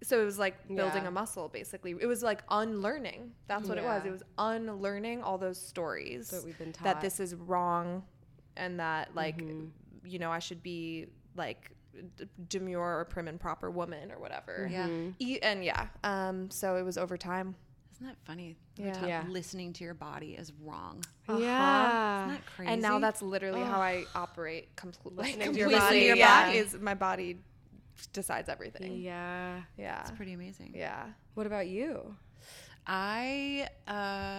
Speaker 4: So it was like building
Speaker 5: Yeah.
Speaker 4: a muscle, basically. It was like unlearning. That's what it was.
Speaker 5: Yeah.
Speaker 4: It was unlearning all those stories
Speaker 5: That we've been
Speaker 4: that
Speaker 5: taught.
Speaker 4: this is wrong, and that like
Speaker 3: Mm-hmm.
Speaker 4: you know I should be like d- demure or prim and proper woman or whatever.
Speaker 3: Yeah.
Speaker 4: E- and yeah. Um. So it was over time.
Speaker 3: Isn't that funny? We
Speaker 4: Yeah.
Speaker 3: talk-
Speaker 5: Yeah.
Speaker 3: Listening to your body is wrong.
Speaker 5: Uh-huh.
Speaker 4: Yeah.
Speaker 3: Isn't that
Speaker 4: Uh, And now
Speaker 3: crazy?
Speaker 4: that's literally how I operate compl- like,
Speaker 5: Listening to
Speaker 4: completely.
Speaker 5: your
Speaker 3: body,
Speaker 4: yeah.
Speaker 3: yeah.
Speaker 4: Is my body decides everything.
Speaker 5: Yeah.
Speaker 4: Yeah.
Speaker 3: It's pretty amazing.
Speaker 4: Yeah.
Speaker 5: What about you?
Speaker 3: I uh,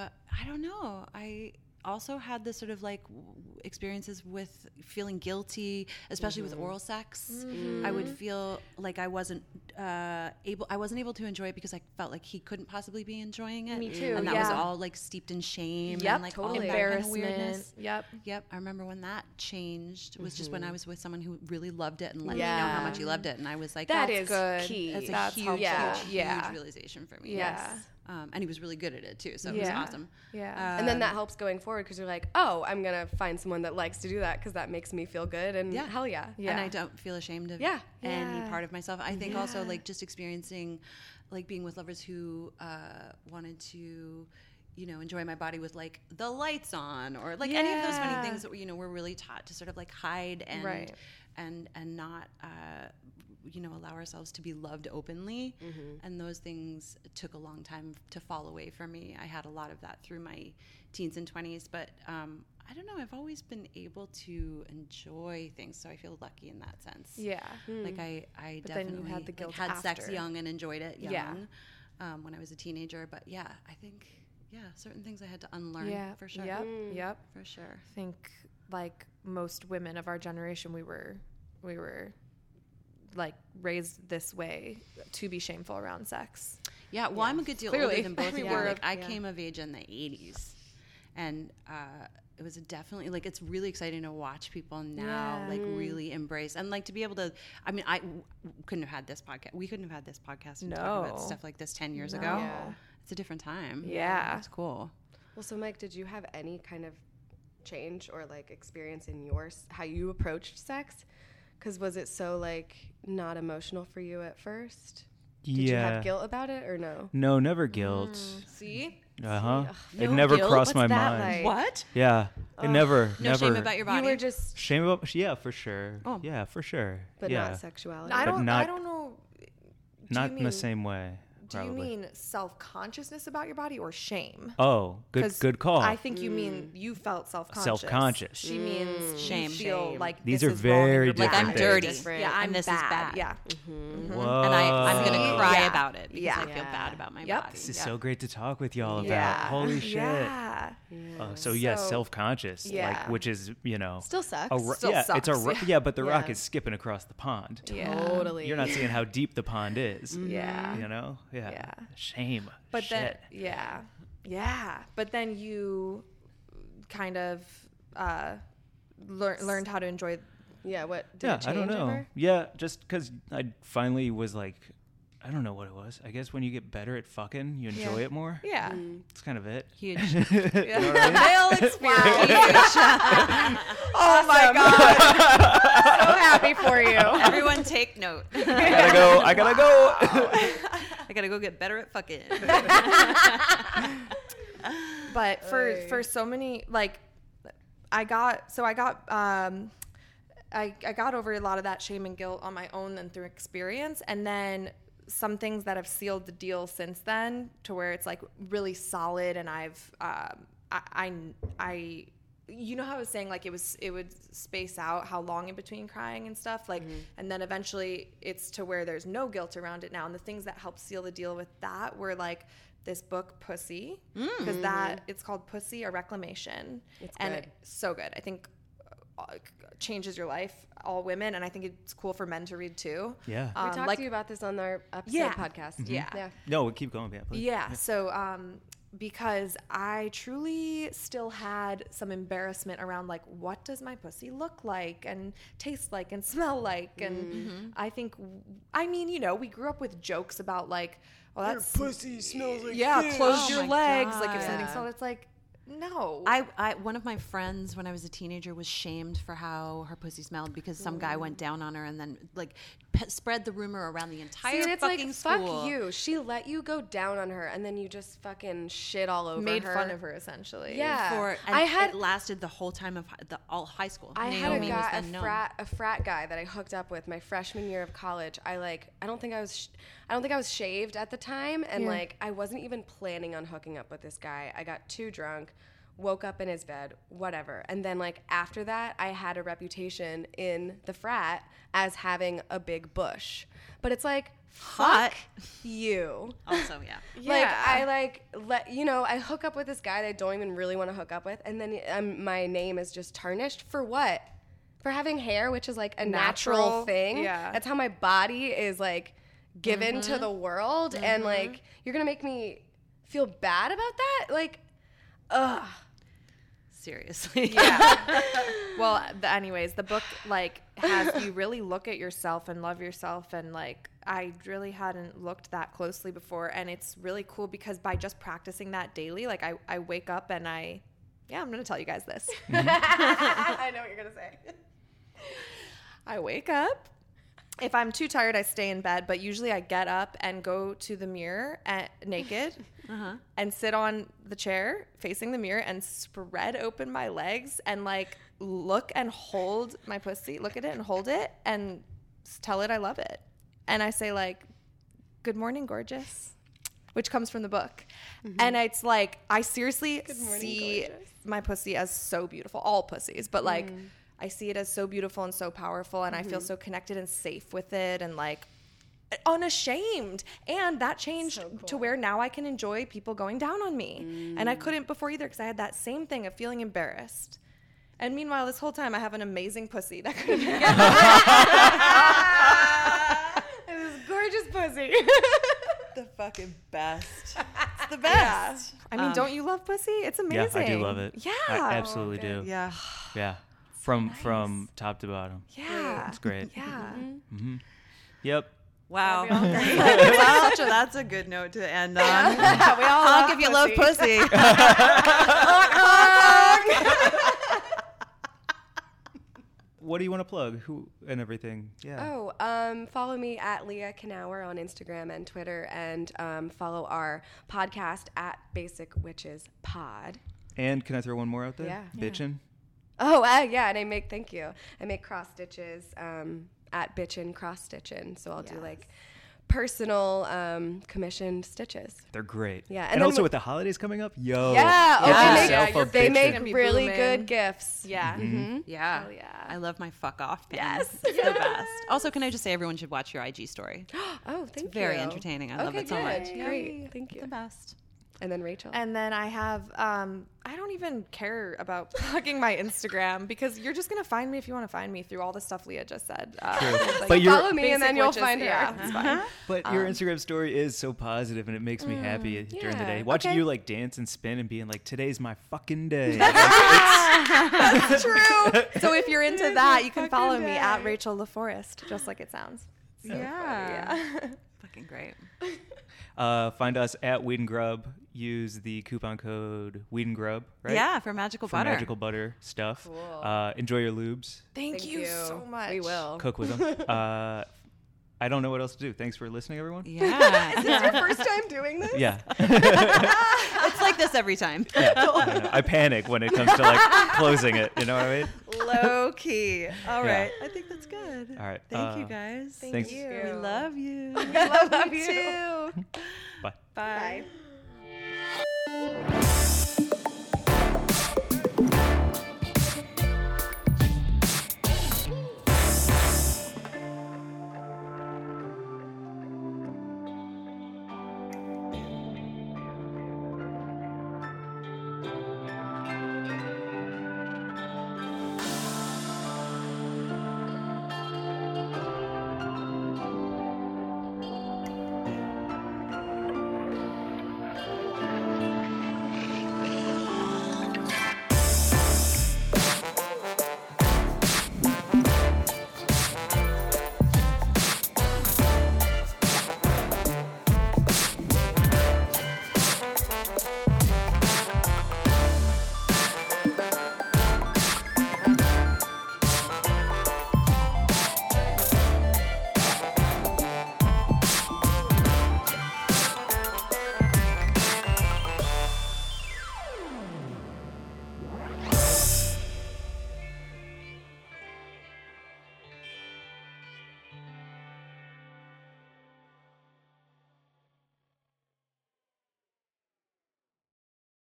Speaker 3: I don't know. I also had this sort of like w- experiences with feeling guilty, especially
Speaker 4: Mm-hmm.
Speaker 3: with oral sex. I would feel like I wasn't uh, able. I wasn't able to enjoy it because I felt like he couldn't possibly be enjoying it.
Speaker 4: Me too,
Speaker 3: And that was
Speaker 4: yeah.
Speaker 3: all like steeped in shame
Speaker 4: Yep,
Speaker 3: and like all
Speaker 5: totally.
Speaker 3: of that kind of
Speaker 4: Embarrassment.
Speaker 3: weirdness.
Speaker 4: Yep.
Speaker 3: Yep, I remember when that changed was just when
Speaker 4: Mm-hmm.
Speaker 3: I was with someone who really loved it and let me know
Speaker 5: Yeah.
Speaker 3: how much he loved it, and I was like,
Speaker 5: That
Speaker 3: "That's
Speaker 5: is
Speaker 3: good.
Speaker 5: key.
Speaker 3: That's a
Speaker 4: That's
Speaker 3: huge,
Speaker 4: helpful.
Speaker 3: huge,
Speaker 4: Yeah.
Speaker 3: huge realization for me.
Speaker 4: Yeah.
Speaker 5: Yes.
Speaker 3: Um, and he was really good at it too, so it
Speaker 4: Yeah.
Speaker 3: was awesome. uh,
Speaker 4: Yeah.
Speaker 5: and then
Speaker 2: Um,
Speaker 5: that helps going forward because you're like, oh, I'm gonna find someone that likes to do that because that makes me feel good and
Speaker 3: Yeah.
Speaker 5: hell yeah.
Speaker 4: Yeah.
Speaker 3: And I don't feel ashamed of
Speaker 5: Yeah.
Speaker 3: any
Speaker 4: Yeah.
Speaker 3: part of myself. I think also like just experiencing, like being with lovers who uh, wanted to you know, enjoy my body with like the lights on or like any of those
Speaker 4: Yeah.
Speaker 3: funny things that we, you know we're really taught to sort of like hide and
Speaker 4: Right.
Speaker 3: and and not uh, you know allow ourselves to be loved openly.
Speaker 4: Mm-hmm.
Speaker 3: And those things took a long time to fall away for me. I had a lot of that through my teens and twenties, but um, I don't know. I've always been able to enjoy things, so I feel lucky in that sense.
Speaker 4: Yeah. Mm.
Speaker 3: Like I, I
Speaker 4: But then you
Speaker 3: definitely
Speaker 4: had the
Speaker 3: like,
Speaker 4: guilt
Speaker 3: had sex
Speaker 4: after.
Speaker 3: young and enjoyed it young
Speaker 4: Yeah.
Speaker 3: um, when I was a teenager. But yeah, I think yeah, certain things I had to unlearn
Speaker 4: Yeah.
Speaker 3: for sure.
Speaker 4: Yep. Yep.
Speaker 3: For sure.
Speaker 4: I think like most women of our generation, we were we were like raised this way to be shameful around sex.
Speaker 3: Yeah. Well, I'm a good deal older
Speaker 4: Clearly.
Speaker 3: than both of
Speaker 4: We
Speaker 3: you.
Speaker 4: were-
Speaker 3: Like, I
Speaker 4: yeah.
Speaker 3: came of age in the '80s, and uh, it was definitely like it's really exciting to watch people now
Speaker 4: Yeah. Mm.
Speaker 3: like really embrace and like to be able to. I mean, I w- couldn't have had this podcast. We couldn't have had this podcast and talk
Speaker 4: No.
Speaker 3: about stuff like this ten years ago.
Speaker 4: No. Yeah.
Speaker 3: It's a different time.
Speaker 4: Yeah.
Speaker 3: It's cool.
Speaker 5: Well, so Mike, did you have any kind of change or like experience in yours how you approached sex? Because was it so like not emotional for you at first? Did you
Speaker 2: yeah.
Speaker 5: have guilt about it or no?
Speaker 2: No, never guilt.
Speaker 5: See,
Speaker 2: Uh huh. It
Speaker 3: No
Speaker 2: never
Speaker 3: guilt?
Speaker 2: crossed my
Speaker 4: What's that
Speaker 2: mind.
Speaker 4: like?
Speaker 3: What?
Speaker 2: Yeah. It never.
Speaker 3: No
Speaker 2: never.
Speaker 3: shame about your body.
Speaker 5: you were just,
Speaker 2: Shame about. Yeah, for sure.
Speaker 3: Oh.
Speaker 2: Yeah, for sure.
Speaker 5: but
Speaker 2: yeah.
Speaker 5: not sexuality.
Speaker 4: I
Speaker 2: But
Speaker 4: don't I
Speaker 2: not-
Speaker 4: don't know
Speaker 2: Not
Speaker 4: you
Speaker 2: in the
Speaker 4: mean-
Speaker 2: same way.
Speaker 4: do
Speaker 2: probably.
Speaker 4: you mean self consciousness about your body or shame?
Speaker 2: Oh, good.
Speaker 4: 'Cause
Speaker 2: Good call.
Speaker 4: I think you mean you felt self conscious.
Speaker 2: Self-conscious.
Speaker 4: She means
Speaker 3: Shame.
Speaker 4: shame. Feel
Speaker 5: Shame.
Speaker 4: like
Speaker 2: These
Speaker 4: this
Speaker 2: are
Speaker 4: is wrong and
Speaker 2: very
Speaker 4: you're
Speaker 3: Like
Speaker 2: different
Speaker 4: bad.
Speaker 3: I'm
Speaker 2: things.
Speaker 3: dirty.
Speaker 5: Different.
Speaker 4: Yeah, I'm
Speaker 3: and this
Speaker 4: bad.
Speaker 3: is bad.
Speaker 4: Yeah.
Speaker 2: Whoa.
Speaker 3: and I, I'm gonna
Speaker 4: See?
Speaker 3: cry
Speaker 4: Oh. Yeah.
Speaker 3: about it because
Speaker 4: Yeah.
Speaker 3: I feel
Speaker 5: Yeah.
Speaker 3: bad about my
Speaker 4: Yep.
Speaker 3: body.
Speaker 2: This is
Speaker 4: Yeah.
Speaker 2: so great to talk with y'all about.
Speaker 4: Yeah.
Speaker 2: Holy shit.
Speaker 4: Yeah.
Speaker 2: Oh, so yeah,
Speaker 4: So-
Speaker 2: self-conscious, like
Speaker 4: Yeah.
Speaker 2: which is you know
Speaker 5: Still sucks.
Speaker 2: a ro-
Speaker 4: Still
Speaker 2: yeah, it's a
Speaker 4: sucks,
Speaker 2: ro- yeah.
Speaker 4: yeah.
Speaker 2: but the rock
Speaker 5: Yeah.
Speaker 2: is skipping across the pond.
Speaker 4: Yeah.
Speaker 5: Totally.
Speaker 2: You're not seeing how deep the pond is.
Speaker 4: Mm-hmm. Yeah.
Speaker 2: you know, yeah,
Speaker 4: Yeah.
Speaker 2: shame.
Speaker 4: But
Speaker 2: Shit.
Speaker 4: then yeah. Yeah. But then you kind of uh lear- learned how to enjoy
Speaker 5: Yeah. What? Did
Speaker 2: yeah,
Speaker 5: it
Speaker 2: I don't
Speaker 5: change
Speaker 2: know.
Speaker 5: ever?
Speaker 2: Yeah, just because I finally was like, I don't know what it was. I guess when you get better at fucking, you enjoy it more.
Speaker 4: yeah.
Speaker 2: It's kind of it.
Speaker 3: Huge.
Speaker 4: Male experience. oh my god. so happy for you.
Speaker 3: Everyone take note.
Speaker 2: I gotta go. I gotta go.
Speaker 3: I gotta go get better at fucking.
Speaker 4: but for for so many like i got so i got um I, I got over a lot of that shame and guilt on my own and through experience and then some things that have sealed the deal since then to where it's like really solid and i've um, I, I i you know how i was saying like it was it would space out how long in between crying and stuff like and then eventually it's to where there's no guilt around it now and the things that helped seal the deal with that were like this book pussy because that it's called pussy a reclamation it's and
Speaker 5: good.
Speaker 4: so good i think uh, changes your life all women and i think it's cool for men to read too
Speaker 2: Yeah.
Speaker 5: We
Speaker 4: Um,
Speaker 5: talked
Speaker 4: like-
Speaker 5: to you about this on our episode
Speaker 4: Yeah.
Speaker 5: podcast.
Speaker 4: Yeah.
Speaker 5: Yeah.
Speaker 2: no, keep going, yeah, please.
Speaker 4: yeah so um because i truly still had some embarrassment around like what does my pussy look like and taste like and smell like and
Speaker 5: Mm-hmm.
Speaker 4: i think i mean you know we grew up with jokes about like well that's
Speaker 2: pussy smells like
Speaker 4: yeah close
Speaker 3: Oh
Speaker 4: your
Speaker 3: my
Speaker 4: legs like if
Speaker 3: God.
Speaker 4: something
Speaker 5: Yeah.
Speaker 4: smelled it's like no
Speaker 3: I, I, one of my friends when I was a teenager was shamed for how her pussy smelled because some guy went down on her and then like p- spread the rumor around the entire
Speaker 5: See, and it's like,
Speaker 3: fucking school.
Speaker 5: fuck you. She let you go down on her, and then you just fucking shit all over
Speaker 4: made
Speaker 5: her.
Speaker 4: fun of her essentially
Speaker 5: Yeah.
Speaker 3: For
Speaker 5: I
Speaker 3: I
Speaker 5: had-
Speaker 3: had it lasted the whole time of hi- the all high school.
Speaker 5: I had a
Speaker 3: Naomi was
Speaker 5: guy, a
Speaker 3: then known.
Speaker 5: frat, a frat guy that I hooked up with my freshman year of college. I like, I don't think I was, sh- I don't think I was shaved at the time, and like, I wasn't even planning on hooking up with this guy. I got too drunk, woke up in his bed, whatever. And then like after that, I had a reputation in the frat as having a big bush, but it's like,
Speaker 3: Hot.
Speaker 5: fuck you.
Speaker 3: Also, yeah.
Speaker 5: Like
Speaker 4: Yeah.
Speaker 5: I like let you know I hook up with this guy that I don't even really want to hook up with, and then um, my name is just tarnished for what? For having hair, which is like a natural,
Speaker 4: Natural,
Speaker 5: thing.
Speaker 4: yeah. Mm-hmm.
Speaker 5: that's how my body is like given to the world, and like you're gonna make me feel bad about that. Like, ugh.
Speaker 3: Seriously.
Speaker 4: yeah. well, the, anyways, the book like has you really look at yourself and love yourself and like I really hadn't looked that closely before and it's really cool because by just practicing that daily, like I, I wake up and I yeah, I'm gonna tell you guys this.
Speaker 5: I know what you're gonna say.
Speaker 4: I wake up if I'm too tired, I stay in bed, but usually I get up and go to the mirror at, naked and sit on the chair facing the mirror and spread open my legs and like look and hold my pussy, look at it and hold it and s- tell it I love it. And I say, like, good morning, gorgeous, which comes from the book. And it's like, I seriously
Speaker 5: Mm-hmm. morning,
Speaker 4: see
Speaker 5: gorgeous. Mm.
Speaker 4: my pussy as so beautiful, all pussies, but like I see it as so beautiful and so powerful, and I
Speaker 5: Mm-hmm.
Speaker 4: feel so connected and safe with it, and like unashamed. And that changed to where now I can enjoy people going down on me,
Speaker 5: Mm.
Speaker 4: and I couldn't before either because I had that same thing of feeling embarrassed. And meanwhile, this whole time I have an amazing pussy that could have been
Speaker 5: This gorgeous pussy.
Speaker 3: The fucking best. It's the
Speaker 4: Yeah.
Speaker 3: best.
Speaker 4: I mean, don't you love pussy? It's
Speaker 2: Um, Yeah,
Speaker 4: amazing.
Speaker 2: I do love it.
Speaker 4: Yeah.
Speaker 2: I absolutely do. Yeah.
Speaker 3: Yeah.
Speaker 2: From from top to bottom.
Speaker 4: Yeah.
Speaker 2: It's great.
Speaker 4: Yeah.
Speaker 2: Yep.
Speaker 3: Wow. well, that's a good note to end on. Yeah, we all honk if you love pussy.
Speaker 2: What do you want to plug? Who and everything? Yeah.
Speaker 5: Oh, um, follow me at Leah Knauer on Instagram and Twitter, and um, follow our podcast at Basic Witches Pod.
Speaker 2: And can I throw one more out there?
Speaker 5: Yeah.
Speaker 2: Bitchin.
Speaker 5: Oh, uh, yeah, and I make thank you. I make cross stitches um, at bitchin' cross stitchin'. So I'll do like personal um, commissioned stitches.
Speaker 2: They're great.
Speaker 5: Yeah, and
Speaker 2: And,
Speaker 5: then
Speaker 2: also
Speaker 5: wh-
Speaker 2: with the holidays coming up, yo.
Speaker 5: Yeah, oh,
Speaker 2: Get
Speaker 5: they make-
Speaker 2: yourself
Speaker 4: yeah,
Speaker 2: a
Speaker 4: your
Speaker 5: They
Speaker 2: bitchin'.
Speaker 5: make
Speaker 4: gonna be
Speaker 5: really
Speaker 4: blooming.
Speaker 5: good gifts.
Speaker 2: Mm-hmm.
Speaker 4: Yeah.
Speaker 5: Mm-hmm.
Speaker 3: Yeah.
Speaker 4: yeah.
Speaker 3: I love my fuck off. Yes. It's the best. Also, can I just say everyone should watch your IG story?
Speaker 5: Oh, thank you.
Speaker 3: very entertaining. I love
Speaker 5: Okay,
Speaker 3: it so much.
Speaker 5: good.
Speaker 3: Yeah.
Speaker 5: Great. Thank you.
Speaker 3: The best.
Speaker 5: And then Rachel.
Speaker 4: And then I have, um, I don't even care about plugging my Instagram because you're just going to find me if you want to find me through all the stuff Leah just said. Uh, it's like
Speaker 2: But you're-
Speaker 5: Follow me, and
Speaker 4: basic
Speaker 5: then you'll
Speaker 4: witches-
Speaker 5: find her.
Speaker 4: yeah, it's fine.
Speaker 2: But
Speaker 5: Um,
Speaker 2: your Instagram story is so positive and it makes me happy during the
Speaker 5: Mm, yeah,
Speaker 2: day. Watching
Speaker 5: okay.
Speaker 2: you like dance and spin and being like, today's my fucking day.
Speaker 4: True. So if you're into that, you can follow me at Rachel LaForest, just like it sounds.
Speaker 3: yeah. Fucking great.
Speaker 2: uh, find us at Weed and Grub. Use the coupon code Weed and Grub, right?
Speaker 3: Yeah, for magical
Speaker 2: For
Speaker 3: butter.
Speaker 2: magical butter stuff. Uh, enjoy your lubes.
Speaker 4: Thank, you, so much.
Speaker 5: We will.
Speaker 2: Cook with them. uh, I don't know what else to do. Thanks for listening, everyone.
Speaker 3: Yeah.
Speaker 5: Your first time doing this?
Speaker 2: Yeah.
Speaker 3: it's like this every time.
Speaker 2: I, don't know. I panic when it comes to like closing it. You know what I mean?
Speaker 3: Low key. All
Speaker 2: Yeah.
Speaker 3: right. I think that's good.
Speaker 2: All right.
Speaker 3: Thank you
Speaker 2: uh,
Speaker 3: guys.
Speaker 2: thanks.
Speaker 3: We love you.
Speaker 5: I love you.
Speaker 2: Bye.
Speaker 3: Bye.